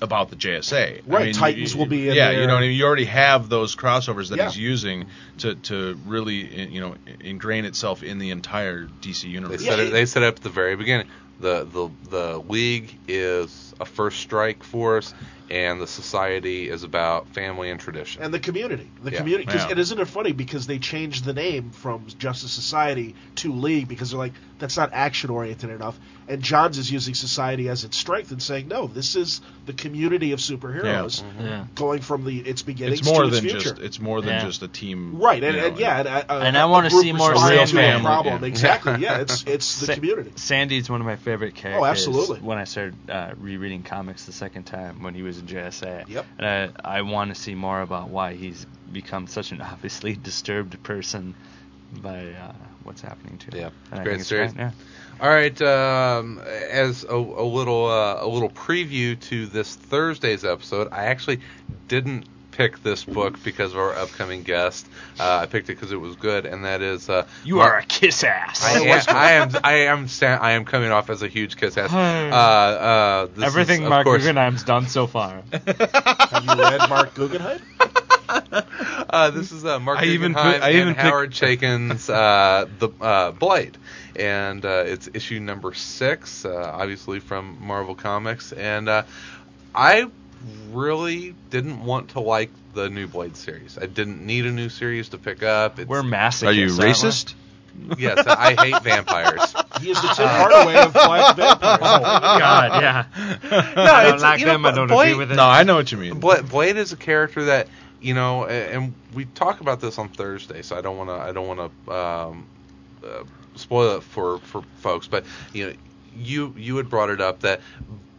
S1: about the JSA. I
S5: Right,
S1: mean,
S5: Titans
S1: you-
S5: will be in
S1: yeah,
S5: there.
S1: you know what I mean. You already have those crossovers that
S5: Yeah.
S1: he's using to to really eh, you know ingrain itself in the entire DC
S2: They
S1: universe.
S2: said
S5: Yeah,
S2: it,
S5: it-
S2: they said it at the very beginning. The the the league is a first strike force, and the society is about family and tradition.
S5: and the community. The
S2: Yeah.
S5: community, cause,
S1: Yeah.
S5: and isn't it funny because they changed the name from Justice Society to League because they're like that's not action oriented enough. And Johns is using society as its strength and saying no, this is the community of superheroes
S6: Yeah.
S5: going from the its beginnings
S9: It's more
S5: to its
S9: than
S5: future.
S9: just it's more than
S6: Yeah.
S9: just a team.
S5: Right, and,
S9: you know,
S5: and yeah, and, uh,
S10: And
S5: a-
S10: I
S5: a
S10: wanna
S5: group
S10: see more
S5: responding to a
S10: Sandman.
S5: Problem
S1: Yeah.
S5: exactly. Yeah, it's it's the
S6: Sa-
S5: community. Oh,
S6: Sandy's one of my favorite characters.
S5: absolutely.
S6: When I started uh, rereading comics the second time when he was in JSA.
S5: Yep.
S6: And I, I want to see more about why he's become such an obviously disturbed person by uh, what's happening to him.
S2: Yeah.
S6: And I
S2: Great
S6: think it's
S2: series.
S6: great, yeah.
S2: All right, um, as a, a little uh, a little preview to this Thursday's episode, I actually didn't pick this book because of our upcoming guest. Uh, I picked it because it was good, and that is uh,
S6: You
S2: Mark-
S6: are a kiss ass.
S2: I
S1: Oh,
S2: am, I am I am sa- I am coming off as a huge kiss
S1: Hmm.
S2: ass. Uh, uh, this
S6: Everything
S2: is, of
S6: Mark
S2: course,
S6: Guggenheim's done so far.
S5: Have you read Mark Guggenheim?
S2: Uh, this is uh, Mark
S1: I even
S2: Guggenheim
S1: put- I
S2: and
S1: even picked-
S2: Howard Chaykin's uh, The uh, Blight, and uh, it's issue number six, uh, obviously from Marvel Comics. And uh, I really didn't want to like the new Blade series. I didn't need a new series to pick up. It's,
S6: We're massive.
S1: Are you racist?
S2: yes, I hate vampires.
S5: He is the Tim Hardaway of Black Vampires.
S6: God, yeah.
S2: No,
S6: I don't
S2: it's-
S6: like
S2: you know,
S6: them. I don't
S2: Blade-
S6: agree with it.
S1: No, I know what you mean.
S2: Bla- Blade is a character that you know, a- and we talk about this on Thursday, so I don't want to I don't want to um, uh, spoil it for for folks, but you know, you you had brought it up that.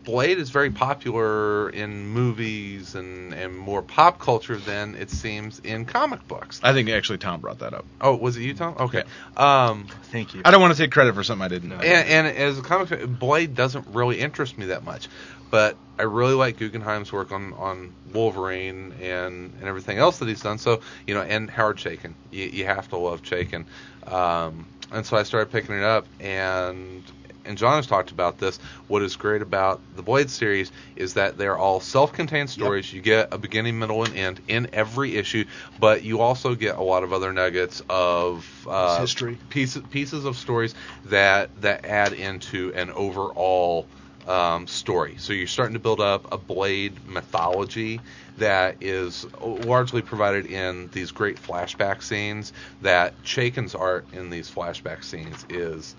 S2: Blade is very popular in movies and, and more pop culture than it seems in comic books.
S1: I think actually Tom brought that up.
S2: Oh, was it you, Tom? Okay. Um,
S6: Thank you.
S1: I don't want to take credit for something I didn't know.
S2: and, and as a comic fan, Blade doesn't really interest me that much, but I really like Guggenheim's work on, on Wolverine and, and everything else that he's done. So you know, and Howard Chaykin, you, you have to love Chaykin. Um, and so I started picking it up, and and John has talked about this. What is great about the Blade series is that they're all self-contained stories. You get a beginning, middle, and end in every issue, but you also get a lot of other nuggets of uh,
S5: history.
S2: pieces pieces of stories that that add into an overall um, story. So you're starting to build up a blade mythology that is largely provided in these great flashback scenes. That Chaykin's art in these flashback scenes is.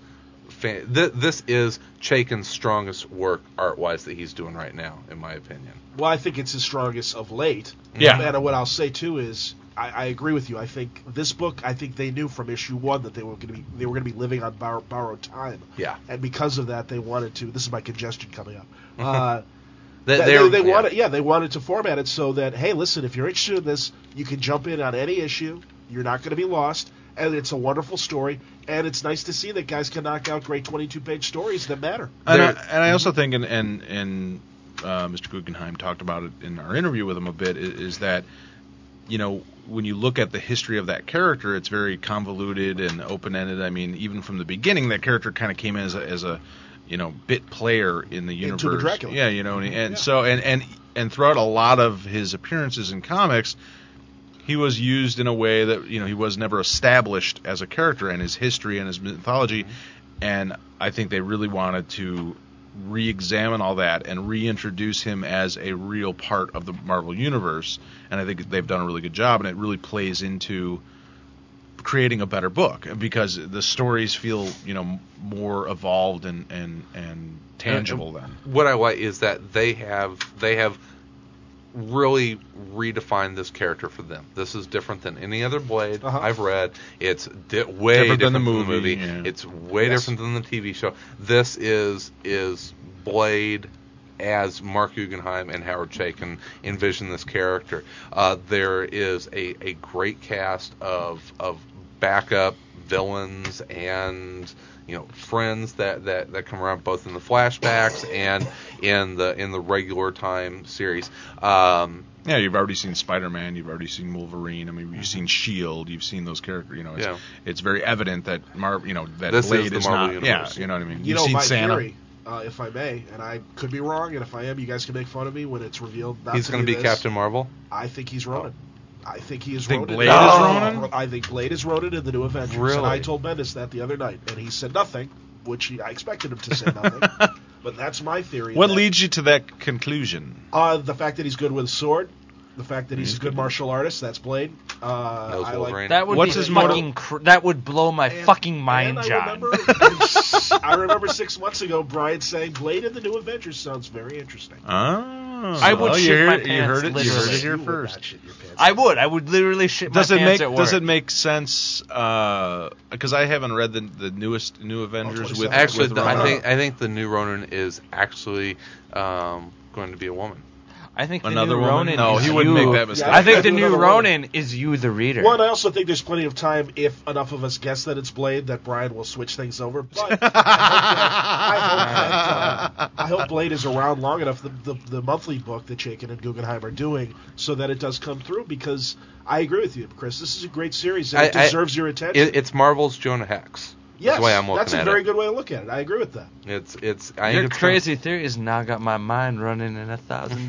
S2: Fa- th- this is Chaykin's strongest work art wise that he's doing right now, in my opinion.
S5: Well, I think it's his strongest of late.
S1: Yeah.
S5: And what I'll say too is, I, I agree with you. I think this book, I think they knew from issue one that they were going to be they were going to be living on bor- borrowed time.
S2: Yeah.
S5: And because of that, they wanted to. This is my congestion coming up. Uh,
S2: They,
S5: they,
S2: they're-
S5: they
S2: yeah.
S5: wanted, yeah, they wanted to format it so that hey, listen, if you're interested in this, you can jump in on any issue. You're not going to be lost, and it's a wonderful story. And it's nice to see that guys can knock out great 22 page stories that matter.
S1: And I,
S2: There-
S1: and I also think, and and, and uh, Mr. Guggenheim talked about it in our interview with him a bit, i- is, that you know when you look at the history of that character, it's very convoluted and open ended. I mean, even from the beginning, that character kind of came in as a, as a you know bit player in the
S5: Into
S1: universe.
S5: the Dracula.
S1: Yeah, you know, and, and
S5: Yeah.
S1: so and and and throughout a lot of his appearances in comics. He was used in a way that you know he was never established as a character, and his history and his mythology and I think they really wanted to re-examine all that and reintroduce him as a real part of the Marvel universe. And I think they've done a really good job, and it really plays into creating a better book because the stories feel you know more evolved and and and tangible then.
S2: what I like is that they have they have really redefined this character for them. This is different than any other Blade
S5: Uh-huh.
S2: I've read. It's di- way
S1: Different than
S2: different,
S1: the
S2: than the
S1: movie,
S2: movie.
S1: yeah.
S2: It's way different than the TV show. This is is Blade as Mark Guggenheim and Howard Chaykin envision this character. Uh, there is a, a great cast of of backup villains and you know friends that, that, that come around both in the flashbacks and in the in the regular time series. Um,
S1: Yeah, you've already seen Spider-Man, you've already seen Wolverine. I mean, you've seen Shield, you've seen those characters. You know, it's,
S2: Yeah.
S1: it's very evident that Mar, you know, that
S2: This is
S1: Blade
S2: the
S1: is
S2: Marvel
S1: not.
S2: universe.
S1: Yeah, you know what I mean.
S5: You
S1: have
S5: know,
S1: seen
S5: my
S1: Santa.
S5: theory, uh, if I may, and I could be wrong, and if I am, you guys can make fun of me when it's revealed. Not
S2: he's
S5: going to
S2: be
S5: this.
S2: Captain Marvel.
S5: I think he's Ronan. I think he is
S1: Think
S5: Ronan.
S1: Blade
S5: in-
S1: is Ronan?
S5: I think Blade is Ronan in the New Avengers.
S2: Really?
S5: And I told Bendis that the other night, and he said nothing, which he, I expected him to say nothing. But that's my theory.
S3: What
S5: that-
S3: leads you to that conclusion?
S5: Uh, the fact that he's good with a sword, the fact that he's a good martial artist. That's Blade. Uh,
S2: Knows
S5: I like
S2: Wolverine.
S6: That would
S3: What's
S6: be
S3: his
S6: fucking. Cr- that would blow my
S5: And-
S6: fucking mind,
S5: and I
S6: John.
S5: Remember, I remember six months ago Brian saying Blade and the New Avengers sounds very interesting.
S3: Oh,
S1: Ah.
S3: I
S6: I would
S3: you,
S6: shit my
S3: heard, you heard it.
S6: pants,
S3: You heard
S6: literally.
S3: it here
S5: You would not
S3: first.
S5: shit your pants.
S6: I would. I would literally shit
S3: Does
S6: my
S3: it make
S6: pants at work.
S3: Does it make sense?
S1: uh,
S3: Because I haven't read the the newest New Avengers with
S5: 27.
S2: Actually,
S3: with
S2: the- I
S3: Ronan.
S2: think I think the new Ronin is actually um, going to be a woman.
S6: I think
S3: Another
S6: the new
S3: woman?
S6: Ronin.
S3: No,
S6: is
S3: he wouldn't
S6: you.
S3: make that mistake.
S6: I think the
S5: Yeah.
S6: new
S5: Another
S6: Ronin is you, the reader.
S5: One, I also think there's plenty of time if enough of us guess that it's Blade that Brian will switch things over. But I hope, that, I, hope that, uh, I hope Blade is around long enough. The, the, the monthly book that Chaikin and Guggenheim are doing, so that it does come through. Because I agree with you, Chris. This is a great series. And it
S2: I- I-
S5: deserves your attention.
S2: It, it's Marvel's Jonah Hex.
S5: yes,
S2: that's the way I'm looking
S5: that's a
S2: at
S5: very
S2: it.
S5: good way to look at it. I agree with that.
S2: It's it's. I
S6: Your
S2: think it's gonna-
S6: crazy theories now got my mind running in a thousand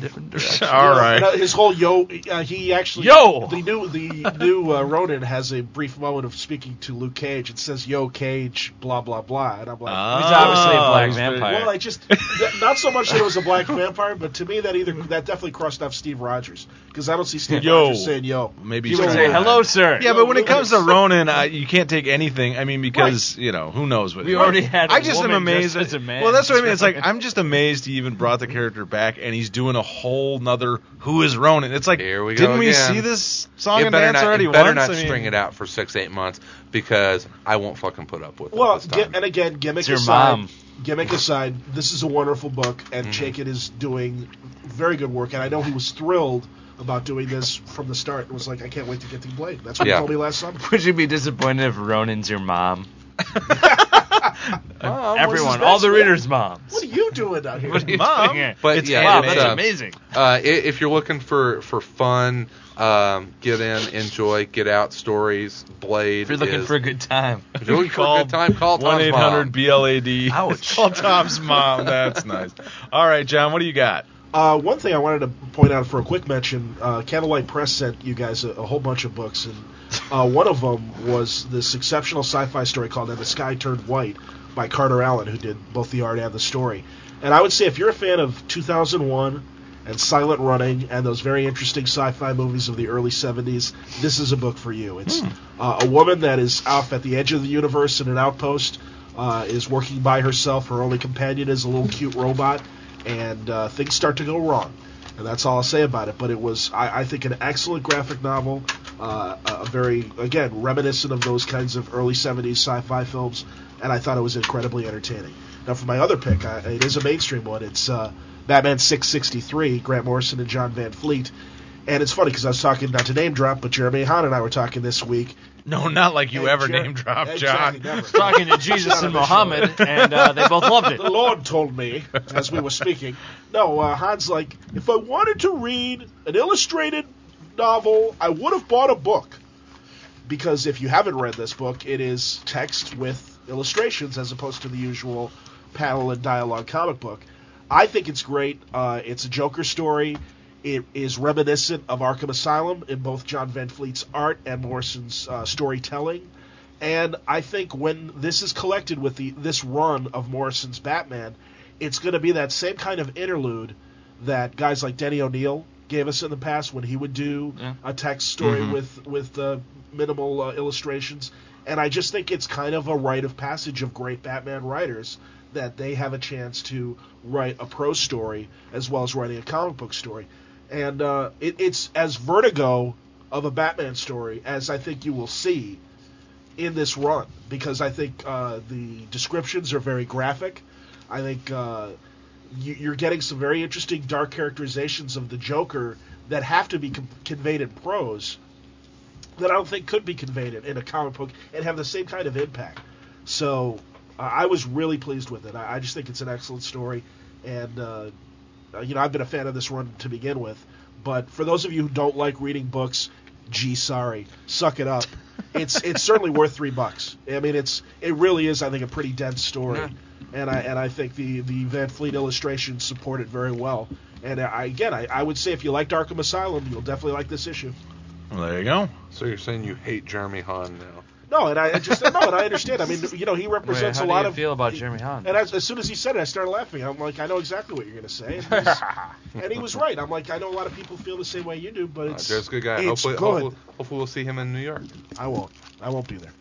S6: different directions.
S3: All
S5: No,
S3: right.
S5: his whole yo, uh, he actually
S6: Yo!
S5: The new the new uh, Ronin has a brief moment of speaking to Luke Cage. It says yo Cage, blah blah blah, and I'm like,
S6: He's obviously a black
S3: he's very-
S6: vampire.
S5: Well, I just th- not so much that it was a black vampire, but to me that either that definitely crossed off Steve Rogers because I don't see Steve
S3: Yo.
S5: Rogers saying "yo."
S3: Maybe
S5: He
S3: he's
S5: would
S3: trying
S5: say,
S3: to-
S6: Hello, sir.
S3: Yeah,
S5: Yo,
S3: but when it comes to
S5: Lucas.
S3: Ronan, I, you can't take anything. I mean, because you know who knows what
S6: We already had a
S3: I just am
S6: woman
S3: amazed.
S6: dressed as a man.
S3: Well, that's what I mean. It's like I'm just amazed he even brought the character back, and he's doing a whole nother "Who is Ronan?" It's like,
S2: Here we go
S3: didn't we
S2: again.
S3: see this song
S2: It
S3: and
S2: better
S3: dance
S2: not,
S3: already
S2: it better
S3: once?
S2: not
S3: I mean-
S2: string it out for six eight months because I won't fucking put up with
S5: Well,
S2: it.
S5: gi-
S2: This time.
S5: and again, gimmick
S6: It's your
S5: aside,
S6: mom.
S5: gimmick aside, this is a wonderful book, and Chaikin is doing very good work, and I know he was thrilled about doing this from the start. It was like, I can't wait to get to Blade. That's what
S2: Yeah.
S5: he told me last summer.
S6: Would you be disappointed if Ronin's your mom?
S5: Mom, what's his
S6: Everyone,
S5: best
S6: all the
S5: one?
S6: readers' moms.
S5: What are you doing out here?
S3: Mom,
S2: But
S3: it's
S2: yeah,
S6: Wow,
S2: it's,
S6: that's
S2: uh,
S6: amazing.
S2: Uh, i- if you're looking for for fun, um, get in, enjoy, get out stories. Blade.
S6: If you're looking
S2: is,
S6: for a good time,
S2: if you're looking for a good time, call
S3: one
S2: Tom's
S3: eight
S2: mom.
S3: hundred BLAD.
S6: Ouch.
S3: Call Tom's mom. That's nice. All right, John, what do you got?
S5: Uh, one thing I wanted to point out for a quick mention, uh, Candlelight Press sent you guys a, a whole bunch of books, and uh, one of them was this exceptional sci-fi story called "And the Sky Turned White" by Carter Allen, who did both the art and the story. And I would say if you're a fan of 2001 and Silent Running and those very interesting sci-fi movies of the early 70s, this is a book for you. It's uh, a woman that is off at the edge of the universe in an outpost, uh, is working by herself. Her only companion is a little cute robot and uh, things start to go wrong. And that's all I'll say about it. But it was, I, I think, an excellent graphic novel. Uh, a a very, again, reminiscent of those kinds of early 70s sci fi films. And I thought it was incredibly entertaining. Now, for my other pick, I, it is a mainstream one. It's uh, Batman 663, Grant Morrison and John Van Fleet. And it's funny because I was talking, not to name drop, but Jeremy Hahn and I were talking this week.
S3: No, not like you
S5: Hey,
S3: ever
S5: Jer-
S3: name drop,
S5: Exactly,
S3: John.
S5: never.
S6: talking to Jesus and Muhammad, and uh, they both loved it.
S5: the Lord told me as we were speaking. No, uh, Hans, like, if I wanted to read an illustrated novel, I would have bought a book. Because if you haven't read this book, it is text with illustrations as opposed to the usual panel and dialogue comic book. I think it's great. Uh, it's a Joker story. It is reminiscent of Arkham Asylum in both John Van Fleet's art and Morrison's uh, storytelling. And I think when this is collected with the this run of Morrison's Batman, it's going to be that same kind of interlude that guys like Denny O'Neil gave us in the past when he would do a text story with with uh, minimal uh, illustrations. And I just think it's kind of a rite of passage of great Batman writers that they have a chance to write a prose story as well as writing a comic book story. And uh, it, it's as vertigo of a Batman story as I think you will see in this run because I think uh, the descriptions are very graphic. I think uh, you, you're getting some very interesting dark characterizations of the Joker that have to be com- conveyed in prose that I don't think could be conveyed in, in a comic book and have the same kind of impact. So uh, I was really pleased with it. I, I just think it's an excellent story, and uh, uh, you know I've been a fan of this run to begin with. But for those of you who don't like reading books, gee, sorry, suck it up. It's it's certainly worth three bucks. I mean, it's it really is. I think a pretty dense story, and I and I think the the Van Fleet illustrations uh, support it very well. And I, again, I, I would say if you liked Arkham Asylum, you'll definitely like this issue.
S3: Well, there you go.
S2: So you're saying you hate Jeremy Hahn now?
S5: No, and I I just said no, and I understand. I mean, you know, he
S6: Wait,
S5: represents
S6: how
S5: a
S6: do
S5: lot
S6: you
S5: of.
S6: feel about Jeremy Hahn?
S5: And as, as soon as he said it, I started laughing. I'm like, I know exactly what you're going to say. And, he's- and he was right. I'm like, I know a lot of people feel the same way you do, but
S2: Uh,
S5: it's
S2: Jared's a good guy.
S5: It's
S2: Hopefully,
S5: good.
S2: hopefully, hopefully we'll see him in New York.
S5: I won't. I won't be there.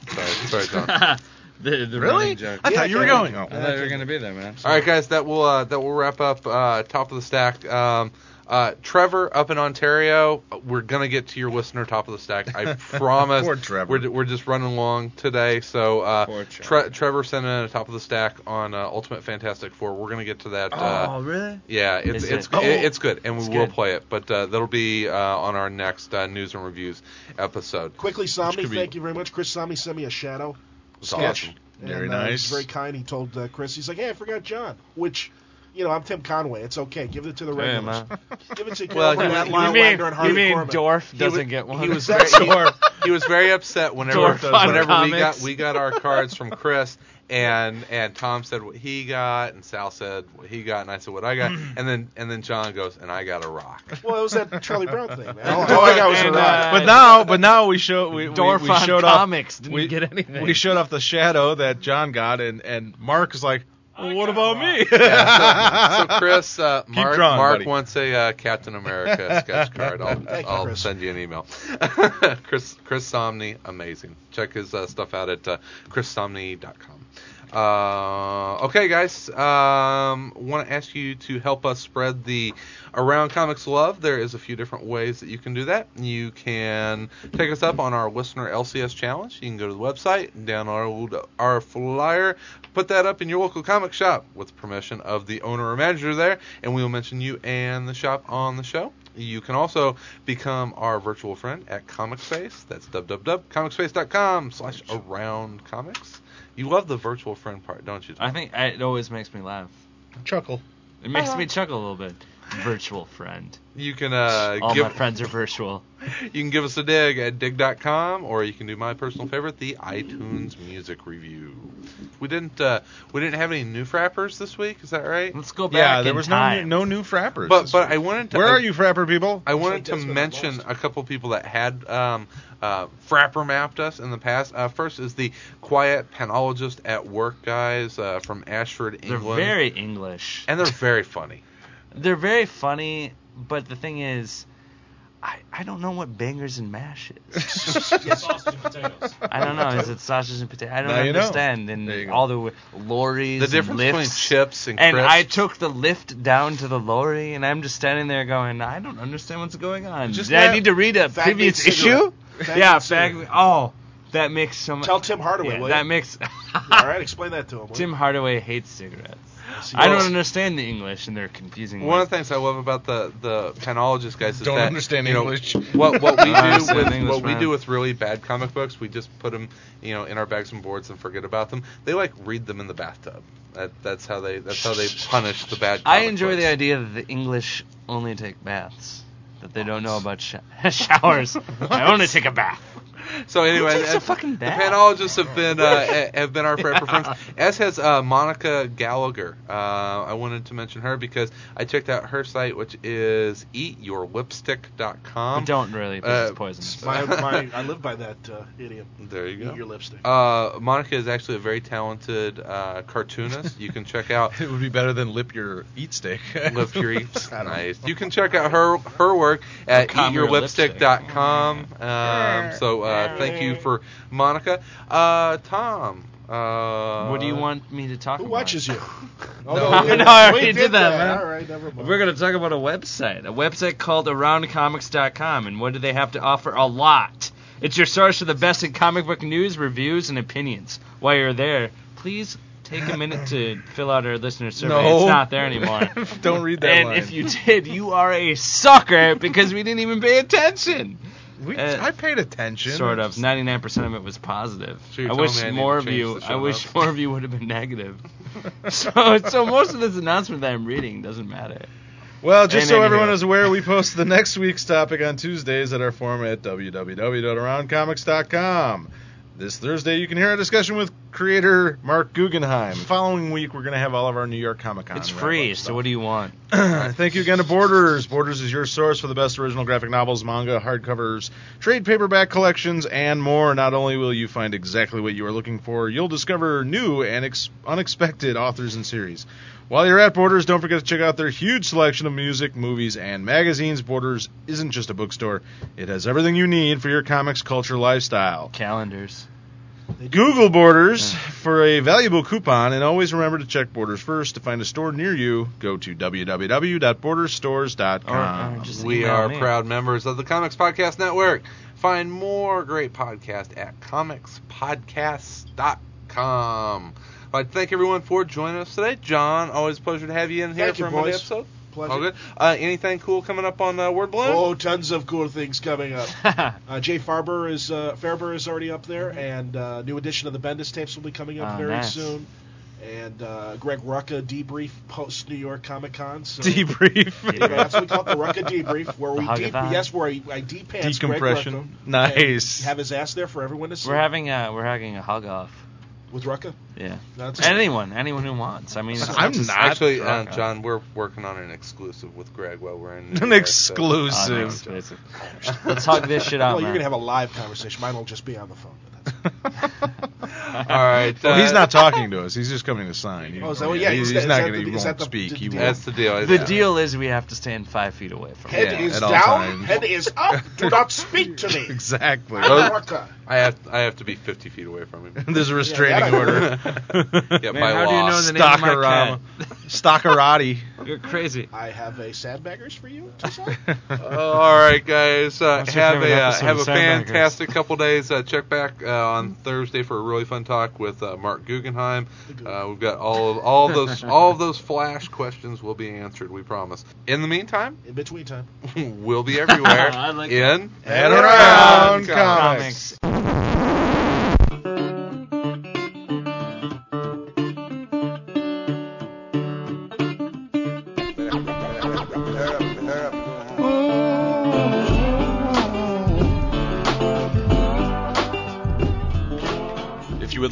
S2: Sorry, sorry, John.
S4: the, the
S3: Really?
S4: running joke.
S3: I
S5: Yeah,
S3: thought you were
S5: yeah.
S3: going. Oh,
S4: I thought you were gonna be there, man.
S2: All right, guys, that will uh, that will wrap up uh, top of the stack. Um, uh, Trevor up in Ontario, we're gonna get to your listener top of the stack. I promise.
S3: Poor Trevor.
S2: We're, we're just running long today, so uh,
S4: Poor
S2: Tre- Trevor sent in a top of the stack on uh, Ultimate Fantastic Four. We're gonna get to that. uh,
S6: oh, really?
S2: Yeah, it's
S6: Is
S2: it's
S6: it? Oh.
S2: it- it's good, and we
S6: It's
S2: will
S6: good.
S2: play it. But uh, that'll be uh, on our next uh, news and reviews episode.
S5: Quickly, Somni,
S2: could be-
S5: thank you very much. Chris Somni sent me a shadow.
S2: It's
S5: sketch.
S2: awesome.
S3: Very
S5: and, uh, he was
S3: nice.
S5: very kind. He told uh, Chris, he's like, "Hey, I forgot John," which. You know, I'm Tim Conway. It's okay. Give it to the
S6: Damn,
S5: regulars. Give it to
S2: Well,
S5: Gilbert,
S2: you-
S5: Matt
S2: you
S5: Lyle
S6: mean-
S5: Wagner, and Harvey
S6: you mean
S5: Korman.
S6: Dorf
S2: He
S6: doesn't
S2: was-
S6: get one?
S2: He was very,
S5: That's
S2: he,
S5: your-
S2: he was very upset whenever
S6: Dorf does
S2: whenever
S6: that.
S2: we got
S6: Comics.
S2: we got our cards from Chris and and Tom said what he got and Sal said what he got and I said what I got and then and then John goes and I got a rock.
S5: Well, it was that Charlie Brown thing, man. All, all I got was a
S6: And,
S5: rock.
S6: uh,
S3: But now, but now we show we, we,
S6: Dorf
S3: we
S6: on
S3: showed off
S6: comics didn't
S3: we-
S6: get anything.
S3: we showed off the shadow that John got, and and Mark is like, well,
S7: I
S3: what about
S7: got rock.
S3: me?
S2: Yeah, so, so Chris, uh, Mark,
S3: drawing,
S2: Mark
S3: buddy.
S2: wants a uh, Captain America sketch card. I'll,
S5: Thank you,
S2: I'll
S5: Chris.
S2: send you an email. Chris Chris Somney, amazing. Check his uh, stuff out at uh, chrissomney.com. Uh, okay, guys. Um, want to ask you to help us spread the around comics love. There is a few different ways that you can do that. You can take us up on our listener LCS challenge. You can go to the website, download our flyer, put that up in your local comic shop with permission of the owner or manager there, and we will mention you and the shop on the show. You can also become our virtual friend at Comic Space. That's www.comicspace.com slash around comics. You love the virtual friend part, don't you? Tom?
S6: I think I, it always makes me laugh.
S3: Chuckle.
S6: It makes
S3: Uh-huh.
S6: me chuckle a little bit. Virtual friend.
S2: You can uh,
S6: All
S2: give
S6: my friends are virtual.
S2: you can give us a dig at dig.com or you can do my personal favorite, the iTunes music review. We didn't uh, we didn't have any new frappers this week, is that right?
S6: Let's go back.
S3: Yeah, there
S6: in
S3: was no new,
S6: time.
S3: no new frappers.
S2: But
S3: this
S2: but
S3: week.
S2: I wanted to
S3: where
S2: I-
S3: are you, frapper people?
S2: I wanted to
S5: That's what I
S2: mention
S5: lost.
S2: a couple people that had um, uh, Frapper mapped us in the past. Uh, first is the Quiet Panologist at Work guys uh, from Ashford,
S6: They're
S2: England.
S6: very English.
S2: and they're very funny.
S6: They're very funny, but the thing is, I, I don't know what bangers and mash is.
S7: Sausage and potatoes.
S6: I don't know. Is it sausages and potatoes? I don't
S3: Now you know.
S6: understand.
S3: There you
S6: And
S3: go.
S6: all the w- lorries,
S2: The difference
S6: and
S2: between
S6: lifts.
S2: chips and,
S6: and
S2: crisps.
S6: I took the lift down to the lorry, and I'm just standing there going, I don't understand what's going on.
S3: Just
S6: Did
S3: that-
S6: I need to read a
S5: Fag
S6: previous
S5: meat cigarette.
S6: issue?
S5: Fag
S6: yeah,
S5: meat
S6: fag. Oh, that makes so much.
S5: Tell Tim Hardaway,
S6: yeah,
S5: will
S6: that
S5: you?
S6: makes.
S5: All right, explain that to him. will
S6: Tim
S5: you?
S6: Hardaway hates cigarettes.
S5: See,
S6: I don't
S5: well,
S6: understand the English, and they're confusing.
S2: One
S6: me.
S2: of the things I love about the the panologist guys is
S3: Don't
S2: that
S3: understand
S2: you know,
S3: English.
S2: What what we
S6: Don't
S2: do
S6: understand
S2: with
S6: English,
S2: what we
S6: man.
S2: do with really bad comic books, we just put them you know in our bags and boards and forget about them. They like read them in the bathtub. That that's how they that's how they punish the bad. Comic
S6: I enjoy
S2: books.
S6: the idea that the English only take baths, that they don't know about sh- showers. I only take a bath.
S2: So anyway,
S6: takes a
S2: and
S6: fucking
S2: the
S6: bath?
S2: panologists have been uh, a- have been our forever friends, as has uh, Monica Gallagher. Uh, I wanted to mention her because I checked out her site, which is eatyourlipstick.com.
S6: But don't really. This
S2: Uh,
S6: is poisonous.
S5: my, my, I live by that uh, idiom.
S2: There you go.
S5: Eat your lipstick.
S2: Uh, Monica is actually a very talented uh, cartoonist. You can check out
S3: It would be better than lip your eat steak.
S2: Lift Your Eats. Nice. You can check out her her work at
S6: Become your lipstick.
S2: eatyourlipstick.com. Um, so uh, thank you for Monica. Uh, Tom. Uh,
S6: what do you want me to talk
S5: Who
S6: about?
S5: watches you? Oh,
S6: I
S5: we-
S6: know, I
S5: we
S6: already did that, man.
S5: All right, never mind.
S6: We're going to talk about a website, a website called AroundComics.com, and what do they have to offer? A lot. It's your source for the best in comic book news, reviews, and opinions. While you're there, please take a minute to fill out our listener survey.
S3: No.
S6: It's not there anymore.
S3: don't read that
S6: and
S3: line.
S6: if you did, you are a sucker because we didn't even pay attention.
S3: we,
S6: uh,
S3: I paid attention.
S6: Sort of. Ninety-nine percent of it was positive.
S2: So you're
S6: I
S2: telling
S6: wish
S2: me I need
S6: more
S2: to
S6: of
S2: change
S6: you.
S2: the show
S6: I wish
S2: notes?
S6: more of you would have been negative. so, so most of this announcement that I'm reading doesn't matter.
S3: Well, just
S6: And
S3: so
S6: anyhow.
S3: everyone is aware, we post the next week's topic on Tuesdays at our forum at www.aroundcomics.com.
S1: This Thursday, you can hear our discussion with creator Mark Guggenheim. Following week, we're going to have all of our New York Comic Con.
S6: It's free, so what do you want?
S1: Thank you again to Borders. Borders is your source for the best original graphic novels, manga, hardcovers, trade paperback collections, and more. Not only will you find exactly what you are looking for, you'll discover new and ex- unexpected authors and series. While you're at Borders, don't forget to check out their huge selection of music, movies, and magazines. Borders isn't just a bookstore, it has everything you need for your comics culture lifestyle.
S6: Calendars.
S1: Google Borders for a valuable coupon, and always remember to check Borders first. To find a store near you, go to
S5: Oh,
S1: www.bordersstores.com.
S6: Or- or just
S2: We
S6: email
S2: are
S6: me.
S2: proud members of the Comics Podcast Network. Find more great podcasts at comicspodcasts.com. I'd like to thank everyone for joining us today. John, always a pleasure to have you in here
S5: Thank
S2: for
S5: you,
S2: a Monday
S5: boys.
S2: episode.
S5: Pleasure.
S2: All good. Uh, anything cool coming up on uh, Word Balloon?
S5: Oh, tons of cool things coming up. uh, Jay Farber is uh, Farber is already up there, and uh, new edition of the Bendis tapes will be coming up
S6: Ah,
S5: very
S6: nice.
S5: soon. And uh, Greg Rucka debrief post New York Comic Con. So,
S1: Debrief.
S5: You know, that's what we call it, the Rucka debrief, where we
S6: The
S5: deep,
S6: Huggathon.
S5: yes, where I, I deep pants Greg Rucka,
S1: Decompression.
S5: and
S1: Nice.
S5: Have his ass there for everyone to see.
S6: We're having a we're having a hug off.
S5: with Rucka.
S6: Yeah.
S5: That's
S6: Anyone, anyone who wants. I mean, it's
S1: I'm
S6: it's just-
S1: not
S2: Actually, uh,
S6: drunk.
S2: John, we're working on an exclusive with Greg while we're in. New
S1: An
S2: York, so-
S6: Oh, no, it's
S1: exclusive.
S6: basic. Let's hug this shit out,
S5: well, you're
S6: man.
S5: gonna have a live conversation. Mine will just be on the phone. But that's
S2: All right.
S1: Well,
S2: uh,
S1: he's not talking to us. He's just coming to sign. You
S5: Oh, is
S1: know,
S5: that what- yeah,
S1: he's,
S5: is
S1: he's
S5: that-
S1: not
S5: is that
S1: going to.
S5: the-
S1: He
S5: is
S1: won't
S5: that the-
S1: speak. He
S5: the
S1: won't.
S2: That's the deal.
S6: the deal is we have to stand five feet away from.
S5: head
S1: Yeah,
S5: is
S1: at all
S5: down.
S1: times.
S5: Head is up. Oh, Do not speak to me.
S1: exactly.
S5: I'm Rucka.
S2: I have I have to be 50 feet away from him.
S1: There's a restraining
S5: Yeah, that I-
S1: order.
S2: Yeah, by
S6: how do you
S2: law.
S6: know the name of my
S1: Stockerama. Stockerati.
S6: cat? You're crazy.
S5: I have a sandbaggers for you. Tucson.
S2: Oh, all right, guys. Uh,
S4: That's your
S2: have
S4: favorite
S2: a uh,
S4: episode
S2: have
S4: of
S2: a
S4: Sandbaggers.
S2: fantastic couple days. Uh, check back uh, on Thursday for a really fun talk with uh, Mark Guggenheim. Uh, we've got all of all of those all of those flash questions will be answered. We promise. In the meantime,
S5: In between time.
S2: we'll be everywhere.
S6: I like
S2: in
S1: And around comics. If you would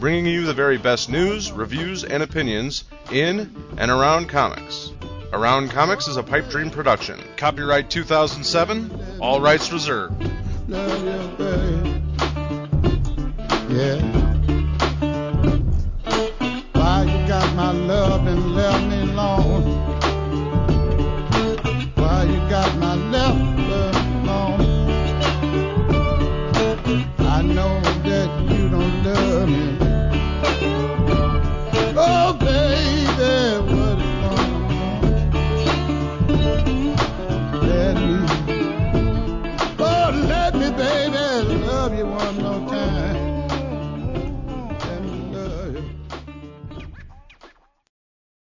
S1: bringing you the very best news, reviews, and opinions in and around comics. Around Comics is a pipe dream production. Copyright 2007, all rights reserved.
S11: Love you, babe. Yeah.